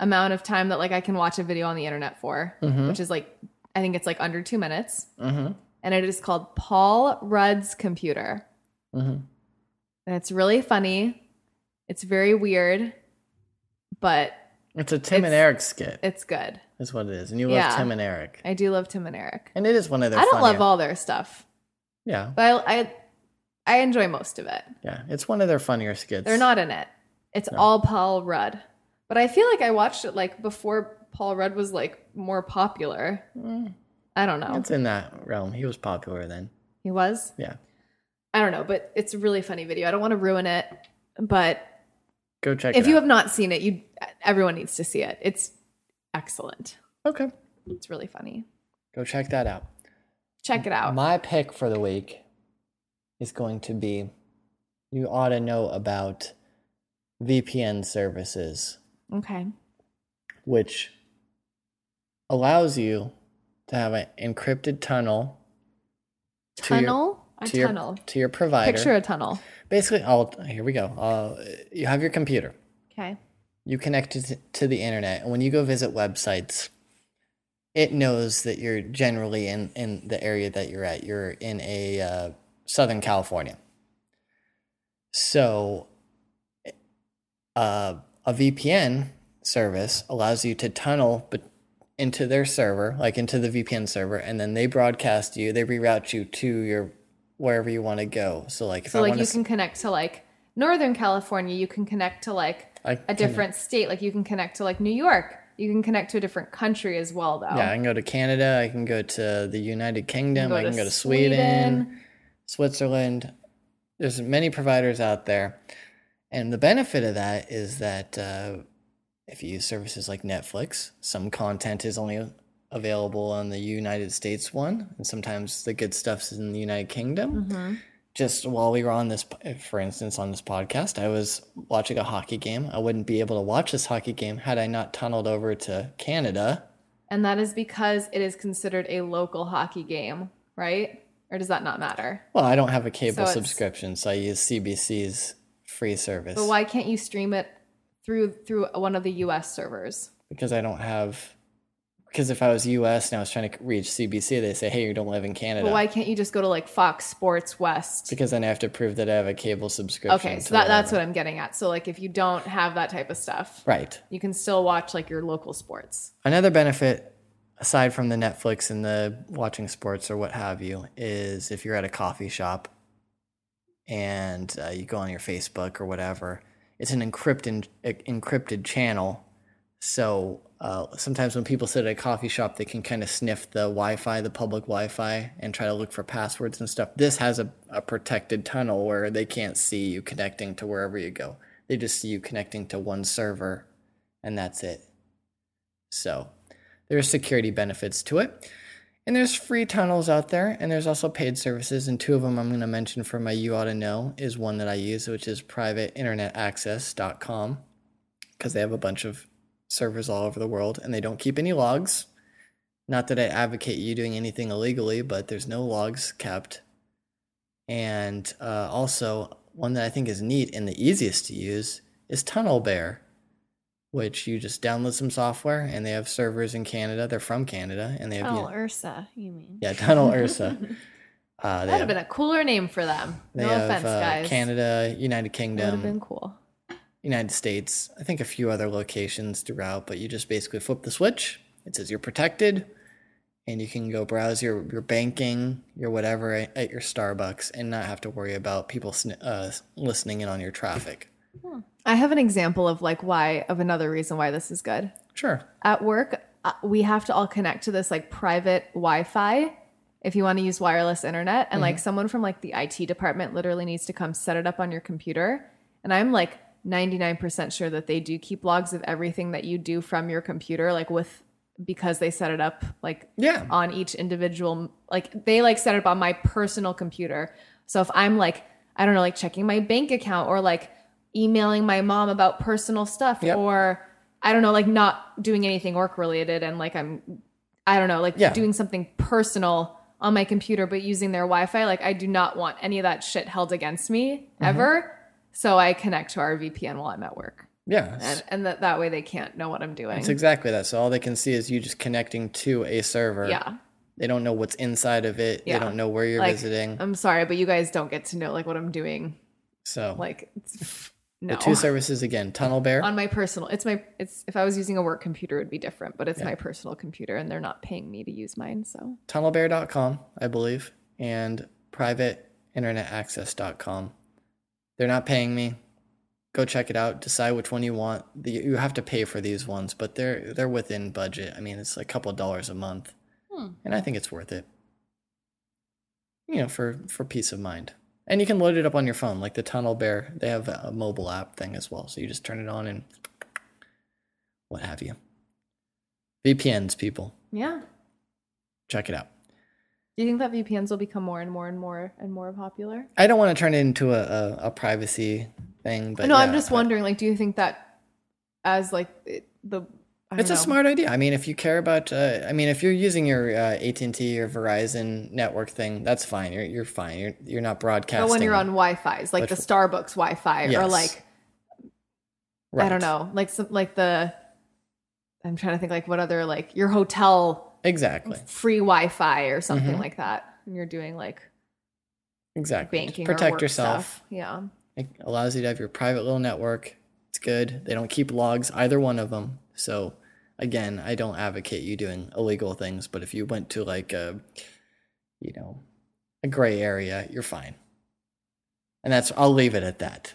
[SPEAKER 2] amount of time that like I can watch a video on the internet for,
[SPEAKER 1] Mhm.
[SPEAKER 2] which is like I think it's like under 2 minutes,
[SPEAKER 1] mm-hmm.
[SPEAKER 2] and it is called Paul Rudd's computer.
[SPEAKER 1] Mm-hmm.
[SPEAKER 2] And it's really funny. It's very weird, but
[SPEAKER 1] It's a Tim and
[SPEAKER 2] It's-
[SPEAKER 1] Eric skit.
[SPEAKER 2] it's good.
[SPEAKER 1] That's what it is. And you love
[SPEAKER 2] Yeah.
[SPEAKER 1] Tim and Eric.
[SPEAKER 2] I do love Tim and Eric.
[SPEAKER 1] And it is one of their
[SPEAKER 2] I don't
[SPEAKER 1] funnier-
[SPEAKER 2] love all their stuff.
[SPEAKER 1] Yeah,
[SPEAKER 2] But I, I, I enjoy most of it.
[SPEAKER 1] yeah. It's one of their funnier skits.
[SPEAKER 2] They're not in it. It's all Paul Rudd.
[SPEAKER 3] But I feel like I watched it like before Paul Rudd was like more popular.
[SPEAKER 1] Mm.
[SPEAKER 2] I don't know.
[SPEAKER 1] It's in that realm. He was popular then.
[SPEAKER 2] He was.
[SPEAKER 1] Yeah.
[SPEAKER 2] I don't know, but it's a really funny video. I don't want to ruin it, but
[SPEAKER 1] Go check.
[SPEAKER 2] if
[SPEAKER 1] it
[SPEAKER 2] you
[SPEAKER 1] out.
[SPEAKER 2] have not seen it, you everyone needs to see it. It's excellent.
[SPEAKER 1] okay,
[SPEAKER 2] It's really funny.
[SPEAKER 1] go check that out.
[SPEAKER 2] Check it out.
[SPEAKER 1] My pick for the week is going to be you ought to know about VPN services,
[SPEAKER 2] Okay.
[SPEAKER 1] which allows you to have an encrypted tunnel To your-
[SPEAKER 2] Tunnel.
[SPEAKER 3] A
[SPEAKER 1] to your,
[SPEAKER 3] tunnel.
[SPEAKER 1] to your provider.
[SPEAKER 2] Picture a tunnel.
[SPEAKER 1] Basically, all here we go. Uh, you have your computer.
[SPEAKER 2] Okay.
[SPEAKER 1] you connect it to the internet and when you go visit websites it knows that you're generally in, in the area that you're at you're in a uh, southern california so uh, a vpn service allows you to tunnel but into their server like into the vpn server and then they broadcast you they reroute you to your wherever you want to go so like if
[SPEAKER 2] So
[SPEAKER 1] i
[SPEAKER 2] like
[SPEAKER 1] want
[SPEAKER 2] you
[SPEAKER 1] to
[SPEAKER 2] can connect to like Northern California. You can connect to like
[SPEAKER 1] I
[SPEAKER 2] a
[SPEAKER 1] can-
[SPEAKER 2] different state. Like you can connect to like New York. You can connect to a different country as well, though.
[SPEAKER 1] Yeah, I can go to Canada. I can go to the United Kingdom.
[SPEAKER 2] go
[SPEAKER 1] I
[SPEAKER 2] to
[SPEAKER 1] can go to Sweden, Switzerland. There's many providers out there, and the benefit of that is that uh, if you use services like Netflix, some content is only available on the United States one, and sometimes the good stuff's in the United Kingdom
[SPEAKER 2] Mhm.
[SPEAKER 1] just while we were on this, for instance, on this podcast, I was watching a hockey game. I wouldn't be able to watch this hockey game had I not tunneled over to Canada.
[SPEAKER 2] And that is because it is considered a local hockey game, right? Or does that not matter?
[SPEAKER 1] Well, I don't have a cable
[SPEAKER 2] it's-
[SPEAKER 1] subscription, so I use CBC's free service
[SPEAKER 2] But why can't you stream it through through one of the US servers?
[SPEAKER 1] because I don't have. Because if I was U.S. and I was trying to reach CBC, they say, "Hey, you don't live in Canada."
[SPEAKER 2] But why can't you just go to like Fox Sports West?
[SPEAKER 1] Because then I have to prove that I have a cable subscription.
[SPEAKER 2] Okay,
[SPEAKER 1] to
[SPEAKER 2] so that, that's
[SPEAKER 1] whatever.
[SPEAKER 2] what I'm getting at. So like if you don't have that type of stuff,
[SPEAKER 1] Right.
[SPEAKER 2] you can still watch like your local sports.
[SPEAKER 1] Another benefit, aside from the Netflix and the watching sports or what have you, is if you're at a coffee shop and uh, you go on your Facebook or whatever, it's an encrypted encrypted channel. So uh, sometimes when people sit at a coffee shop, they can kind of sniff the Wi-Fi, the public Wi-Fi, and try to look for passwords and stuff. This has a, a protected tunnel where they can't see you connecting to wherever you go. They just see you connecting to one server, and that's it. So there's security benefits to it. And there's free tunnels out there, and there's also paid services. And two of them I'm going to mention for my You Ought to Know is one that I use, which is privateinternetaccess.com, because they have a bunch of servers all over the world and they don't keep any logs. Not that I advocate you doing anything illegally, but there's no logs kept. And uh, also, one that I think is neat and the easiest to use is Tunnel Bear which you just download some software and they have servers in Canada. They're from Canada and they have
[SPEAKER 4] Oh, Ursa, you mean?
[SPEAKER 1] yeah, Tunnel Ursa. Uh, they
[SPEAKER 2] That'd
[SPEAKER 1] have,
[SPEAKER 2] have been a cooler name for them.
[SPEAKER 1] they
[SPEAKER 2] No
[SPEAKER 1] have,
[SPEAKER 2] offense,
[SPEAKER 1] uh,
[SPEAKER 2] guys.
[SPEAKER 1] Canada, United
[SPEAKER 2] That would have
[SPEAKER 1] Kingdom,
[SPEAKER 2] been cool.
[SPEAKER 1] United States. I think a few other locations throughout, but you just basically flip the switch. It says you're protected, and you can go browse your your banking, your whatever at, at your Starbucks, and not have to worry about people sn- uh, listening in on your traffic.
[SPEAKER 2] I have an example of like why of another reason why this is good.
[SPEAKER 1] Sure.
[SPEAKER 2] at work uh, we have to all connect to this like private wi-fi if you want to use wireless internet and like someone from like the it department literally needs to come set it up on your computer and i'm like 99% sure that they do keep logs of everything that you do from your computer like with because they set it up like
[SPEAKER 1] Yeah.
[SPEAKER 2] on each individual like they like set it up on my personal computer so if i'm like i don't know like checking my bank account or like emailing my mom about personal stuff
[SPEAKER 1] Yep.
[SPEAKER 2] or i don't know like not doing anything work related and like i'm i don't know like
[SPEAKER 1] Yeah.
[SPEAKER 2] doing something personal on my computer but using their wi-fi like i do not want any of that shit held against me
[SPEAKER 1] Mm-hmm.
[SPEAKER 2] ever so i connect to our vpn while i'm at work
[SPEAKER 1] Yeah.
[SPEAKER 2] and, and that, that way they can't know what i'm doing
[SPEAKER 1] It's exactly that. So all they can see is you just connecting to a server.
[SPEAKER 2] yeah
[SPEAKER 1] They don't know what's inside of it.
[SPEAKER 2] Yeah.
[SPEAKER 1] They don't know where you're
[SPEAKER 2] Like,
[SPEAKER 1] visiting.
[SPEAKER 2] i'm sorry but you guys don't get to know like what i'm doing
[SPEAKER 1] So
[SPEAKER 2] like it's-
[SPEAKER 1] the
[SPEAKER 2] no
[SPEAKER 1] two services again, Tunnel Bear.
[SPEAKER 2] on my personal it's my it's if i was using a work computer it would be different but it's my personal computer and they're not paying me to use mine so
[SPEAKER 1] tunnelbear.com, I believe, and privateinternetaccess.com. They're not paying me. Go check it out. Decide which one you want. The- You have to pay for these ones, but they're they're within budget. I mean, it's a couple of dollars a month,
[SPEAKER 2] Hmm.
[SPEAKER 1] and I think it's worth it. You know, for for peace of mind. And you can load it up on your phone, like the Tunnel Bear. They have a mobile app thing as well, so you just turn it on and what have you. VPNs, people,
[SPEAKER 2] Yeah.
[SPEAKER 1] check it out.
[SPEAKER 2] Do you think that VPNs will become more and more and more and more popular?
[SPEAKER 1] I don't want to turn it into a, a, a privacy thing, but
[SPEAKER 2] no, I'm
[SPEAKER 1] yeah,
[SPEAKER 2] just
[SPEAKER 1] I-
[SPEAKER 2] wondering. Like, do you think that as like it, the I don't
[SPEAKER 1] It's a
[SPEAKER 2] know.
[SPEAKER 1] smart idea. I mean, if you care about, uh, I mean, if you're using your uh, AT and T or Verizon network thing, that's fine. You're you're fine. You're you're not broadcasting.
[SPEAKER 2] But when you're on Wi-Fi's, like the
[SPEAKER 1] Which-
[SPEAKER 2] Starbucks Wi-Fi, or
[SPEAKER 1] Yes.
[SPEAKER 2] like I
[SPEAKER 1] Right.
[SPEAKER 2] don't know, like some like the I'm trying to think like what other like your hotel
[SPEAKER 1] exactly,
[SPEAKER 2] free Wi-Fi or something
[SPEAKER 1] Mhm.
[SPEAKER 2] like that, and you're doing like
[SPEAKER 1] exactly. Just
[SPEAKER 2] banking, or
[SPEAKER 1] protect
[SPEAKER 2] work
[SPEAKER 1] yourself.
[SPEAKER 2] stuff. Yeah,
[SPEAKER 1] It allows you to have your private little network. It's good. They don't keep logs either one of them. So again, I don't advocate you doing illegal things, but if you went to like a you know, a gray area, you're fine. And that's I'll leave it at that.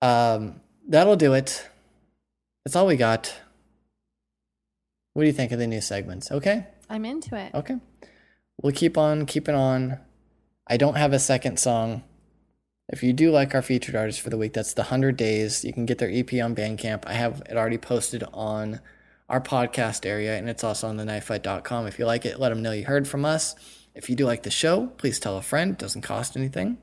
[SPEAKER 1] Um that'll do it. That's all we got. What do you think of the new segments? Okay?
[SPEAKER 4] I'm into it.
[SPEAKER 1] Okay. We'll keep on keeping on. I don't have a second song. If you do like our featured artist for the week, that's the 100 Days. You can get their EP on Bandcamp. I have it already posted on our podcast area, and it's also on the knifefight.com. If you like it, let them know you heard from us. If you do like the show, please tell a friend. It doesn't cost anything.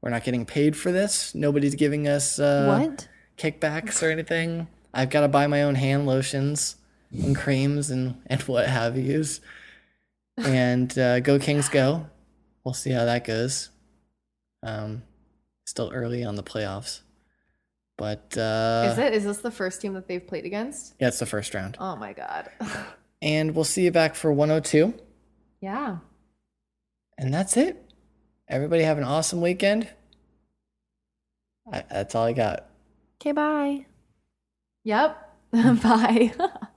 [SPEAKER 1] We're not getting paid for this. Nobody's giving us uh,
[SPEAKER 4] what?
[SPEAKER 1] kickbacks or anything. I've got to buy my own hand lotions and creams and, and what have yous. And uh, go Kings go. We'll see how that goes. Um, still early on the playoffs, but uh,
[SPEAKER 2] is it? Is this the first team that they've played against?
[SPEAKER 1] yeah, it's the first round.
[SPEAKER 2] Oh my god,
[SPEAKER 1] And we'll see you back for 102.
[SPEAKER 2] yeah.
[SPEAKER 1] And that's it. Everybody have an awesome weekend. I, that's all I got.
[SPEAKER 4] Okay, bye.
[SPEAKER 2] Yep. Bye.